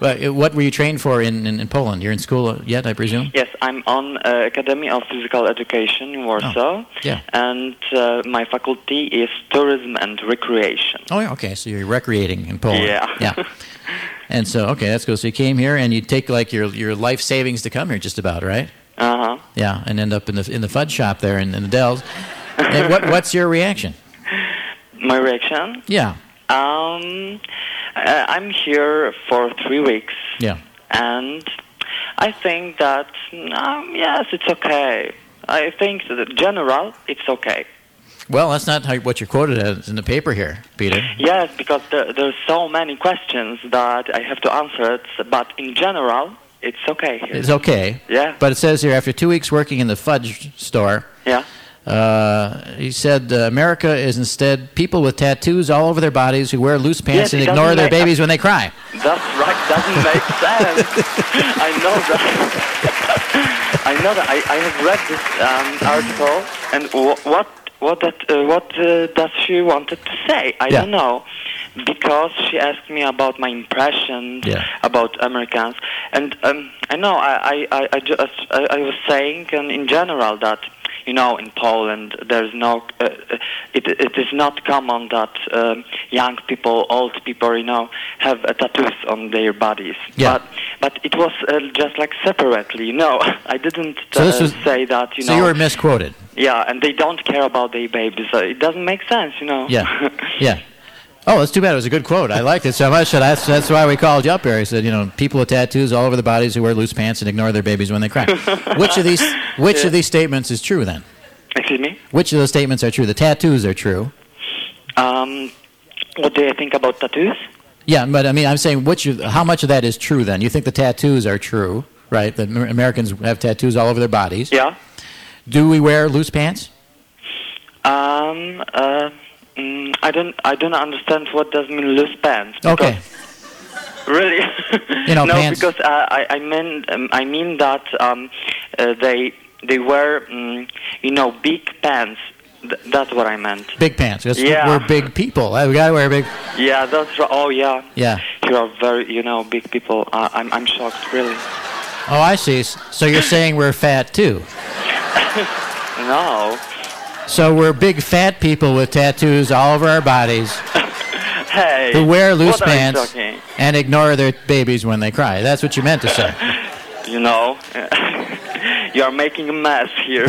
[SPEAKER 1] But uh, what were you trained for in, in, in Poland? You're in school yet, I presume?
[SPEAKER 4] Yes, I'm on uh, Academy of Physical Education in Warsaw,
[SPEAKER 1] Yeah.
[SPEAKER 4] and uh, my faculty is tourism and recreation.
[SPEAKER 1] Oh, yeah, okay. So you're recreating in Poland.
[SPEAKER 4] Yeah.
[SPEAKER 1] Yeah. And so, okay, that's cool. So you came here and you take like your, your life savings to come here, just about, right?
[SPEAKER 4] Uh huh.
[SPEAKER 1] Yeah, and end up in the in the fudge shop there in, in the Dells. And what what's your reaction?
[SPEAKER 4] My reaction?
[SPEAKER 1] Yeah,
[SPEAKER 4] Um, uh, I'm here for three weeks,
[SPEAKER 1] yeah.
[SPEAKER 4] and I think that um, yes, it's okay. I think that in general, it's okay.
[SPEAKER 1] Well, that's not how, what you're quoted as in the paper here, Peter.
[SPEAKER 4] Yes, because there, there's so many questions that I have to answer it, but in general, it's okay here.
[SPEAKER 1] It's okay.
[SPEAKER 4] Yeah.
[SPEAKER 1] But it says here after two weeks working in the fudge store,
[SPEAKER 4] Yeah.
[SPEAKER 1] uh, he said uh, America is instead people with tattoos all over their bodies who wear loose pants
[SPEAKER 4] Yes, it
[SPEAKER 1] and ignore
[SPEAKER 4] doesn't
[SPEAKER 1] their
[SPEAKER 4] make-
[SPEAKER 1] babies when they cry.
[SPEAKER 4] That's right. Doesn't make sense. I know that. I know that. I, I have read this um, article, and wh- what what that uh, what uh, does she wanted to say? I
[SPEAKER 1] Yeah.
[SPEAKER 4] don't know, because she asked me about my impressions
[SPEAKER 1] Yeah.
[SPEAKER 4] about Americans, and um, I know I I I, I, just, I, I was saying and in general that. You know, in Poland, there's no. Uh, uh, it, it is not common that um, young people, old people, you know, have uh, tattoos on their bodies.
[SPEAKER 1] Yeah.
[SPEAKER 4] But but it was uh, just like separately. You know, I didn't
[SPEAKER 1] So
[SPEAKER 4] uh,
[SPEAKER 1] this was-
[SPEAKER 4] say that. You
[SPEAKER 1] so
[SPEAKER 4] know.
[SPEAKER 1] you were misquoted.
[SPEAKER 4] yeah, and they don't care about their babies. So it doesn't make sense. You know.
[SPEAKER 1] Yeah. Yeah. Oh, that's too bad. It was a good quote. I liked it so much that that's, that's why we called you up here. I said, you know, people with tattoos all over their bodies who wear loose pants and ignore their babies when they cry. which of these which
[SPEAKER 4] Yeah.
[SPEAKER 1] of these statements is true then?
[SPEAKER 4] Excuse me.
[SPEAKER 1] Which of those statements are true? The tattoos are true.
[SPEAKER 4] Um, what do you think about tattoos?
[SPEAKER 1] Yeah, but I mean, I'm saying which of, how much of that is true then? You think the tattoos are true, right? That Amer- Americans have tattoos all over their bodies.
[SPEAKER 4] Yeah.
[SPEAKER 1] Do we wear loose pants?
[SPEAKER 4] Um. Uh, mm, I don't. I don't understand what does mean loose pants.
[SPEAKER 1] Okay.
[SPEAKER 4] Really?
[SPEAKER 1] You know,
[SPEAKER 4] no,
[SPEAKER 1] pants-
[SPEAKER 4] because uh, I, I mean, um, I mean that um, uh, they they wear, um, you know, big pants. Th- that's what I meant.
[SPEAKER 1] Big pants. That's-
[SPEAKER 4] Yeah.
[SPEAKER 1] We're big people. Uh, We gotta wear big.
[SPEAKER 4] Yeah, that's right. Oh, yeah.
[SPEAKER 1] Yeah.
[SPEAKER 4] You are very, you know, big people. Uh, I'm, I'm shocked, really.
[SPEAKER 1] Oh, I see. S- So you're saying we're fat too?
[SPEAKER 4] no.
[SPEAKER 1] So we're big fat people with tattoos all over our bodies
[SPEAKER 4] Hey.
[SPEAKER 1] who wear loose
[SPEAKER 4] what are you
[SPEAKER 1] pants
[SPEAKER 4] talking?
[SPEAKER 1] and ignore their babies when they cry. That's what you meant to say.
[SPEAKER 4] you know. you are making a mess here.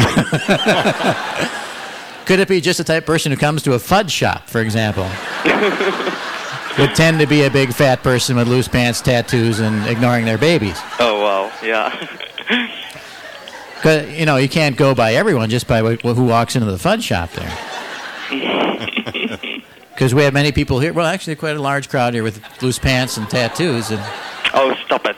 [SPEAKER 1] Could it be just the type of person who comes to a fudge shop, for example? Would tend to be a big fat person with loose pants, tattoos, and ignoring their babies.
[SPEAKER 4] oh wow, yeah.
[SPEAKER 1] 'Cause, you know, you can't go by everyone just by wh- who walks into the fudge shop there. Because we have many people here. Well, actually, quite a large crowd here with loose pants and tattoos. And
[SPEAKER 4] oh, stop it!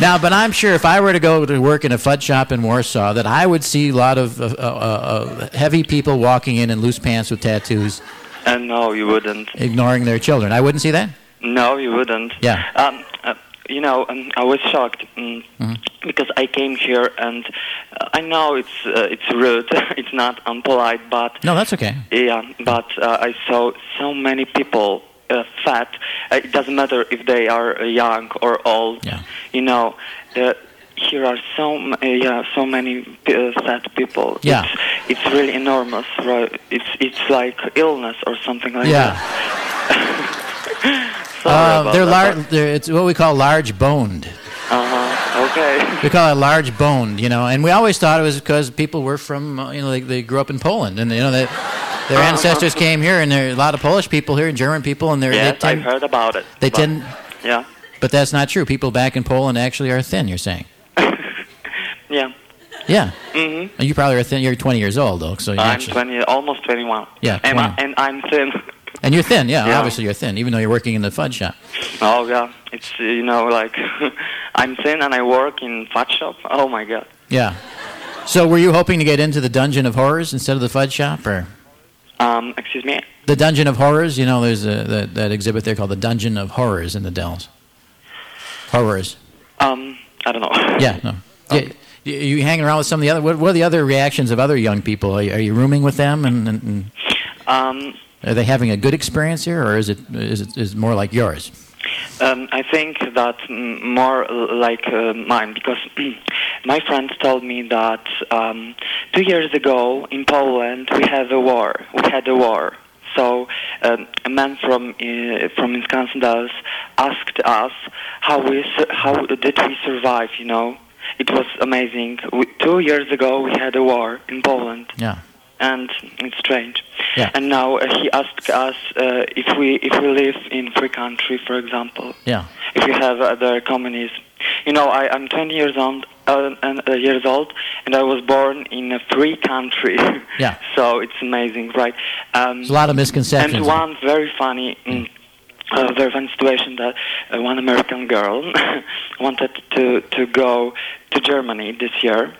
[SPEAKER 1] now, but I'm sure if I were to go to work in a fudge shop in Warsaw, that I would see a lot of uh, uh, uh, heavy people walking in in loose pants with tattoos,
[SPEAKER 4] and no, you wouldn't.
[SPEAKER 1] ignoring their children. I wouldn't see that.
[SPEAKER 4] No, you wouldn't.
[SPEAKER 1] Yeah.
[SPEAKER 4] Um, uh, you know, um, I was shocked mm, because I came here and uh, I know it's uh, it's rude, it's not unpolite, but
[SPEAKER 1] No, that's okay.
[SPEAKER 4] yeah, but uh, I saw so many people uh, fat. Uh, it doesn't matter if they are uh, young or old. You know, uh, here are so m- uh, yeah so many p- uh, fat people.
[SPEAKER 1] Yeah.
[SPEAKER 4] It's, it's really enormous. Right? It's it's like illness or something like
[SPEAKER 1] Yeah.
[SPEAKER 4] that. Sorry
[SPEAKER 1] Uh,
[SPEAKER 4] about
[SPEAKER 1] they're
[SPEAKER 4] that.
[SPEAKER 1] large. They're, it's what we call large boned.
[SPEAKER 4] Uh-huh. Okay.
[SPEAKER 1] We call it large boned, you know. And we always thought it was because people were from, uh, you know, they, they grew up in Poland, and you know that their
[SPEAKER 4] Uh-huh.
[SPEAKER 1] ancestors came here, and there are a lot of Polish people here and German people, and they're
[SPEAKER 4] Yes,
[SPEAKER 1] they tend,
[SPEAKER 4] I've heard about it.
[SPEAKER 1] they
[SPEAKER 4] but-
[SPEAKER 1] tend,
[SPEAKER 4] Yeah.
[SPEAKER 1] but that's not true. People back in Poland actually are thin. You're saying,
[SPEAKER 4] Yeah.
[SPEAKER 1] yeah.
[SPEAKER 4] Mhm.
[SPEAKER 1] You probably are thin. You're 20 years old though, so you're
[SPEAKER 4] I'm
[SPEAKER 1] Oh, actually-
[SPEAKER 4] 20, almost 21.
[SPEAKER 1] Yeah,
[SPEAKER 4] And, I,
[SPEAKER 1] 20.
[SPEAKER 4] and I'm thin.
[SPEAKER 1] and you're thin. Yeah,
[SPEAKER 4] Yeah.
[SPEAKER 1] obviously you're thin, even though you're working in the fudge shop.
[SPEAKER 4] Oh yeah, it's uh, you know like I'm thin and I work in fat shop. Oh my god.
[SPEAKER 1] Yeah. So were you hoping to get into the dungeon of horrors instead of the fudge shop, or?
[SPEAKER 4] Um, excuse me.
[SPEAKER 1] The Dungeon of Horrors. You know, there's a, that, that exhibit there called the Dungeon of Horrors in the Dells. Horrors.
[SPEAKER 4] Um, I don't know.
[SPEAKER 1] Yeah. No. Yeah, You, you hanging around with some of the other? What, what are the other reactions of other young people? Are you, are you rooming with them, and, and, and
[SPEAKER 4] Um,
[SPEAKER 1] are they having a good experience here, or is it is it is it more like yours?
[SPEAKER 4] um, I think that mm, more l- like uh, mine because my friends told me that um, two years ago in Poland we had a war. We had a war. So um, a man from uh, from Wisconsin Dells asked us how we su- how did we survive. You know, it was amazing. We, two years ago we had a war in Poland.
[SPEAKER 1] Yeah.
[SPEAKER 4] and it's strange.
[SPEAKER 1] Yeah.
[SPEAKER 4] And now uh, he asked us uh, if we if we live in free country, for example,
[SPEAKER 1] Yeah.
[SPEAKER 4] if we have other companies. You know, I, I'm 20 years old, uh, and, uh, years old, and I was born in a free country.
[SPEAKER 1] Yeah.
[SPEAKER 4] so it's amazing, right? Um,
[SPEAKER 1] There's a lot of misconceptions.
[SPEAKER 4] and one very funny, mm, uh, very funny situation that uh, one American girl wanted to to go to Germany this year,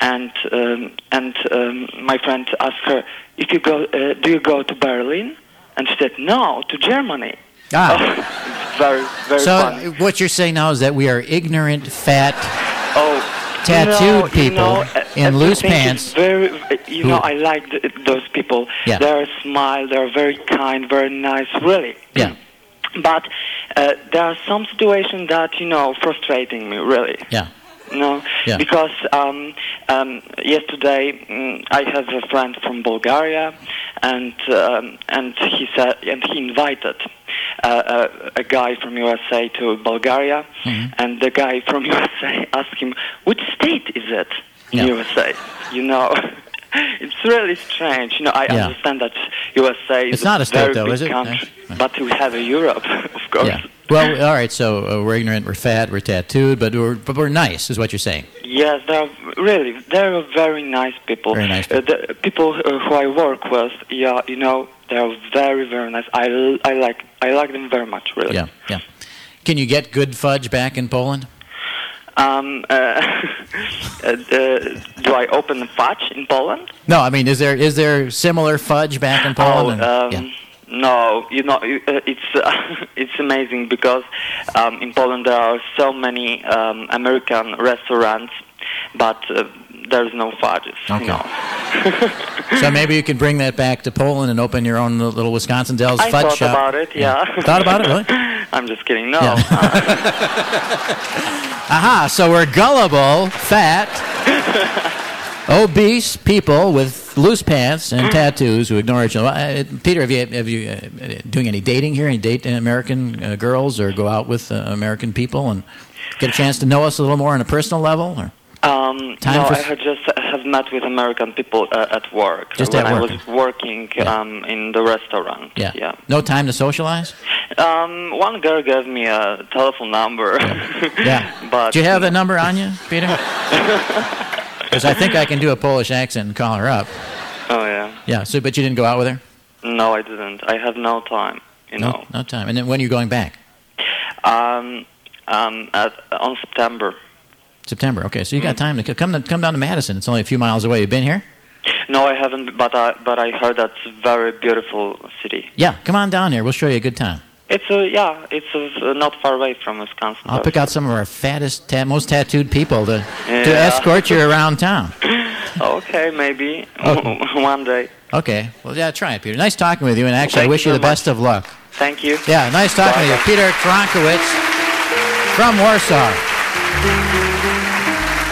[SPEAKER 4] and um, and um, my friend asked her, "If you go, uh, do you go to Berlin?" And she said, "No, to Germany."
[SPEAKER 1] Ah.
[SPEAKER 4] It's very very
[SPEAKER 1] so uh,
[SPEAKER 4] funny.
[SPEAKER 1] what you're saying now is that we are ignorant, fat,
[SPEAKER 4] Oh.
[SPEAKER 1] tattooed
[SPEAKER 4] no,
[SPEAKER 1] people
[SPEAKER 4] you know, uh,
[SPEAKER 1] in
[SPEAKER 4] uh,
[SPEAKER 1] loose
[SPEAKER 4] thing is
[SPEAKER 1] pants.
[SPEAKER 4] Very, uh, you
[SPEAKER 1] who-
[SPEAKER 4] know, I like th- those people.
[SPEAKER 1] Yeah.
[SPEAKER 4] Their smile, they're very kind, very nice, really.
[SPEAKER 1] Yeah.
[SPEAKER 4] But uh, there are some situations that you know frustrating me really.
[SPEAKER 1] Yeah.
[SPEAKER 4] No,
[SPEAKER 1] Yeah.
[SPEAKER 4] because um, um, yesterday mm, I have a friend from Bulgaria, and um, and he said and he invited uh, uh, a guy from USA to Bulgaria, and the guy from USA asked him, "Which state is it in
[SPEAKER 5] Yeah.
[SPEAKER 4] USA?" You know. It's really strange, you know. I
[SPEAKER 1] Yeah.
[SPEAKER 4] understand that USA is
[SPEAKER 1] It's not a state,
[SPEAKER 4] very
[SPEAKER 1] though,
[SPEAKER 4] big
[SPEAKER 1] is it?
[SPEAKER 4] country, but we have a Europe, of course.
[SPEAKER 1] Yeah. Well, all right. So uh, we're ignorant, we're fat, we're tattooed, but we're but we're nice, is what you're saying.
[SPEAKER 4] Yes, they are really they are very nice people.
[SPEAKER 1] Very nice
[SPEAKER 4] Uh, the people uh, who I work with, yeah, you know, they are very very nice. I, l- I like I like them very much, really.
[SPEAKER 1] Yeah. Yeah. Can you get good fudge back in Poland?
[SPEAKER 4] Um, uh, uh, do I open a fudge in Poland?
[SPEAKER 1] No, I mean, is there is there similar fudge back in Poland?
[SPEAKER 4] Oh, um, no, you know, you- uh, it's uh, it's amazing because um, in Poland there are so many um, American restaurants, but uh, there's no fudges.
[SPEAKER 1] Okay. so maybe you can bring that back to Poland and open your own little Wisconsin Dells
[SPEAKER 4] I
[SPEAKER 1] fudge
[SPEAKER 4] thought
[SPEAKER 1] shop.
[SPEAKER 4] about it. Yeah.
[SPEAKER 1] Thought about it, really?
[SPEAKER 4] I'm just kidding. No. Uh,
[SPEAKER 1] Aha! So we're gullible, fat, Obese people with loose pants and tattoos who ignore each other. Uh, Peter, have you have you uh, doing any dating here? Any date uh, American uh, girls or go out with uh, American people and get a chance to know us a little more on a personal level? Or?
[SPEAKER 4] Um,
[SPEAKER 1] Time
[SPEAKER 4] no,
[SPEAKER 1] for-
[SPEAKER 4] I had just have met with American people uh, at work
[SPEAKER 1] Just
[SPEAKER 4] when
[SPEAKER 1] at work.
[SPEAKER 4] I was working um, in the restaurant.
[SPEAKER 1] Yeah. No time to socialize.
[SPEAKER 4] Um, one girl gave me a telephone number.
[SPEAKER 1] Yeah.
[SPEAKER 4] but
[SPEAKER 1] Do you have that number on you, Peter? Because I think I can do a Polish accent and call her up.
[SPEAKER 4] Oh yeah.
[SPEAKER 1] Yeah. So, but you didn't go out with her.
[SPEAKER 4] No, I didn't. I have no time. You know.
[SPEAKER 1] No, no time. And then when are you going back?
[SPEAKER 4] Um, um, at, on September.
[SPEAKER 1] September. Okay. So you got time to c- come to, come down to Madison. It's only a few miles away. You've been here.
[SPEAKER 4] No, I haven't. But I but I heard that's a very beautiful city.
[SPEAKER 1] Yeah. Come on down here. We'll show you a good time.
[SPEAKER 4] It's a yeah. It's a, not far away from Wisconsin.
[SPEAKER 1] I'll pick out some of our fattest, ta- most tattooed people to, to
[SPEAKER 4] Yeah.
[SPEAKER 1] escort you around town.
[SPEAKER 4] okay, maybe
[SPEAKER 1] Okay.
[SPEAKER 4] one day.
[SPEAKER 1] Okay. Well, yeah, try it, Peter. Nice talking with you, and actually, I
[SPEAKER 4] Thank
[SPEAKER 1] wish
[SPEAKER 4] you
[SPEAKER 1] you the
[SPEAKER 4] very much.
[SPEAKER 1] best of luck.
[SPEAKER 4] Thank you.
[SPEAKER 1] Yeah, nice talking to you. Peter Kronkowitz from Warsaw,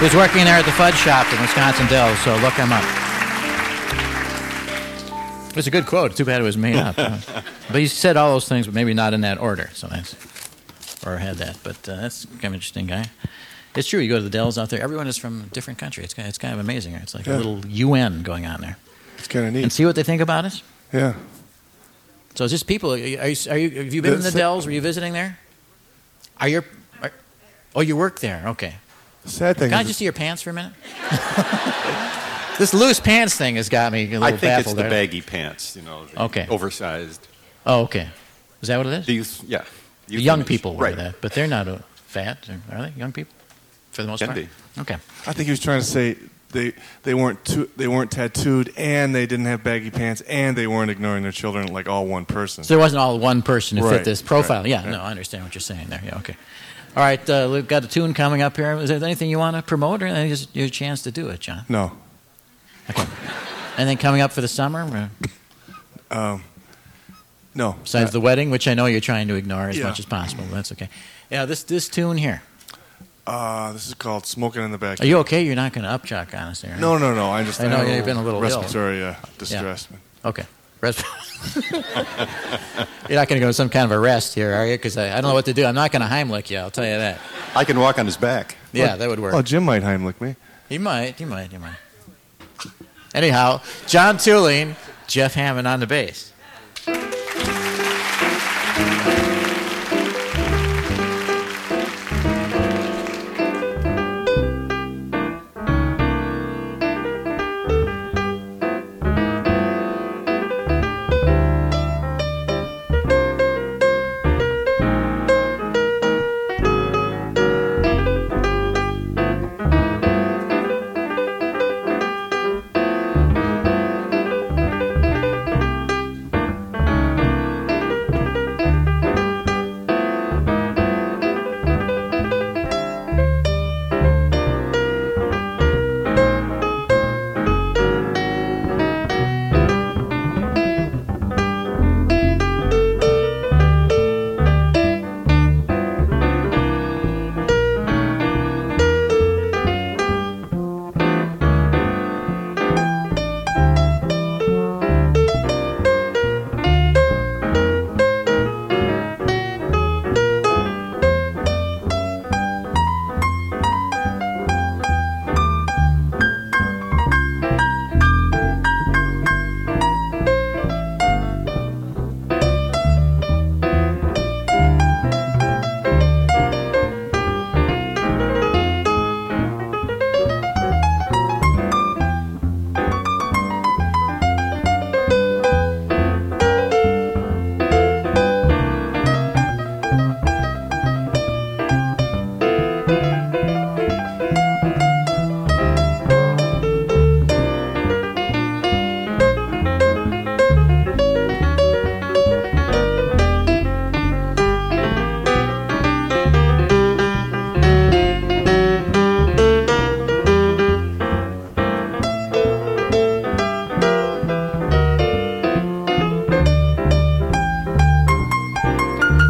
[SPEAKER 1] who's working there at the Fudge Shop in Wisconsin Dells, so look him up. It was a good quote. Too bad it was made up. huh? but he said all those things, but maybe not in that order. So that's, or had that. But uh, that's kind of interesting guy. It's true. You go to the Dells out there. Everyone is from a different country. It's kind it's kind of amazing. It's like a
[SPEAKER 3] Yeah.
[SPEAKER 1] little UN going on there.
[SPEAKER 3] It's kind of neat.
[SPEAKER 1] And see what they think about us.
[SPEAKER 3] Yeah.
[SPEAKER 1] So it's just people. Are you, are you, are you, have you been
[SPEAKER 3] The
[SPEAKER 1] in the
[SPEAKER 3] thi-
[SPEAKER 1] Dells? Were you visiting there? Are your, are, oh, you work there? Okay.
[SPEAKER 3] Sad thing
[SPEAKER 1] Can I
[SPEAKER 3] is-
[SPEAKER 1] just see your pants for a minute? this loose pants thing has got me a little
[SPEAKER 5] I think it's
[SPEAKER 1] baffled.
[SPEAKER 5] the
[SPEAKER 1] there.
[SPEAKER 5] baggy pants, you know. the
[SPEAKER 1] Okay.
[SPEAKER 5] Oversized.
[SPEAKER 1] Oh, okay. Is that what it is?
[SPEAKER 5] These, yeah.
[SPEAKER 1] The young
[SPEAKER 5] image.
[SPEAKER 1] people wear
[SPEAKER 5] Right.
[SPEAKER 1] that, but they're not uh, fat, are they? Young people, for the most
[SPEAKER 5] Can
[SPEAKER 1] part.
[SPEAKER 5] be.
[SPEAKER 1] Okay.
[SPEAKER 3] I think he was trying to say they they weren't too, they weren't tattooed and they didn't have baggy pants and they weren't ignoring their children like all one person.
[SPEAKER 1] So there wasn't all one person who fit
[SPEAKER 3] Right,
[SPEAKER 1] this profile.
[SPEAKER 3] right,
[SPEAKER 1] Yeah,
[SPEAKER 3] right.
[SPEAKER 1] no, I understand what you're saying there. Yeah, okay. All right, uh, we've got a tune coming up here. Is there anything you want to promote, or is your chance to do it, John?
[SPEAKER 3] No.
[SPEAKER 1] Okay. And then coming up for the summer,
[SPEAKER 3] uh, um, no.
[SPEAKER 1] besides
[SPEAKER 3] Uh,
[SPEAKER 1] the wedding, which I know you're trying to ignore as
[SPEAKER 3] Yeah.
[SPEAKER 1] much as possible. but That's okay. Yeah, this this tune here.
[SPEAKER 3] Uh, this is called smoking in the back.
[SPEAKER 1] Are you okay? You're not going to upchuck on us there. are
[SPEAKER 3] No,
[SPEAKER 1] you?
[SPEAKER 3] no, no. I just
[SPEAKER 1] I know
[SPEAKER 3] had
[SPEAKER 1] you've been a little ill.
[SPEAKER 3] respiratory uh, distress. man.
[SPEAKER 1] Okay. Rest- You're not going to go to some kind of arrest here, are you? Because I, I don't know what to do. I'm not going to Heimlich you. I'll tell you that.
[SPEAKER 5] I can walk on his back.
[SPEAKER 1] Yeah, that would work.
[SPEAKER 3] Oh, Jim might Heimlich me.
[SPEAKER 1] He might. He might. He might. Anyhow, John Tooling, Jeff Hammond on the bass.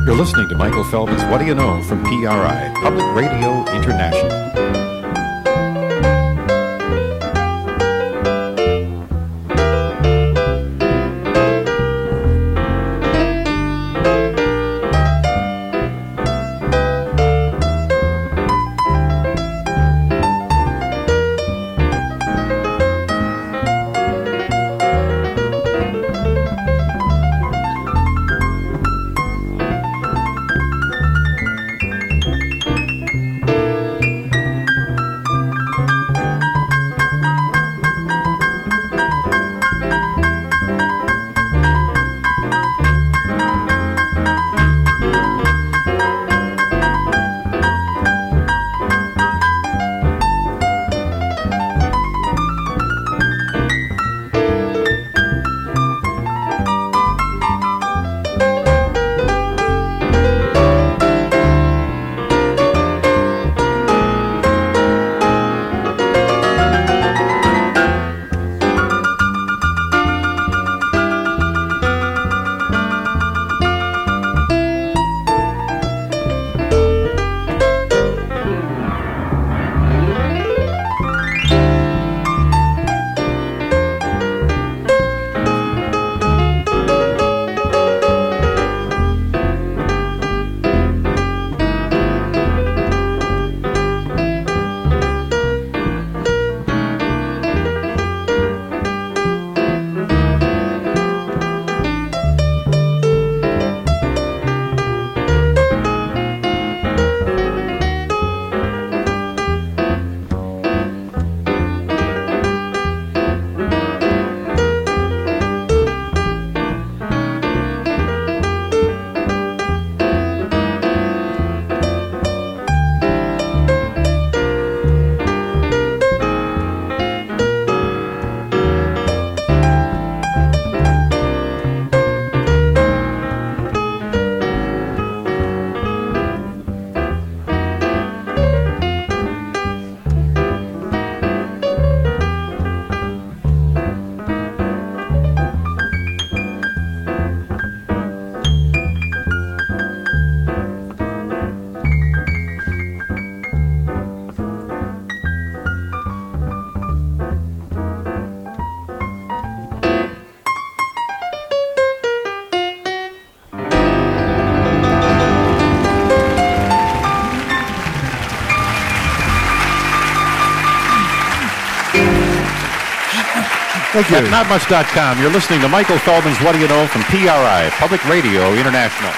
[SPEAKER 2] You're listening to Michael Feldman's What Do You Know from PRI, Public Radio International. Thank you. At notmuch.com, you're listening to Michael Feldman's What Do You Know from PRI, Public Radio International.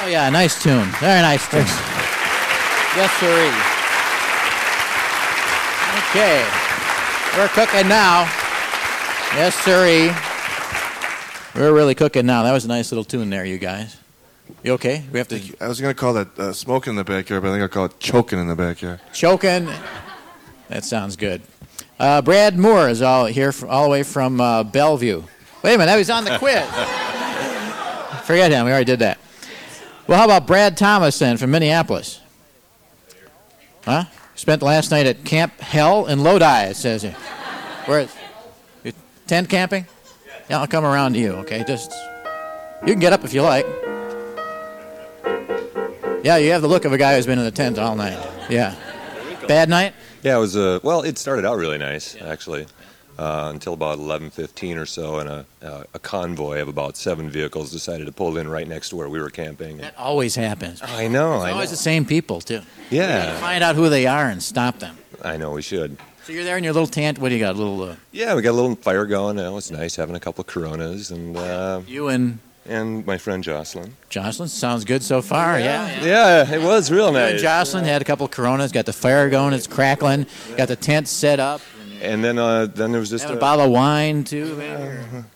[SPEAKER 1] Oh yeah, nice tune. Very nice tune. Yes, sirree. Okay, we're cooking now. Yes, sirree. We're really cooking now. That was a nice little tune there, you guys. You okay? We have to
[SPEAKER 3] I was gonna call that uh, smoking in the backyard, but I think I'll call it choking in the backyard.
[SPEAKER 1] choking. That sounds good. Uh, Brad Moore is all here, from, all the way from uh, Bellevue. Wait a minute, he's on the quiz. Forget him. We already did that. Well, how about Brad Thomas then from Minneapolis? Huh? Spent last night at Camp Hell in Lodi. It says here. Where? You tent camping? Yeah, I'll come around to you. Okay, just you can get up if you like. Yeah, you have the look of a guy who's been in the tent all night. Yeah. Bad night?
[SPEAKER 24] Yeah, it was a well. It started out really nice actually, uh, until about 11:15 or so, and a, uh, a convoy of about seven vehicles decided to pull in right next to where we were camping. And,
[SPEAKER 1] Always happens.
[SPEAKER 24] Oh, I know.
[SPEAKER 1] It's
[SPEAKER 24] I
[SPEAKER 1] always
[SPEAKER 24] know.
[SPEAKER 1] the same people too.
[SPEAKER 24] Yeah.
[SPEAKER 1] You gotta Find out who they are and stop them.
[SPEAKER 24] I know we should.
[SPEAKER 1] So you're there in your little tent. What do you got? A little. Uh,
[SPEAKER 24] Yeah, we got a little fire going. It was nice having a couple of Coronas and uh,
[SPEAKER 1] you and
[SPEAKER 24] and my friend Jocelyn.
[SPEAKER 1] Jocelyn sounds good so far. Yeah.
[SPEAKER 24] Yeah, it was real
[SPEAKER 1] You
[SPEAKER 24] nice.
[SPEAKER 1] and Jocelyn had a couple of Coronas. Got the fire going. It's crackling. Got the tent set up.
[SPEAKER 24] And then uh, then there was just Uh-huh.
[SPEAKER 1] Having a bottle of wine too.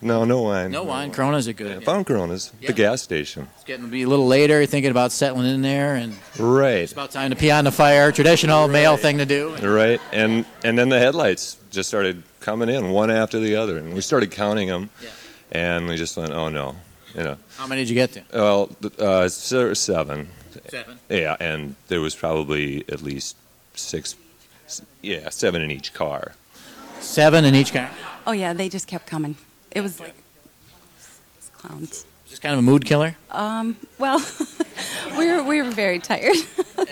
[SPEAKER 24] No, no wine.
[SPEAKER 1] No wine. Coronas are good.
[SPEAKER 24] Found Coronas, at
[SPEAKER 1] Yeah.
[SPEAKER 24] the gas station.
[SPEAKER 1] It's getting to be a little later. You're thinking about settling in there, and
[SPEAKER 24] Right.
[SPEAKER 1] it's about time to pee on the fire. Traditional male thing to do.
[SPEAKER 24] Right, and and then the headlights just started coming in one after the other, and we started counting them, and we just went, oh no, you know.
[SPEAKER 1] How many did you get to?
[SPEAKER 24] Well, th- uh, se- seven.
[SPEAKER 1] Seven.
[SPEAKER 24] Yeah, and there was probably at least six, s- yeah, seven in each car.
[SPEAKER 1] Seven in each car.
[SPEAKER 25] Oh yeah, they just kept coming. It was like it's clowns.
[SPEAKER 1] Just kind of a mood killer.
[SPEAKER 25] Um, well, we were we were very tired.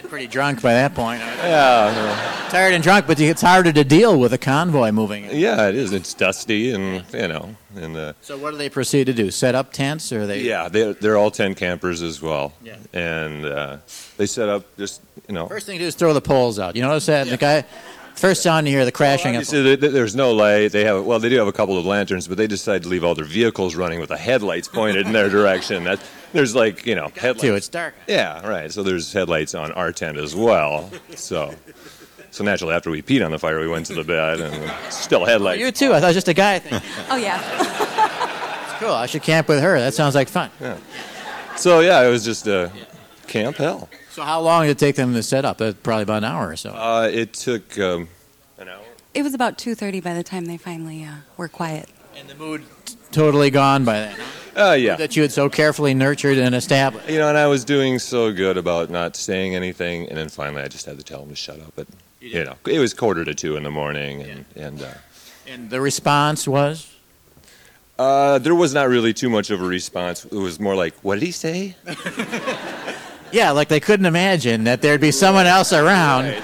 [SPEAKER 1] Pretty drunk by that point.
[SPEAKER 24] Yeah.
[SPEAKER 1] Tired and drunk, but it's harder to deal with a convoy moving.
[SPEAKER 24] Yeah, it is. It's dusty, and you know, and uh,
[SPEAKER 1] So what do they proceed to do? Set up tents, or they?
[SPEAKER 24] yeah, they they're all ten campers as well, yeah. and uh, they set up just you know.
[SPEAKER 1] First thing to do is throw the poles out. You notice that the guy, first sound you hear, the crashing. of
[SPEAKER 24] Obviously, there- there- there's no light. They have well, they do have a couple of lanterns, but they decide to leave all their vehicles running with the headlights pointed in their direction. That there's like you know headlights.
[SPEAKER 1] it's dark.
[SPEAKER 24] Yeah, right. So there's headlights on our tent as well. So, so naturally, after we peed on the fire, we went to the bed and still headlights.
[SPEAKER 1] you too. I thought it was just a guy thing.
[SPEAKER 25] Oh yeah.
[SPEAKER 1] It's cool. I should camp with her. That sounds like fun.
[SPEAKER 24] Yeah. So yeah, it was just uh, a camp hell.
[SPEAKER 1] So how long did it take them to set up? Uh, probably about an hour or so.
[SPEAKER 24] Uh, it took um, an hour.
[SPEAKER 25] It was about two thirty by the time they finally uh, were quiet.
[SPEAKER 1] And the mood. Totally gone by then.
[SPEAKER 24] Oh yeah.
[SPEAKER 1] That you had so carefully nurtured and established.
[SPEAKER 24] You know, and I was doing so good about not saying anything, and then finally I just had to tell him to shut up. But you, know, it was quarter to two in the morning, and and uh,
[SPEAKER 1] And the response was.
[SPEAKER 24] uh, there was not really too much of a response. It was more like, "What did he say?"
[SPEAKER 1] Yeah, like they couldn't imagine that there'd be someone else around.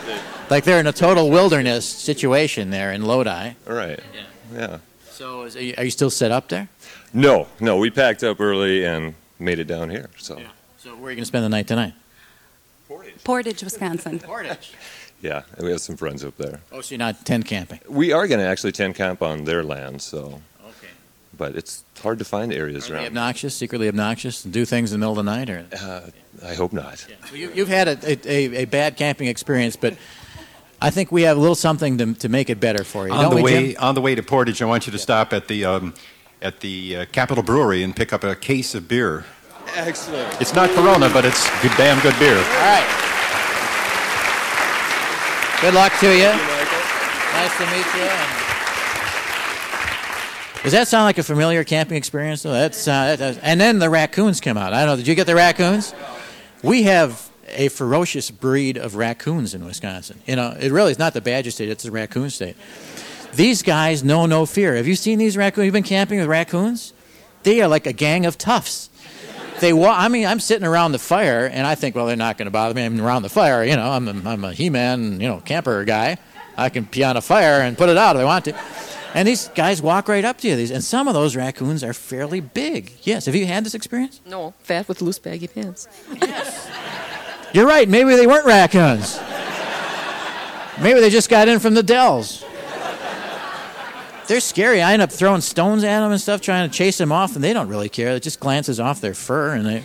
[SPEAKER 1] Like they're in a total wilderness situation there in Lodi.
[SPEAKER 24] Right. Yeah. Yeah.
[SPEAKER 1] So is, are you- are you still set up there?
[SPEAKER 24] No, no, we packed up early and made it down here. So yeah,
[SPEAKER 1] So where are you going to spend the night tonight?
[SPEAKER 25] Portage, Wisconsin.
[SPEAKER 1] Portage.
[SPEAKER 24] and we have some friends up there.
[SPEAKER 1] Oh, so you're not tent camping.
[SPEAKER 24] We are going to actually tent camp on their land. So. Okay. But it's hard to find areas
[SPEAKER 1] Be
[SPEAKER 24] around.
[SPEAKER 1] obnoxious, secretly obnoxious, and do things in the middle of the night? Or?
[SPEAKER 24] Uh, I hope not.
[SPEAKER 1] You, you've had a, a, a, a bad camping experience, but I think we have a little something to, to make it better for you.
[SPEAKER 2] On
[SPEAKER 1] don't
[SPEAKER 2] the
[SPEAKER 1] we,
[SPEAKER 2] way
[SPEAKER 1] Jim?
[SPEAKER 2] on the way to Portage, I want you to stop at the um, at the uh, Capitol Brewery and pick up a case of beer.
[SPEAKER 24] Excellent.
[SPEAKER 2] It's not Corona, but it's good, damn good beer.
[SPEAKER 1] All right. Good luck to you. Nice to meet you. Does that sound like a familiar camping experience? Though that's uh, that does. and then the raccoons come out. I don't know. Did you get the raccoons? We have a ferocious breed of raccoons in Wisconsin. You know, it really is not the Badger State; it's the raccoon state. These guys know no fear. Have you seen these raccoons? You've been camping with raccoons? They are like a gang of toughs. They wa- I mean, I'm sitting around the fire, and I think, well, they're not going to bother me. I'm around the fire, you know. I'm a, I'm a He-Man, you know, camper guy. I can pee on a fire and put it out if I want to. And these guys walk right up to you. These, and some of those raccoons are fairly big. Yes, have you had this experience?
[SPEAKER 7] No, fat with loose baggy pants.
[SPEAKER 1] You're right. Maybe they weren't raccoons. Maybe they just got in from the Dells. They're scary. I end up throwing stones at them and stuff, trying to chase them off, and they don't really care. It just glances off their fur, and they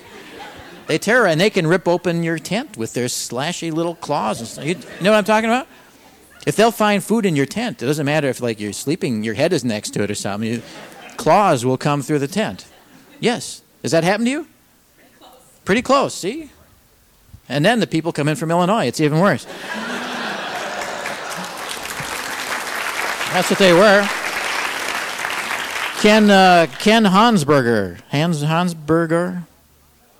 [SPEAKER 1] they terror, and they can rip open your tent with their slashy little claws. And stuff. You, you know what I'm talking about? If they'll find food in your tent, it doesn't matter if like you're sleeping, your head is next to it or something. You, claws will come through the tent. Yes. Does that happen to you? Pretty close. See. And then the people come in from Illinois. It's even worse. That's what they were. Ken uh, Ken Hansberger, Hans Hansberger,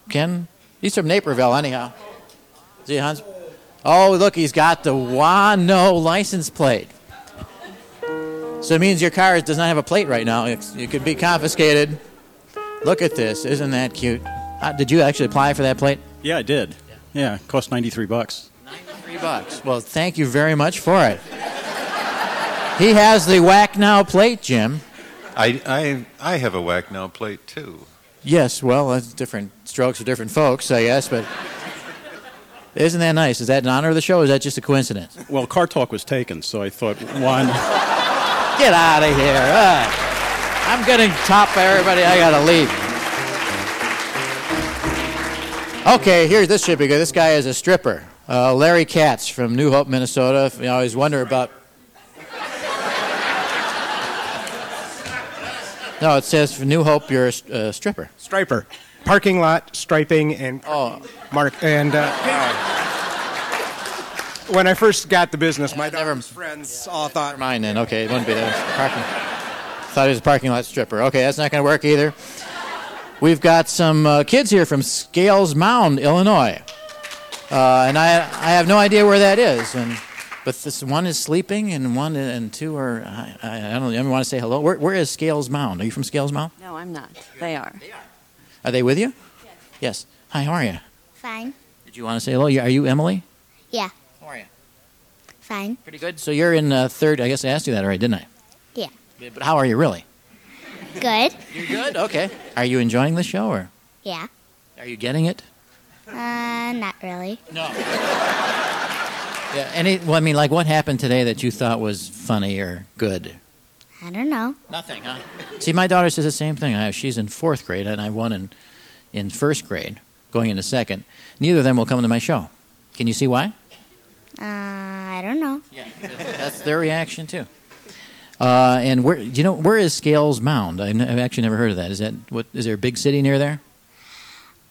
[SPEAKER 1] Ken. He's from Naperville, anyhow. Is he Hans? Oh, look, he's got the Wano license plate. So it means your car does not have a plate right now. It's, it could be confiscated. Look at this. Isn't that cute? Uh, did you actually apply for that plate?
[SPEAKER 8] Yeah, I did. Yeah, it cost 93 bucks.
[SPEAKER 1] Three bucks. Well, thank you very much for it. He has the Whack Now plate, Jim.
[SPEAKER 2] I, I, I have a whack now plate too.
[SPEAKER 1] Yes, well, that's different strokes for different folks, I guess, but isn't that nice? Is that in honor of the show, or is that just a coincidence?
[SPEAKER 8] Well, car talk was taken, so I thought one.
[SPEAKER 1] Get out of here. Uh, I'm getting top by everybody. I got to leave. Okay, here, this should be good. This guy is a stripper. Uh, Larry Katz from New Hope, Minnesota. You know, I always wonder about. No, it says for New Hope, you're a s- uh, stripper. Oh.
[SPEAKER 9] Striper. Parking lot striping and mark and. Uh, When I first got the business, my daughter's friends all thought.
[SPEAKER 1] Mine then. Okay, it wouldn't be that. Parking. Thought he was a parking lot stripper. Okay, that's not going to work either. We've got some uh, kids here from Scales Mound, Illinois, uh, and I I have no idea where that is. And but this one is sleeping, and one and two are I, I I don't even want to say hello. Where where is Scales Mound? Are you from Scales Mound?
[SPEAKER 26] No, I'm not. They are.
[SPEAKER 1] Are they with you? Yes. Hi, how are you?
[SPEAKER 27] Fine.
[SPEAKER 1] Did you want to say hello? You- Are you Emily?
[SPEAKER 27] Yeah.
[SPEAKER 1] How are you?
[SPEAKER 27] Fine.
[SPEAKER 1] Pretty good. So you're in uh, third. I guess I asked you that already, didn't I?
[SPEAKER 27] Yeah.
[SPEAKER 1] Yeah, But how are you really?
[SPEAKER 27] Good.
[SPEAKER 1] You're good. Okay. Are you enjoying the show, or
[SPEAKER 27] Yeah.
[SPEAKER 1] are you getting it?
[SPEAKER 27] Uh, not really.
[SPEAKER 1] No. Yeah. Any? Well, I mean, like, what happened today that you thought was funny or good?
[SPEAKER 27] I don't know.
[SPEAKER 1] Nothing, huh? See, my daughter says the same thing. I, she's in fourth grade, and I won in in first grade, going into second. Neither of them will come to my show. Can you see why?
[SPEAKER 27] Uh, I don't know.
[SPEAKER 1] Yeah. That's their reaction too. Uh, and where do you know where is Scales Mound? I've, n- I've actually never heard of that. Is that what? Is there a big city near there?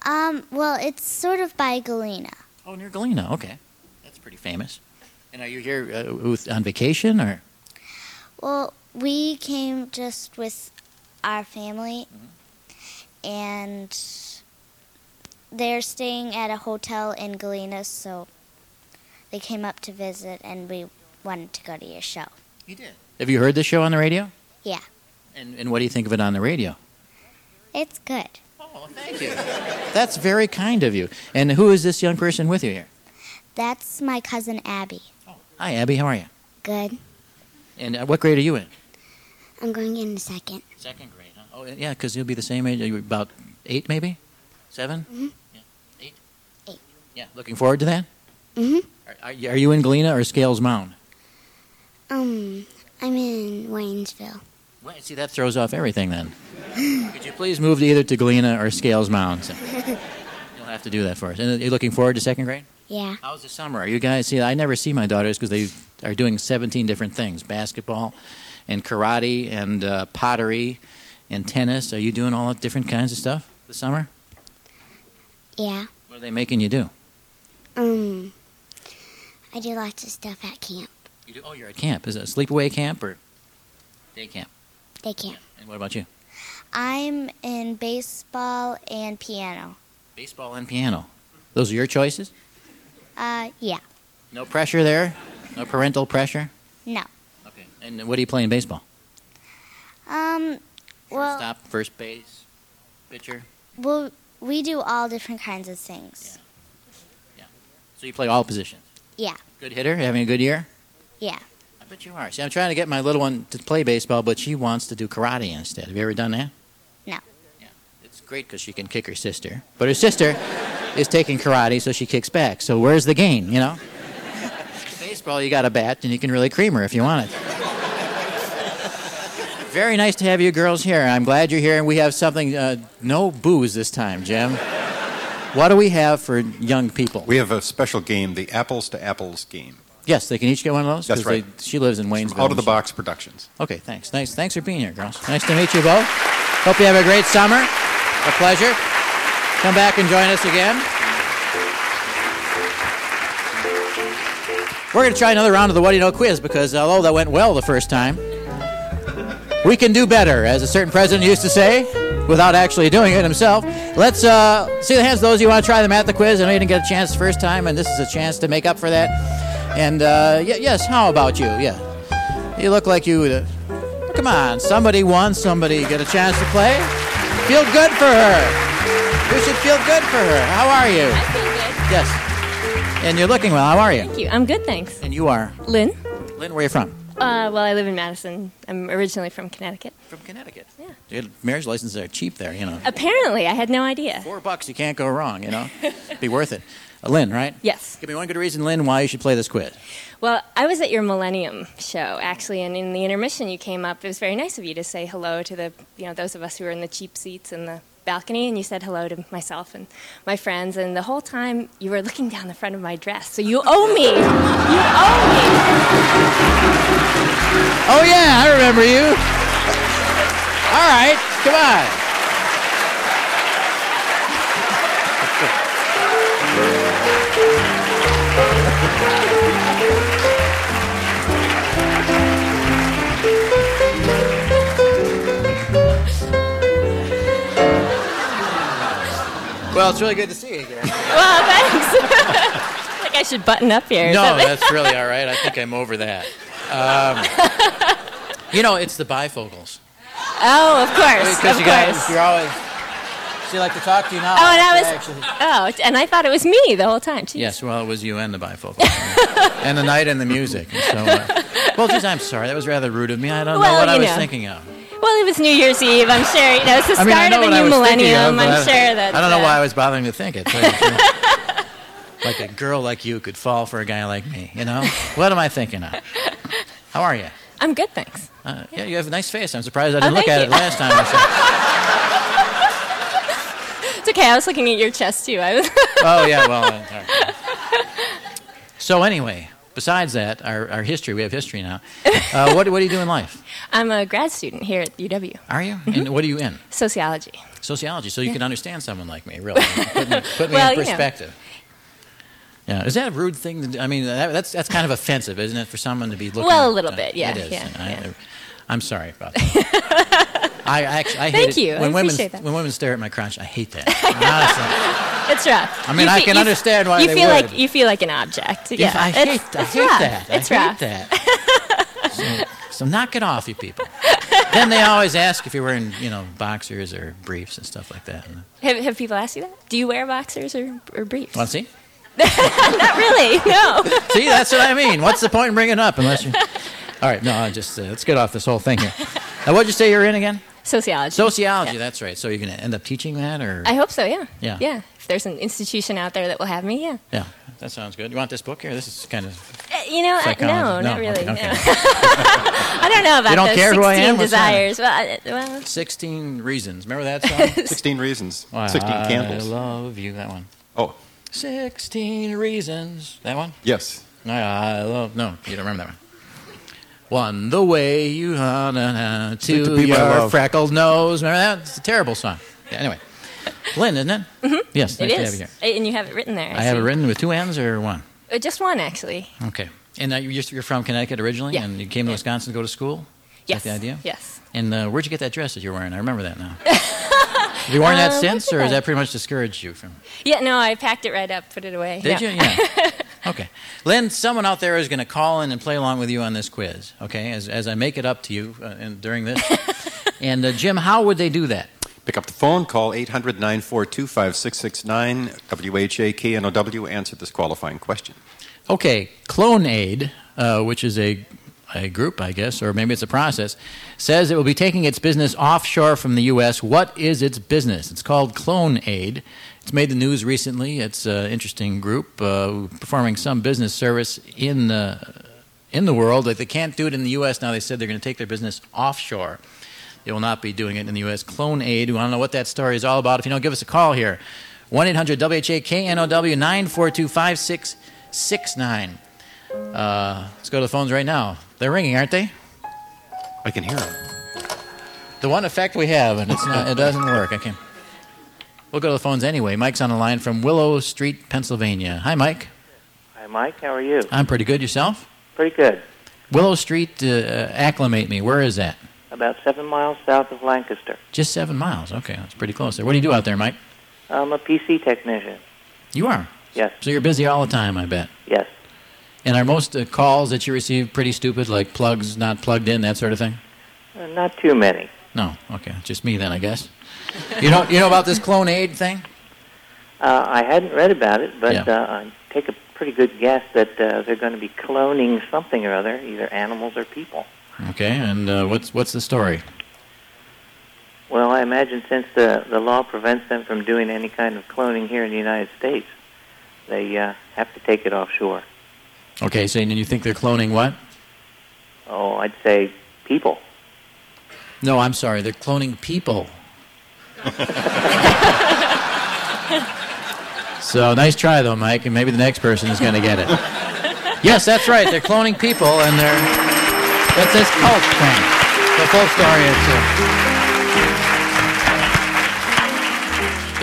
[SPEAKER 27] Um, well, it's sort of by Galena.
[SPEAKER 1] Oh, near Galena. Okay, that's pretty famous. And are you here uh, with, on vacation or?
[SPEAKER 27] Well, we came just with our family, and they're staying at a hotel in Galena, so they came up to visit, and we wanted to go to your show.
[SPEAKER 1] You did. Have you heard this show on the radio?
[SPEAKER 27] Yeah.
[SPEAKER 1] And, and what do you think of it on the radio?
[SPEAKER 27] It's good.
[SPEAKER 1] Thank you. That's very kind of you. And who is this young person with you here?
[SPEAKER 27] That's my cousin Abby.
[SPEAKER 1] Hi, Abby. How are you?
[SPEAKER 27] Good.
[SPEAKER 1] And uh, what grade are you in?
[SPEAKER 27] I'm going in a second.
[SPEAKER 1] Second grade. Huh? Oh, yeah, because you'll be the same age. Are you about eight, maybe? 7
[SPEAKER 27] Mhm.
[SPEAKER 1] Yeah. Eight? Eight. Yeah. Looking forward to that?
[SPEAKER 27] Mm-hmm.
[SPEAKER 1] Are, are you- are you in Galena or Scales Mound?
[SPEAKER 27] Um, I'm in Waynesville.
[SPEAKER 1] Wait, see, that throws off everything then. Could you please move to either to Galena or Scales Mound? So you'll have to do that for us. And uh, you're looking forward to second grade?
[SPEAKER 27] yeah.
[SPEAKER 1] How's the summer? Are you guys see? I never see my daughters because they are doing 17 different things: basketball, and karate, and uh, pottery, and tennis. Are you doing all different kinds of stuff this summer?
[SPEAKER 27] Yeah.
[SPEAKER 1] What are they making you do
[SPEAKER 27] Um, I do lots of stuff at camp.
[SPEAKER 1] You do? Oh, you're at camp? Is it a sleepaway camp or day camp?
[SPEAKER 27] They camp.
[SPEAKER 1] And what about you?
[SPEAKER 27] I'm in baseball and piano.
[SPEAKER 1] Baseball and piano. Those are your choices.
[SPEAKER 27] Uh, yeah.
[SPEAKER 1] No pressure there. No parental pressure.
[SPEAKER 27] No.
[SPEAKER 1] And what do you play in baseball?
[SPEAKER 27] Um, well,
[SPEAKER 1] Stop, first base, pitcher.
[SPEAKER 27] well, we do all different kinds of things.
[SPEAKER 1] So you play all positions.
[SPEAKER 27] Yeah.
[SPEAKER 1] Good hitter. Having a good year.
[SPEAKER 27] Yeah.
[SPEAKER 1] I bet you are. See, I'm trying to get my little one to play baseball, but she wants to do karate instead. Have you ever done that?
[SPEAKER 27] No.
[SPEAKER 1] Yeah. It's great because she can kick her sister. But her sister is taking karate, so she kicks back. So where's the gain, you know? baseball, you got a bat, and you can really cream her if you want it. Very nice to have you girls here. I'm glad you're here. And we have something, uh, no booze this time, Jim. What do we have for young people?
[SPEAKER 2] We have a special game, the Apples to Apples game.
[SPEAKER 1] Yes, they can each get one of those?
[SPEAKER 2] That's
[SPEAKER 1] 'Cause they-
[SPEAKER 2] right.
[SPEAKER 1] she lives in Waynesville.
[SPEAKER 2] Out of the box productions.
[SPEAKER 1] Okay, thanks. Nice. Thanks for being here, girls. Nice to meet you both. Hope you have a great summer. A pleasure. Come back and join us again. We're going to try another round of the What Do You Know quiz because uh, although that went well the first time, we can do better, as a certain president used to say, without actually doing it himself. Let's uh, see the hands of those you want to try them at the quiz. I know you didn't get a chance the first time, and this is a chance to make up for that. And uh, y- yes, how about you? Yeah. You look like you. Uh, come on, somebody won, somebody get a chance to play. Feel good for her. You should feel good for her. How are you? I feel good. Yes. And you're looking well. How are you?
[SPEAKER 10] Thank you. I'm good, thanks.
[SPEAKER 1] And you are?
[SPEAKER 10] Lynn?
[SPEAKER 1] Lynn, where are you from?
[SPEAKER 10] Uh, well, I live in Madison. I'm originally from Connecticut.
[SPEAKER 1] From Connecticut? Yeah. Your marriage licenses are cheap there, you know.
[SPEAKER 10] Apparently, I had no idea.
[SPEAKER 1] Four bucks, you can't go wrong, you know? Be worth it. Uh, Lynn, right?
[SPEAKER 10] Yes.
[SPEAKER 1] Give me one good reason, Lynn, why you should play this quiz.
[SPEAKER 10] Well, I was at your Millennium show, actually, and in the intermission you came up. It was very nice of you to say hello to the, you know, those of us who were in the cheap seats and the balcony, and you said hello to myself and my friends, and the whole time you were looking down the front of my dress. So you owe me. You owe me.
[SPEAKER 1] Oh, yeah, I remember you. All right, come on. Well, it's really good to see you again.
[SPEAKER 10] Well, thanks. like I should button up here. or
[SPEAKER 1] No,
[SPEAKER 10] something.
[SPEAKER 1] that's really all right. I think I'm over that. Um, you know, it's the bifocals.
[SPEAKER 10] Oh, of course.
[SPEAKER 1] Because you
[SPEAKER 10] of course.
[SPEAKER 1] guys, you're always. She like to talk to you now.
[SPEAKER 10] Oh, and I was.
[SPEAKER 1] Actually-
[SPEAKER 10] Oh, t- and I thought it was me the whole time. Jeez.
[SPEAKER 1] Yes, well, it was you and the bifocals, and the night and the music. And so, uh, well, geez, I'm sorry. That was rather rude of me. I don't know
[SPEAKER 10] Well,
[SPEAKER 1] what I
[SPEAKER 10] you
[SPEAKER 1] was
[SPEAKER 10] know.
[SPEAKER 1] thinking of.
[SPEAKER 10] Well, it was New Year's Eve. I'm sure. You know, it's the
[SPEAKER 1] I
[SPEAKER 10] start
[SPEAKER 1] mean, I know
[SPEAKER 10] of a
[SPEAKER 1] what I
[SPEAKER 10] new
[SPEAKER 1] was thinking of,
[SPEAKER 10] millennium.
[SPEAKER 1] but
[SPEAKER 10] I'm
[SPEAKER 1] I don't-
[SPEAKER 10] sure that.
[SPEAKER 1] I don't
[SPEAKER 10] uh,
[SPEAKER 1] know why I was bothering to think it. uh, like a girl like you could fall for a guy like me. You know, what am I thinking of? How are you?
[SPEAKER 10] I'm good, thanks.
[SPEAKER 1] Uh, yeah, you have a nice face. I'm surprised I
[SPEAKER 10] Oh,
[SPEAKER 1] didn't look
[SPEAKER 10] thank
[SPEAKER 1] at it
[SPEAKER 10] you.
[SPEAKER 1] last time. I said,
[SPEAKER 10] It's okay. I was looking at your chest too. I was.
[SPEAKER 1] oh yeah, well. uh, all right. So anyway, besides that, our, our history. We have history now. Uh, what what do you do in life?
[SPEAKER 10] I'm a grad student here at UW,
[SPEAKER 1] Are you? And what are you in?
[SPEAKER 10] sociology.
[SPEAKER 1] Sociology. So you
[SPEAKER 10] Yeah.
[SPEAKER 1] can understand someone like me, really. Put me, put me
[SPEAKER 10] Well, you
[SPEAKER 1] in
[SPEAKER 10] know.
[SPEAKER 1] perspective. Yeah, is that a rude thing? To do? I mean, that, that's that's kind of offensive, isn't it, for someone to be looking?
[SPEAKER 10] Well, a little
[SPEAKER 1] uh,
[SPEAKER 10] bit, yeah,
[SPEAKER 1] it is.
[SPEAKER 10] yeah,
[SPEAKER 1] I, am sorry about that. I actually, I hate
[SPEAKER 10] Thank
[SPEAKER 1] it.
[SPEAKER 10] you, I
[SPEAKER 1] When women
[SPEAKER 10] appreciate that.
[SPEAKER 1] when women stare at my crotch, I hate that. Honestly,
[SPEAKER 10] It's rough.
[SPEAKER 1] I mean, I
[SPEAKER 10] fe-
[SPEAKER 1] can
[SPEAKER 10] f-
[SPEAKER 1] understand why
[SPEAKER 10] you
[SPEAKER 1] they
[SPEAKER 10] feel
[SPEAKER 1] would.
[SPEAKER 10] like you feel like an object. Yeah,
[SPEAKER 1] I
[SPEAKER 10] it's,
[SPEAKER 1] hate, I
[SPEAKER 10] it's
[SPEAKER 1] hate
[SPEAKER 10] rough.
[SPEAKER 1] that.
[SPEAKER 10] It's
[SPEAKER 1] I hate
[SPEAKER 10] rough.
[SPEAKER 1] that. So, so knock it off, you people. then they always ask if you're wearing, you know, boxers or briefs and stuff like that.
[SPEAKER 10] Have, have people asked you that? Do you wear boxers or, or briefs?
[SPEAKER 1] Want to see?
[SPEAKER 10] Not really. No.
[SPEAKER 1] See, that's what I mean. What's the point in bringing it up unless you? All right, no, I'll just uh, let's get off this whole thing here. Now, what'd you say you're in again?
[SPEAKER 10] Sociology.
[SPEAKER 1] Sociology. That's right. So you're gonna end up teaching that, or
[SPEAKER 10] I hope so. Yeah.
[SPEAKER 1] Yeah.
[SPEAKER 10] Yeah. If there's an institution out there that will have me, yeah.
[SPEAKER 1] yeah, that sounds good. You want this book here? This is kind of
[SPEAKER 10] Uh, you know, I,
[SPEAKER 1] psychology.
[SPEAKER 10] no, not
[SPEAKER 1] okay,
[SPEAKER 10] really.
[SPEAKER 1] okay.
[SPEAKER 10] No. I don't know about
[SPEAKER 1] don't
[SPEAKER 10] those
[SPEAKER 1] care
[SPEAKER 10] 16
[SPEAKER 1] who I am? What's that?
[SPEAKER 10] desires. Well, I, well,
[SPEAKER 1] Sixteen reasons. Remember that song?
[SPEAKER 2] 16 reasons.
[SPEAKER 1] Why
[SPEAKER 2] 16 candles.
[SPEAKER 1] I love you. That one.
[SPEAKER 2] Oh,
[SPEAKER 1] 16 reasons. That one?
[SPEAKER 2] yes.
[SPEAKER 1] No, I love. No, you don't remember that one. One, the way you are na, na,
[SPEAKER 2] Sweet
[SPEAKER 1] to
[SPEAKER 2] to be my
[SPEAKER 1] your
[SPEAKER 2] love.
[SPEAKER 1] freckled nose. Remember that? It's a terrible song. Yeah, anyway, Lynn, isn't it?
[SPEAKER 10] Mhm.
[SPEAKER 1] Yes,
[SPEAKER 10] it
[SPEAKER 1] nice to have
[SPEAKER 10] is.
[SPEAKER 1] you here.
[SPEAKER 10] Uh, And you have it written there.
[SPEAKER 1] I have it
[SPEAKER 10] see.
[SPEAKER 1] written with two N's or one.
[SPEAKER 10] Uh, Just one, actually.
[SPEAKER 1] Okay. And uh, you're, you're from Connecticut originally,
[SPEAKER 10] Yeah.
[SPEAKER 1] and you came to Wisconsin to go to school. Is
[SPEAKER 10] Yes.
[SPEAKER 1] that the idea?
[SPEAKER 10] Yes.
[SPEAKER 1] And uh, where'd you get that dress that you're wearing? I remember that now. Have you worn that
[SPEAKER 10] Uh, where
[SPEAKER 1] since,
[SPEAKER 10] did
[SPEAKER 1] or has
[SPEAKER 10] I-
[SPEAKER 1] that pretty much discouraged you from?
[SPEAKER 10] Yeah, no, I packed it right up, put it away.
[SPEAKER 1] Did
[SPEAKER 10] No.
[SPEAKER 1] you? Yeah. okay. Lynn, someone out there is going to call in and play along with you on this quiz, okay, as, as I make it up to you uh, and during this. and uh, Jim, how would they do that?
[SPEAKER 2] Pick up the phone, call 800 942 5669, WHAKNOW, answer this qualifying question.
[SPEAKER 1] Okay, Clone Aid, uh, which is a, a group, I guess, or maybe it's a process, says it will be taking its business offshore from the U.S. What is its business? It's called Clone Aid. It's made the news recently. It's an interesting group uh, performing some business service in the in the world. Like they can't do it in the U.S. now. They said they're going to take their business offshore. It will not be doing it in the U.S. Clone Aid. We want to know what that story is all about. If you know, give us a call here. 1 800 WHAKNOW 942 5669. Uh, Let's go to the phones right now. They're ringing, aren't they?
[SPEAKER 2] I can hear them.
[SPEAKER 1] The one effect we have, and it's not, it doesn't work. I can't. We'll go to the phones anyway. Mike's on the line from Willow Street, Pennsylvania. Hi, Mike.
[SPEAKER 11] Hi, Mike. How are you?
[SPEAKER 1] I'm pretty good. Yourself?
[SPEAKER 11] Pretty good.
[SPEAKER 1] Willow Street, uh, acclimate me. Where is that?
[SPEAKER 11] About seven miles south of Lancaster.
[SPEAKER 1] Just seven miles. Okay, that's pretty close there. What do you do out there, Mike?
[SPEAKER 11] I'm a PC technician.
[SPEAKER 1] You are.
[SPEAKER 11] Yes.
[SPEAKER 1] So you're busy all the time, I bet.
[SPEAKER 11] Yes.
[SPEAKER 1] And are most uh, calls that you receive pretty stupid, like plugs not plugged in, that sort of thing?
[SPEAKER 11] Uh, Not too many.
[SPEAKER 1] No. Okay, just me then, I guess. You know, you know about this clone aid thing?
[SPEAKER 11] Uh, I hadn't read about it, but uh, I take a pretty good guess that uh, they're going to be cloning something or other, either animals or people.
[SPEAKER 1] Okay, and uh, what's what's the story?
[SPEAKER 11] Well, I imagine since the, the law prevents them from doing any kind of cloning here in the United States, they uh, have to take it offshore.
[SPEAKER 1] Okay, so and you think they're cloning what?
[SPEAKER 11] Oh, I'd say people.
[SPEAKER 1] No, I'm sorry, they're cloning people. so nice try though, Mike, and maybe the next person is going to get it. yes, that's right. They're cloning people, and they're that's this cult thing. The full story is. Uh,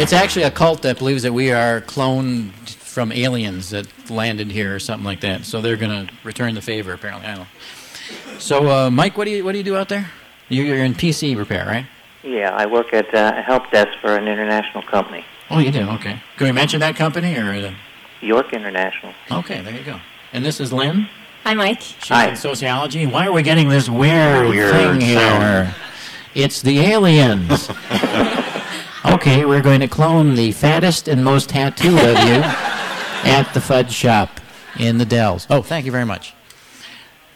[SPEAKER 1] it's actually a cult that believes that we are cloned from aliens that landed here or something like that. So they're going to return the favor, apparently. I don't. know. So, uh, Mike, what do you what do you do out there? You- You're in PC repair, right?
[SPEAKER 11] Yeah, I work at uh, a help desk for an international company,
[SPEAKER 1] Oh, you do. Okay. Can we mention that company or? Uh,
[SPEAKER 11] York International.
[SPEAKER 1] Okay, there you go. And this is Lynn.
[SPEAKER 10] Hi, Mike.
[SPEAKER 1] She's in sociology. Why are we getting this weird, thing here? It's the aliens. okay, we're going to clone the fattest and most tattooed of you at the fudge shop in the Dells. Oh, thank you very much.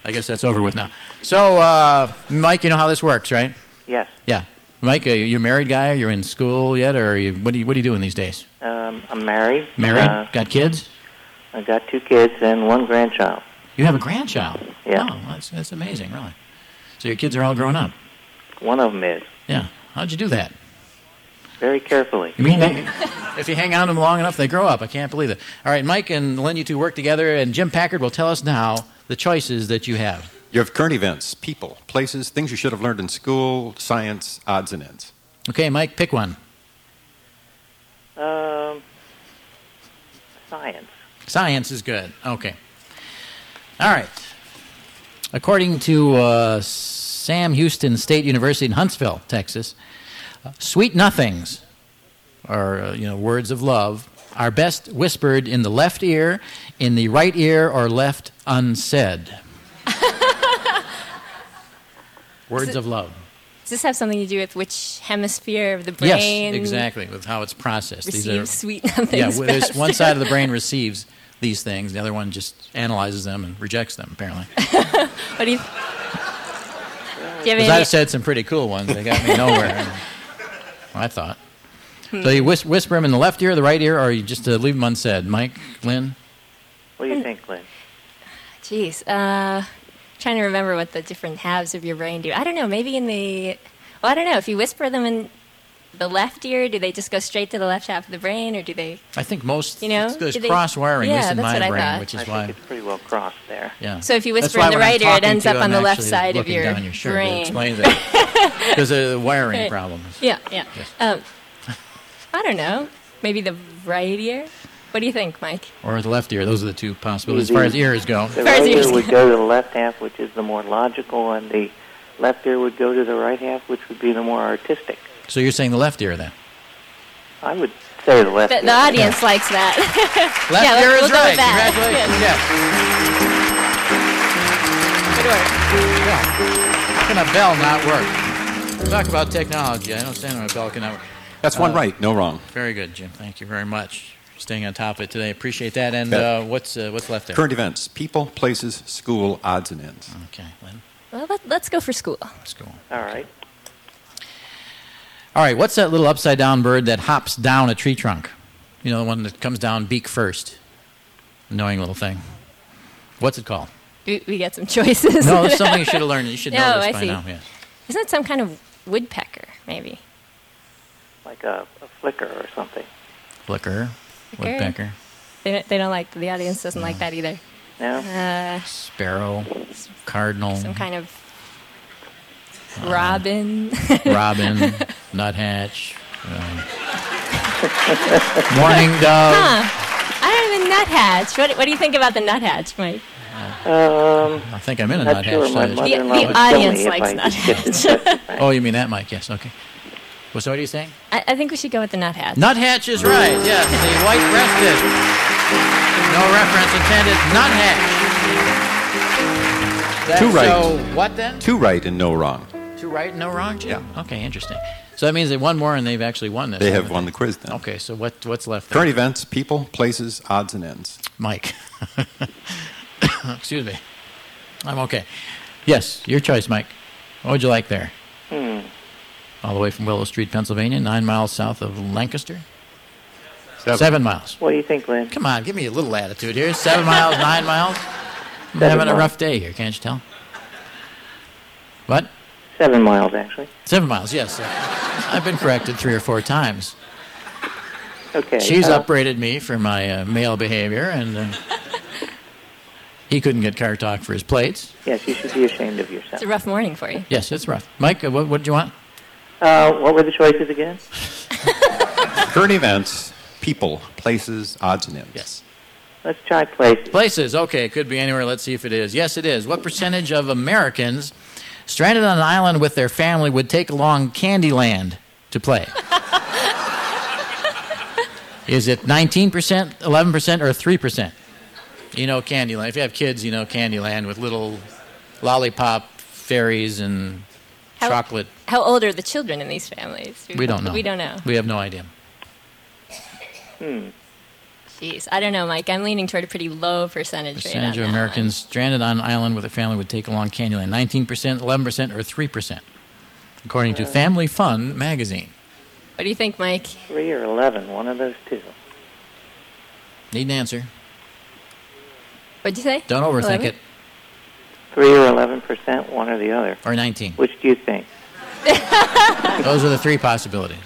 [SPEAKER 1] I guess that's over with now. So, uh, Mike, you know how this works, right?
[SPEAKER 11] Yes.
[SPEAKER 1] Yeah. Mike, are you a married guy? You're in school yet, or are you, what, are you, what are you doing these days?
[SPEAKER 11] Um, I'm married.
[SPEAKER 1] Married?
[SPEAKER 11] Uh,
[SPEAKER 1] Got kids?
[SPEAKER 11] I got two kids and one grandchild.
[SPEAKER 1] You have a grandchild.
[SPEAKER 11] Yeah.
[SPEAKER 1] Oh, that's, that's amazing, really. So your kids are all grown up.
[SPEAKER 11] One of them is
[SPEAKER 1] Yeah. How'd you do that?
[SPEAKER 11] very carefully.
[SPEAKER 1] You mean they, if you hang on to them long enough, they grow up? I can't believe it. All right, Mike and Lynn, you two work together, and Jim Packard will tell us now the choices that you have.
[SPEAKER 2] You have current events, people, places, things you should have learned in school, science, odds and ends.
[SPEAKER 1] Okay, Mike, pick one.
[SPEAKER 11] Um, science.
[SPEAKER 1] Science is good. Okay. All right. According to uh, Sam Houston State University in Huntsville, Texas, uh, sweet nothings, or uh, you know, words of love, are best whispered in the left ear, in the right ear, or left unsaid. words
[SPEAKER 10] Is it-
[SPEAKER 1] of love.
[SPEAKER 10] Does this have something to do with which hemisphere of the
[SPEAKER 1] Yes,
[SPEAKER 10] brain?
[SPEAKER 1] exactly. With how it's processed.
[SPEAKER 10] receives sweet
[SPEAKER 1] Yeah,
[SPEAKER 10] nothings
[SPEAKER 1] well, there's
[SPEAKER 10] best.
[SPEAKER 1] one side of the brain receives these things, the other one just analyzes them and rejects them. Apparently,
[SPEAKER 10] What do you? Do you have
[SPEAKER 1] because
[SPEAKER 10] any?
[SPEAKER 1] I've said some pretty cool ones, they got me nowhere. I thought.
[SPEAKER 10] Hmm.
[SPEAKER 1] So you whis- whisper them in the left ear, the right ear, or you just uh, leave them unsaid. Mike, Lynn,
[SPEAKER 11] What do you think, Lynn?
[SPEAKER 10] Jeez, uh, trying to remember what the different halves of your brain do. I don't know. Maybe in the, well, I don't know. If you whisper them in the left ear, do they just go straight to the left half of the brain, or do they?
[SPEAKER 1] I think most
[SPEAKER 10] You know,
[SPEAKER 1] there's
[SPEAKER 10] do they-
[SPEAKER 1] cross wiring, at
[SPEAKER 10] Yeah,
[SPEAKER 1] least in
[SPEAKER 10] that's
[SPEAKER 1] my
[SPEAKER 10] what I
[SPEAKER 1] brain,
[SPEAKER 10] thought.
[SPEAKER 1] which
[SPEAKER 11] I
[SPEAKER 1] is
[SPEAKER 11] think
[SPEAKER 1] why.
[SPEAKER 11] it's pretty well crossed there.
[SPEAKER 1] Yeah.
[SPEAKER 10] So if you
[SPEAKER 1] That's
[SPEAKER 10] whisper
[SPEAKER 1] why
[SPEAKER 10] in the
[SPEAKER 1] when I'm
[SPEAKER 10] right ear, it
[SPEAKER 1] talking
[SPEAKER 10] ends
[SPEAKER 1] to you,
[SPEAKER 10] up on
[SPEAKER 1] I'm
[SPEAKER 10] the left
[SPEAKER 1] actually
[SPEAKER 10] side of
[SPEAKER 1] looking
[SPEAKER 10] your
[SPEAKER 1] down your shirt. It
[SPEAKER 10] brain.
[SPEAKER 1] explains it. because of the wiring
[SPEAKER 10] Right.
[SPEAKER 1] problem.
[SPEAKER 10] Yeah, yeah. Um, I don't know. Maybe the right ear. What do you think, Mike?
[SPEAKER 1] Or the left ear. Those are the two possibilities as far as ears go.
[SPEAKER 11] The right ear would go to the left half, which is the more logical, and the left ear would go to the right half, which would be the more artistic.
[SPEAKER 1] So you're saying the left ear then?
[SPEAKER 11] I would say the left.
[SPEAKER 10] The, the
[SPEAKER 11] ear.
[SPEAKER 10] audience likes that.
[SPEAKER 1] Left
[SPEAKER 10] yeah,
[SPEAKER 1] ear
[SPEAKER 10] we'll
[SPEAKER 1] is
[SPEAKER 10] go
[SPEAKER 1] right.
[SPEAKER 10] with that.
[SPEAKER 1] Congratulations. How can a bell not work? We Talk about technology. I don't understand why a bell cannot work.
[SPEAKER 2] That's one
[SPEAKER 1] Uh,
[SPEAKER 2] right, no wrong.
[SPEAKER 1] Very good, Jim. Thank you very much. for Staying on top of it today. Appreciate that. And
[SPEAKER 2] Bet.
[SPEAKER 1] uh, what's uh, what's left there?
[SPEAKER 2] Current events, people, places, school, odds and ends.
[SPEAKER 1] Okay.
[SPEAKER 10] Well, let, let's go for school.
[SPEAKER 1] School.
[SPEAKER 11] All right.
[SPEAKER 1] All right. What's that little upside down bird that hops down a tree trunk? You know, the one that comes down beak first. Annoying little thing. What's it called?
[SPEAKER 10] We, we get some choices.
[SPEAKER 1] No, it's something you should have learned. You should know
[SPEAKER 10] Oh,
[SPEAKER 1] this
[SPEAKER 10] I
[SPEAKER 1] by
[SPEAKER 10] see.
[SPEAKER 1] now. Yeah.
[SPEAKER 10] Isn't it some kind of woodpecker, maybe.
[SPEAKER 11] like a, uh, a flicker or something.
[SPEAKER 1] Flicker,
[SPEAKER 10] Flicker.
[SPEAKER 1] woodpecker,
[SPEAKER 10] They don't, they don't like the audience doesn't like that either.
[SPEAKER 11] No.
[SPEAKER 10] Uh,
[SPEAKER 1] sparrow, cardinal,
[SPEAKER 10] some kind of robin.
[SPEAKER 1] Um, robin, nuthatch, uh, morning dove.
[SPEAKER 10] Huh. I don't even nuthatch. What, what do you think about the nuthatch, Mike?
[SPEAKER 11] Um,
[SPEAKER 1] I think I'm in a
[SPEAKER 11] not
[SPEAKER 1] nuthatch.
[SPEAKER 11] sure. My
[SPEAKER 1] size.
[SPEAKER 11] mother-in-law
[SPEAKER 10] The- the
[SPEAKER 11] would kill me
[SPEAKER 10] audience
[SPEAKER 11] if
[SPEAKER 10] likes
[SPEAKER 11] I
[SPEAKER 10] nuthatch.
[SPEAKER 11] did this.
[SPEAKER 1] Oh, you mean that mic? Yes. Okay. Well, so what are you saying?
[SPEAKER 10] I, I think we should go with the nuthatch.
[SPEAKER 1] Nuthatch is right. Yes, the white-breasted. No reference intended. Nuthatch. That-
[SPEAKER 2] Two right.
[SPEAKER 1] So what then?
[SPEAKER 2] Two right and no wrong.
[SPEAKER 1] Two right and no wrong. Jim? Okay, interesting. So that means they won more and they've actually won this.
[SPEAKER 2] They have won the quiz then.
[SPEAKER 1] Okay, so what what's left?
[SPEAKER 2] Current events, people, places, odds and ends.
[SPEAKER 1] Mike. Oh, Excuse me. I'm okay. Yes, your choice, Mike. What would you like there?
[SPEAKER 11] Hmm.
[SPEAKER 1] All the way from Willow Street, Pennsylvania, nine miles south of Lancaster.
[SPEAKER 11] Seven.
[SPEAKER 1] miles.
[SPEAKER 11] What do you think, Lynn?
[SPEAKER 1] Come on, give me a little latitude here. Seven miles, nine miles. I'm having a
[SPEAKER 11] miles.
[SPEAKER 1] rough day here, can't you tell? What?
[SPEAKER 11] Seven miles, actually.
[SPEAKER 1] Seven miles, yes. I've been corrected three or four times.
[SPEAKER 11] Okay.
[SPEAKER 1] She's
[SPEAKER 11] uh,
[SPEAKER 1] upbraided me for my uh, male behavior, and uh, he couldn't get car talk for his plates.
[SPEAKER 11] Yes, you should be ashamed of yourself.
[SPEAKER 10] It's a rough morning for you.
[SPEAKER 1] Yes, it's rough. Mike, uh, what, what did you want?
[SPEAKER 11] Uh, what were the choices again?
[SPEAKER 2] Current events, people, places, odds and ends.
[SPEAKER 1] Yes.
[SPEAKER 11] Let's try places.
[SPEAKER 1] Places, okay, it could be anywhere. Let's see if it is. Yes, it is. What percentage of Americans stranded on an island with their family would take along Candyland to play? is it 19%, 11%, or 3%? You know Candyland. If you have kids, you know Candyland with little lollipop fairies and
[SPEAKER 10] How-
[SPEAKER 1] chocolate.
[SPEAKER 10] How old are the children in these families?
[SPEAKER 1] We don't know.
[SPEAKER 10] We don't know.
[SPEAKER 1] We have no idea.
[SPEAKER 11] Hmm.
[SPEAKER 10] Jeez, I don't know, Mike. I'm leaning toward a pretty low percentage,
[SPEAKER 1] Percentage
[SPEAKER 10] rate.
[SPEAKER 1] of
[SPEAKER 10] on that.
[SPEAKER 1] Americans stranded on an island with a family would take along Candyland 19%, 11%, or 3%, according to Family Fun magazine.
[SPEAKER 10] What do you think, Mike?
[SPEAKER 11] Three or eleven, one of those two.
[SPEAKER 1] Need an answer.
[SPEAKER 10] What'd you say?
[SPEAKER 1] Don't overthink
[SPEAKER 10] Eleven?
[SPEAKER 1] it.
[SPEAKER 11] Three or eleven percent, one or the other.
[SPEAKER 1] Or 19.
[SPEAKER 11] Which do you think?
[SPEAKER 1] Those are the three possibilities.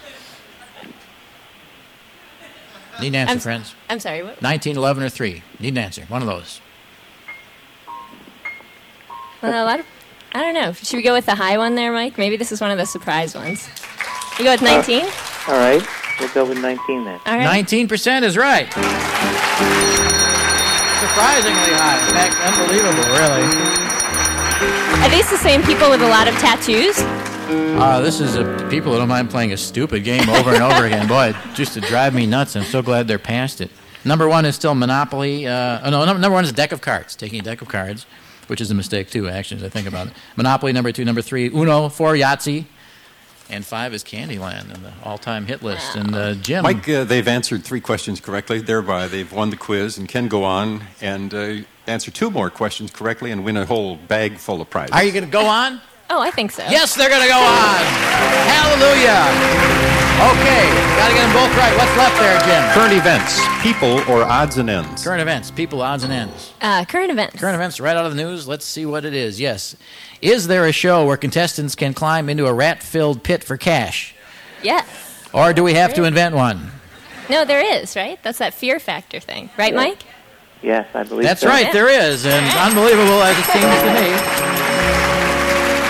[SPEAKER 1] Need an answer,
[SPEAKER 10] I'm s-
[SPEAKER 1] friends.
[SPEAKER 10] I'm sorry. What?
[SPEAKER 1] 19, 11, or 3. Need an answer. One of those.
[SPEAKER 10] Well, a lot of. I don't know. Should we go with the high one there, Mike? Maybe this is one of the surprise ones. We go with
[SPEAKER 11] Uh.
[SPEAKER 10] 19?
[SPEAKER 11] All right, we'll go with nineteen then.
[SPEAKER 10] All right.
[SPEAKER 1] 19% is right. Surprisingly high. In fact, unbelievable, really.
[SPEAKER 10] Are these the same people with a lot of tattoos?
[SPEAKER 1] Uh, this is a, people that don't mind playing a stupid game over and over again. Boy, it just to drive me nuts. I'm so glad they're past it. Number one is still Monopoly. Uh, oh, no, num- number one is a deck of cards. Taking a deck of cards, which is a mistake too. Actually, as I think about it, Monopoly. Number two, number three, Uno, four, Yahtzee, and five is Candyland, and the all-time hit list. And uh, Jim,
[SPEAKER 2] Mike, uh, they've answered three questions correctly. Thereby, they've won the quiz and can go on and uh, answer two more questions correctly and win a whole bag full of prizes.
[SPEAKER 1] are you going to go on?
[SPEAKER 10] Oh, I think so.
[SPEAKER 1] Yes, they're going to go on. Hallelujah. Okay, got to get them both right. What's left there, Jim?
[SPEAKER 2] Current events, people, or odds and ends.
[SPEAKER 1] Current events, people, odds, and ends.
[SPEAKER 10] Uh, current events.
[SPEAKER 1] Current events, right out of the news. Let's see what it is. Yes. Is there a show where contestants can climb into a rat filled pit for cash?
[SPEAKER 10] Yes.
[SPEAKER 1] Or do we have to invent one?
[SPEAKER 10] No, there is, right? That's that fear factor thing. Right, Mike?
[SPEAKER 11] Yes, I believe
[SPEAKER 1] That's
[SPEAKER 11] so.
[SPEAKER 1] right, there is. And unbelievable as it seems to me,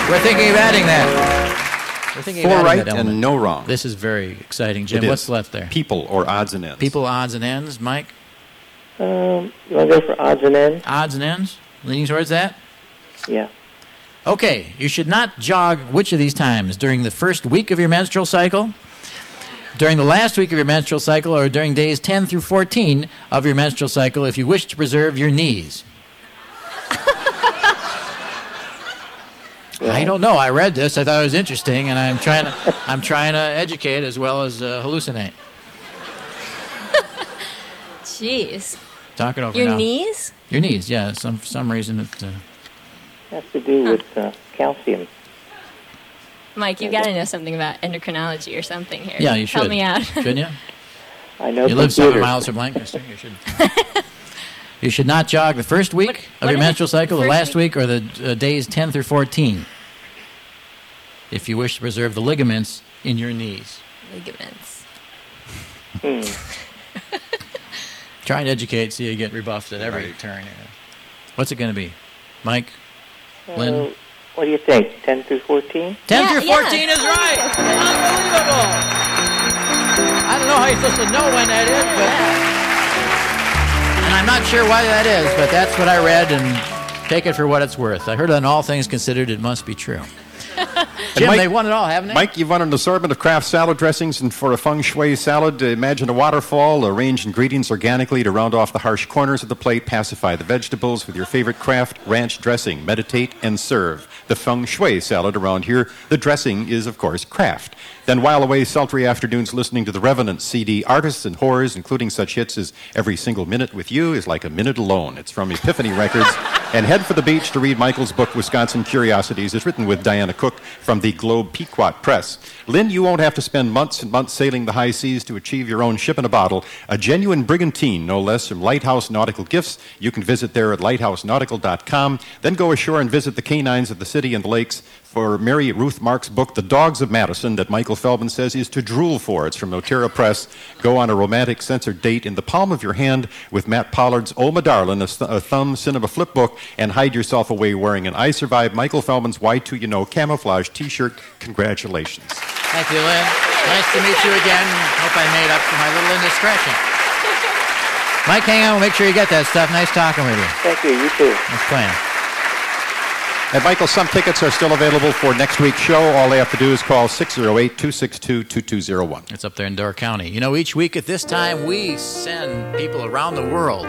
[SPEAKER 1] we're thinking of adding that. We're thinking of
[SPEAKER 2] Four
[SPEAKER 1] adding
[SPEAKER 2] right
[SPEAKER 1] that element.
[SPEAKER 2] and no wrong.
[SPEAKER 1] This is very exciting, Jim.
[SPEAKER 2] It
[SPEAKER 1] What's
[SPEAKER 2] is.
[SPEAKER 1] left there?
[SPEAKER 2] People, or odds and ends.
[SPEAKER 1] People, odds, and ends. Mike?
[SPEAKER 11] Um, you want to go for odds and ends?
[SPEAKER 1] Odds and ends? Leaning towards that?
[SPEAKER 11] Yeah.
[SPEAKER 1] Okay, you should not jog which of these times? During the first week of your menstrual cycle, during the last week of your menstrual cycle, or during days 10 through 14 of your menstrual cycle if you wish to preserve your knees? I don't know. I read this. I thought it was interesting, and I'm trying to, I'm trying to educate as well as uh, hallucinate.
[SPEAKER 10] Jeez.
[SPEAKER 1] Talk it over
[SPEAKER 10] Your
[SPEAKER 1] now.
[SPEAKER 10] knees?
[SPEAKER 1] Your knees, yeah. Some, for some reason, it, uh,
[SPEAKER 11] Has to do with uh, calcium.
[SPEAKER 10] Mike, you've got to know something about endocrinology or something here.
[SPEAKER 1] yeah, you should.
[SPEAKER 10] Help me out.
[SPEAKER 1] Shouldn't you?
[SPEAKER 11] I know
[SPEAKER 1] you live seven
[SPEAKER 11] computers.
[SPEAKER 1] miles from Lancaster. You should. you should not jog the first week of
[SPEAKER 10] what
[SPEAKER 1] your
[SPEAKER 10] is it?
[SPEAKER 1] menstrual cycle, the
[SPEAKER 10] First
[SPEAKER 1] last week, or the uh, days 10 through 14. if you wish to preserve the ligaments in your knees.
[SPEAKER 10] Ligaments.
[SPEAKER 1] Try and educate so you get rebuffed at every turn. here. What's it going to be? Mike? Lynn?
[SPEAKER 11] So, what do you think? 10 through 14?
[SPEAKER 1] 10 through 14 is right. Unbelievable. I don't know how you're supposed to know when that is, but. And I'm not sure why that is, but that's what I read, and take it for what it's worth. I heard on All Things Considered, it must be true. Jim,
[SPEAKER 2] Mike-
[SPEAKER 1] they won it all, haven't they?
[SPEAKER 2] Mike, you've won an assortment of craft salad dressings, and for a feng shui salad, imagine a waterfall, arrange ingredients organically to round off the harsh corners of the plate, pacify the vegetables with your favorite craft ranch dressing, meditate, and serve. The feng shui salad around here, the dressing is, of course, craft. Then while away sultry afternoons listening to the Revenant CD, artists and horrors, including such hits as Every Single Minute with You is Like a Minute Alone. It's from Epiphany Records. And head for the beach to read Michael's book, Wisconsin Curiosities. It's written with Diana Cook from the Globe Pequot Press. Lynn, you won't have to spend months and months sailing the high seas to achieve your own ship in a bottle. A genuine brigantine, no less, from Lighthouse Nautical Gifts. You can visit there at lighthousenautical.com. Then go ashore and visit the canines of the city and the lakes for Mary Ruth Mark's book, The Dogs of Madison, that Michael Feldman says is to drool for. It's from Notera Press. Go on a romantic censored date in the palm of your hand with Matt Pollard's Oh My Darlin', a, th- a thumb cinema flip book, and hide yourself away wearing an I Survive Michael Feldman's Why Do You Know camouflage t shirt. Congratulations.
[SPEAKER 1] Thank you, Lynn. Nice to meet you again. Hope I made up for my little indiscretion. Mike, hang on. We'll make sure you get that stuff. Nice talking with you.
[SPEAKER 11] Thank you. You too.
[SPEAKER 1] Nice playing.
[SPEAKER 2] And Michael, some tickets are still available for next week's show. All they have to do is call 608 262 2201.
[SPEAKER 1] It's up there in Door County. You know, each week at this time, we send people around the world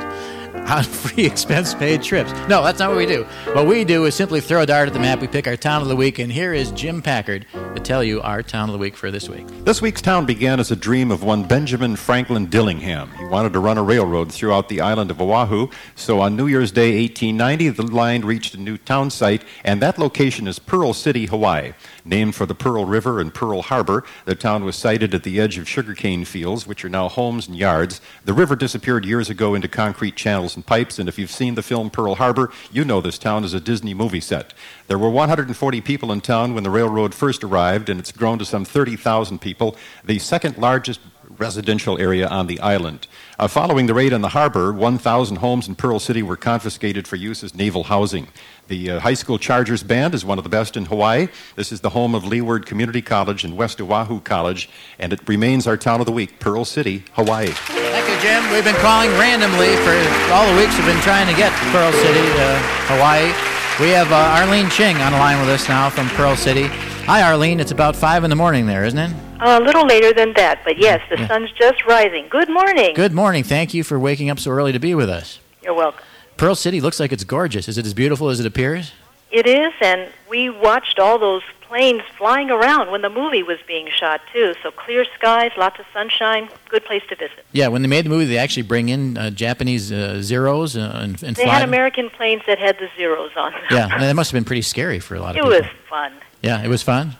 [SPEAKER 1] on free expense paid trips. No, that's not what we do. What we do is simply throw a dart at the map. We pick our town of the week, and here is Jim Packard to tell you our town of the week for this week.
[SPEAKER 2] This week's town began as a dream of one Benjamin Franklin Dillingham. He wanted to run a railroad throughout the island of Oahu, so on New Year's Day 1890, the line reached a new town site, and that location is Pearl City, Hawaii. Named for the Pearl River and Pearl Harbor, the town was sited at the edge of sugarcane fields, which are now homes and yards. The river disappeared years ago into concrete channels and pipes, and if you've seen the film Pearl Harbor, you know this town is a Disney movie set. There were 140 people in town when the railroad first arrived, and it's grown to some 30,000 people, the second largest residential area on the island. Uh, following the raid on the harbor, 1,000 homes in Pearl City were confiscated for use as naval housing. The uh, High School Chargers Band is one of the best in Hawaii. This is the home of Leeward Community College and West Oahu College, and it remains our town of the week, Pearl City, Hawaii.
[SPEAKER 1] Thank you, Jim. We've been calling randomly for all the weeks. We've been trying to get Pearl City to Hawaii. We have uh, Arlene Ching on the line with us now from Pearl City. Hi, Arlene. It's about five in the morning there, isn't it?
[SPEAKER 28] Uh, a little later than that, but yes, the
[SPEAKER 1] Yeah.
[SPEAKER 28] sun's just rising. Good morning.
[SPEAKER 1] Good morning. Thank you for waking up so early to be with us.
[SPEAKER 28] You're welcome.
[SPEAKER 1] Pearl City looks like it's gorgeous. Is it as beautiful as it appears?
[SPEAKER 28] It is, and we watched all those planes flying around when the movie was being shot too. So clear skies, lots of sunshine, good place to visit.
[SPEAKER 1] Yeah, when they made the movie, they actually bring in uh, Japanese uh, zeros uh, and, and
[SPEAKER 28] they
[SPEAKER 1] fly
[SPEAKER 28] had
[SPEAKER 1] them.
[SPEAKER 28] American planes that had the zeros on them.
[SPEAKER 1] Yeah, and that must have been pretty scary for a lot of
[SPEAKER 28] it
[SPEAKER 1] people.
[SPEAKER 28] was fun.
[SPEAKER 1] Yeah, it was fun.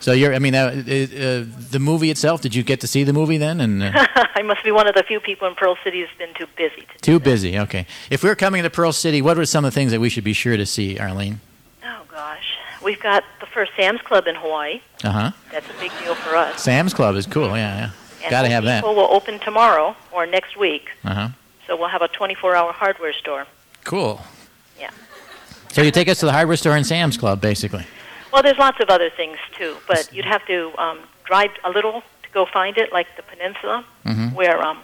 [SPEAKER 1] So you're, I mean, uh, uh, uh, the movie itself. Did you get to see the movie then? And uh,
[SPEAKER 28] I must be one of the few people in Pearl City who's been too busy. To,
[SPEAKER 1] Too busy. Okay. If we're coming to Pearl City, what are some of the things that we should be sure to see, Arlene?
[SPEAKER 28] oh gosh, we've got the first Sam's Club in Hawaii.
[SPEAKER 1] Uh huh.
[SPEAKER 28] That's a big deal for us.
[SPEAKER 1] Sam's Club is cool. Yeah, yeah.
[SPEAKER 28] And
[SPEAKER 1] Got to have
[SPEAKER 28] Home
[SPEAKER 1] that.
[SPEAKER 28] Depot will open tomorrow or next week,
[SPEAKER 1] Uh huh.
[SPEAKER 28] so we'll have a 24-hour hardware store.
[SPEAKER 1] Cool.
[SPEAKER 28] Yeah.
[SPEAKER 1] So you take us to the hardware store and Sam's Club, basically.
[SPEAKER 28] Well, there's lots of other things too, but you'd have to um, drive a little to go find it, like the peninsula
[SPEAKER 1] Mm-hmm.
[SPEAKER 28] where um,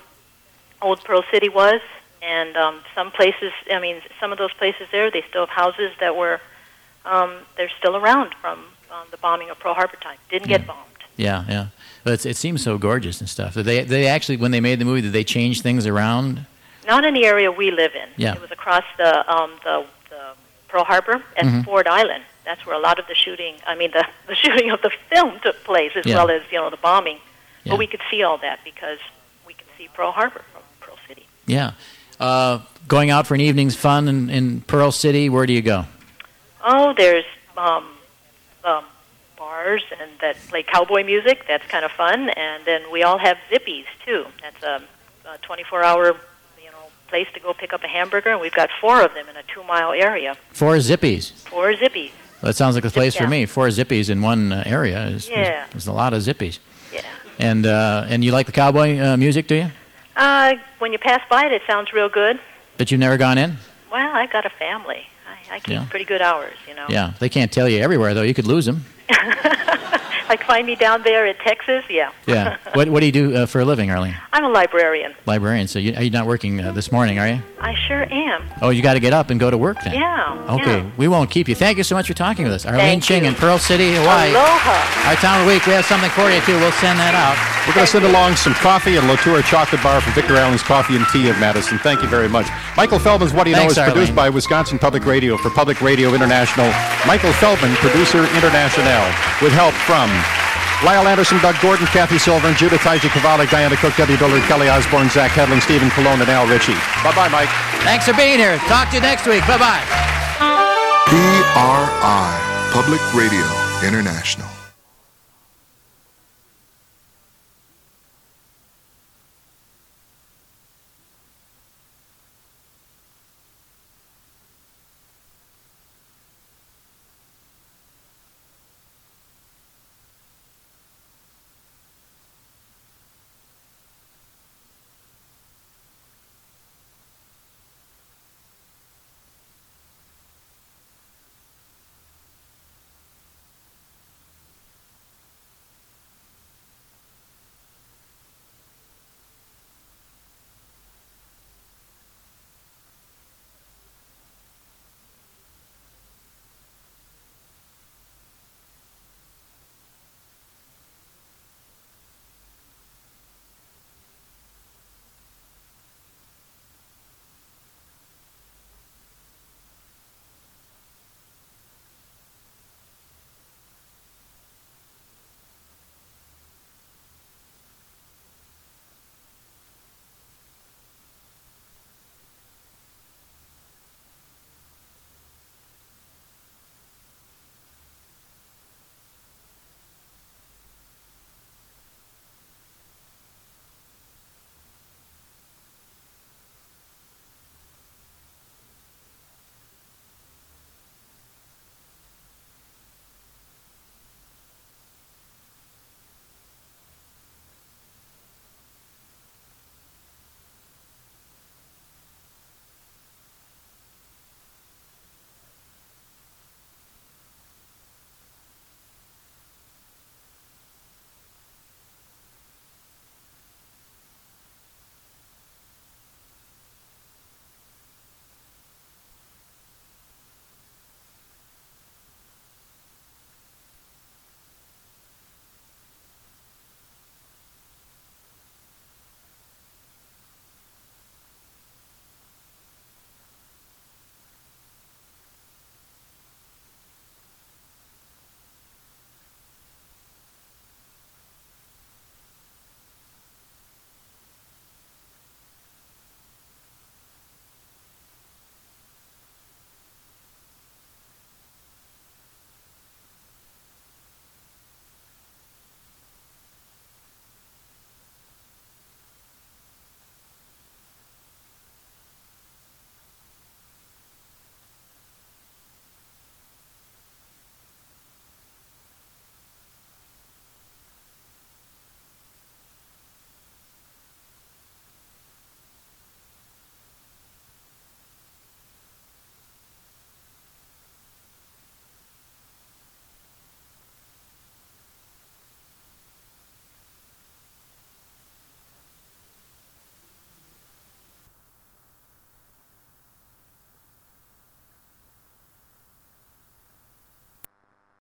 [SPEAKER 28] old Pearl City was, and um, some places. I mean, some of those places there, they still have houses that were um, they're still around from um, the bombing of Pearl Harbor time. Didn't get bombed.
[SPEAKER 1] Yeah, yeah. But it's, it seems so gorgeous and stuff. Did they they actually when they made the movie, did they change things around?
[SPEAKER 28] Not in the area we live in.
[SPEAKER 1] Yeah.
[SPEAKER 28] It was across the um, the, the Pearl Harbor and
[SPEAKER 1] Mhm.
[SPEAKER 28] Ford Island. That's where a lot of the shooting. I mean, the the shooting of the film took place, as
[SPEAKER 1] Yeah.
[SPEAKER 28] well as you know the bombing.
[SPEAKER 1] Yeah.
[SPEAKER 28] But we could see all that because we could see Pearl Harbor from Pearl City.
[SPEAKER 1] Yeah. Uh, going out for an evening's fun in, in Pearl City. Where do you go?
[SPEAKER 28] Oh, there's um, um, bars and that play cowboy music. That's kind of fun. And then we all have Zippies too. That's a, a 24-hour you know place to go pick up a hamburger, and we've got four of them in a two-mile area.
[SPEAKER 1] For Zippies.
[SPEAKER 28] Four Zippies.
[SPEAKER 1] That sounds like a place for
[SPEAKER 28] down.
[SPEAKER 1] me. Four zippies in one uh, area is, is-
[SPEAKER 28] Yeah.
[SPEAKER 1] is a lot of zippies.
[SPEAKER 28] Yeah.
[SPEAKER 1] And uh, and you like the cowboy uh, music, do you?
[SPEAKER 28] Uh, when you pass by it, it sounds real good.
[SPEAKER 1] That you've never gone in?
[SPEAKER 28] Well, I've got a family. I, I keep
[SPEAKER 1] Yeah.
[SPEAKER 28] pretty good hours, you know.
[SPEAKER 1] Yeah. They can't tell you everywhere though. You could lose them.
[SPEAKER 28] like find me down there at Texas, yeah.
[SPEAKER 1] Yeah. what What do you do uh, for a living, Arlene?
[SPEAKER 28] I'm a librarian.
[SPEAKER 1] Librarian. So you, are you not working uh, this morning, are you?
[SPEAKER 28] I sure am.
[SPEAKER 1] Oh, you got to get up and go to work then.
[SPEAKER 28] Yeah.
[SPEAKER 1] Okay,
[SPEAKER 28] yeah.
[SPEAKER 1] we won't keep you. Thank you so much for talking with us. Arlene
[SPEAKER 28] Thank
[SPEAKER 1] Ching in Pearl City, Hawaii.
[SPEAKER 28] Aloha.
[SPEAKER 1] Our town of the week. We have something for you too. We'll send that out.
[SPEAKER 2] We're going to send along some coffee and Latour chocolate bar from Victor Allen's Coffee and Tea of Madison. Thank you very much. Michael Feldman's What Do You
[SPEAKER 1] Thanks,
[SPEAKER 2] Know is produced
[SPEAKER 1] Arlene.
[SPEAKER 2] by Wisconsin Public Radio for Public Radio International. Michael Feldman, producer international, with help from Lyle Anderson, Doug Gordon, Kathy Silver, Judah Taiji Kavalik, Diana Cook, Debbie Dillard, Kelly Osborne, Zach Hedlund, Stephen Colon, and Al Ritchie. Bye bye, Mike.
[SPEAKER 1] Thanks for being here. Talk to you next week. Bye bye.
[SPEAKER 14] PRI, Public Radio International.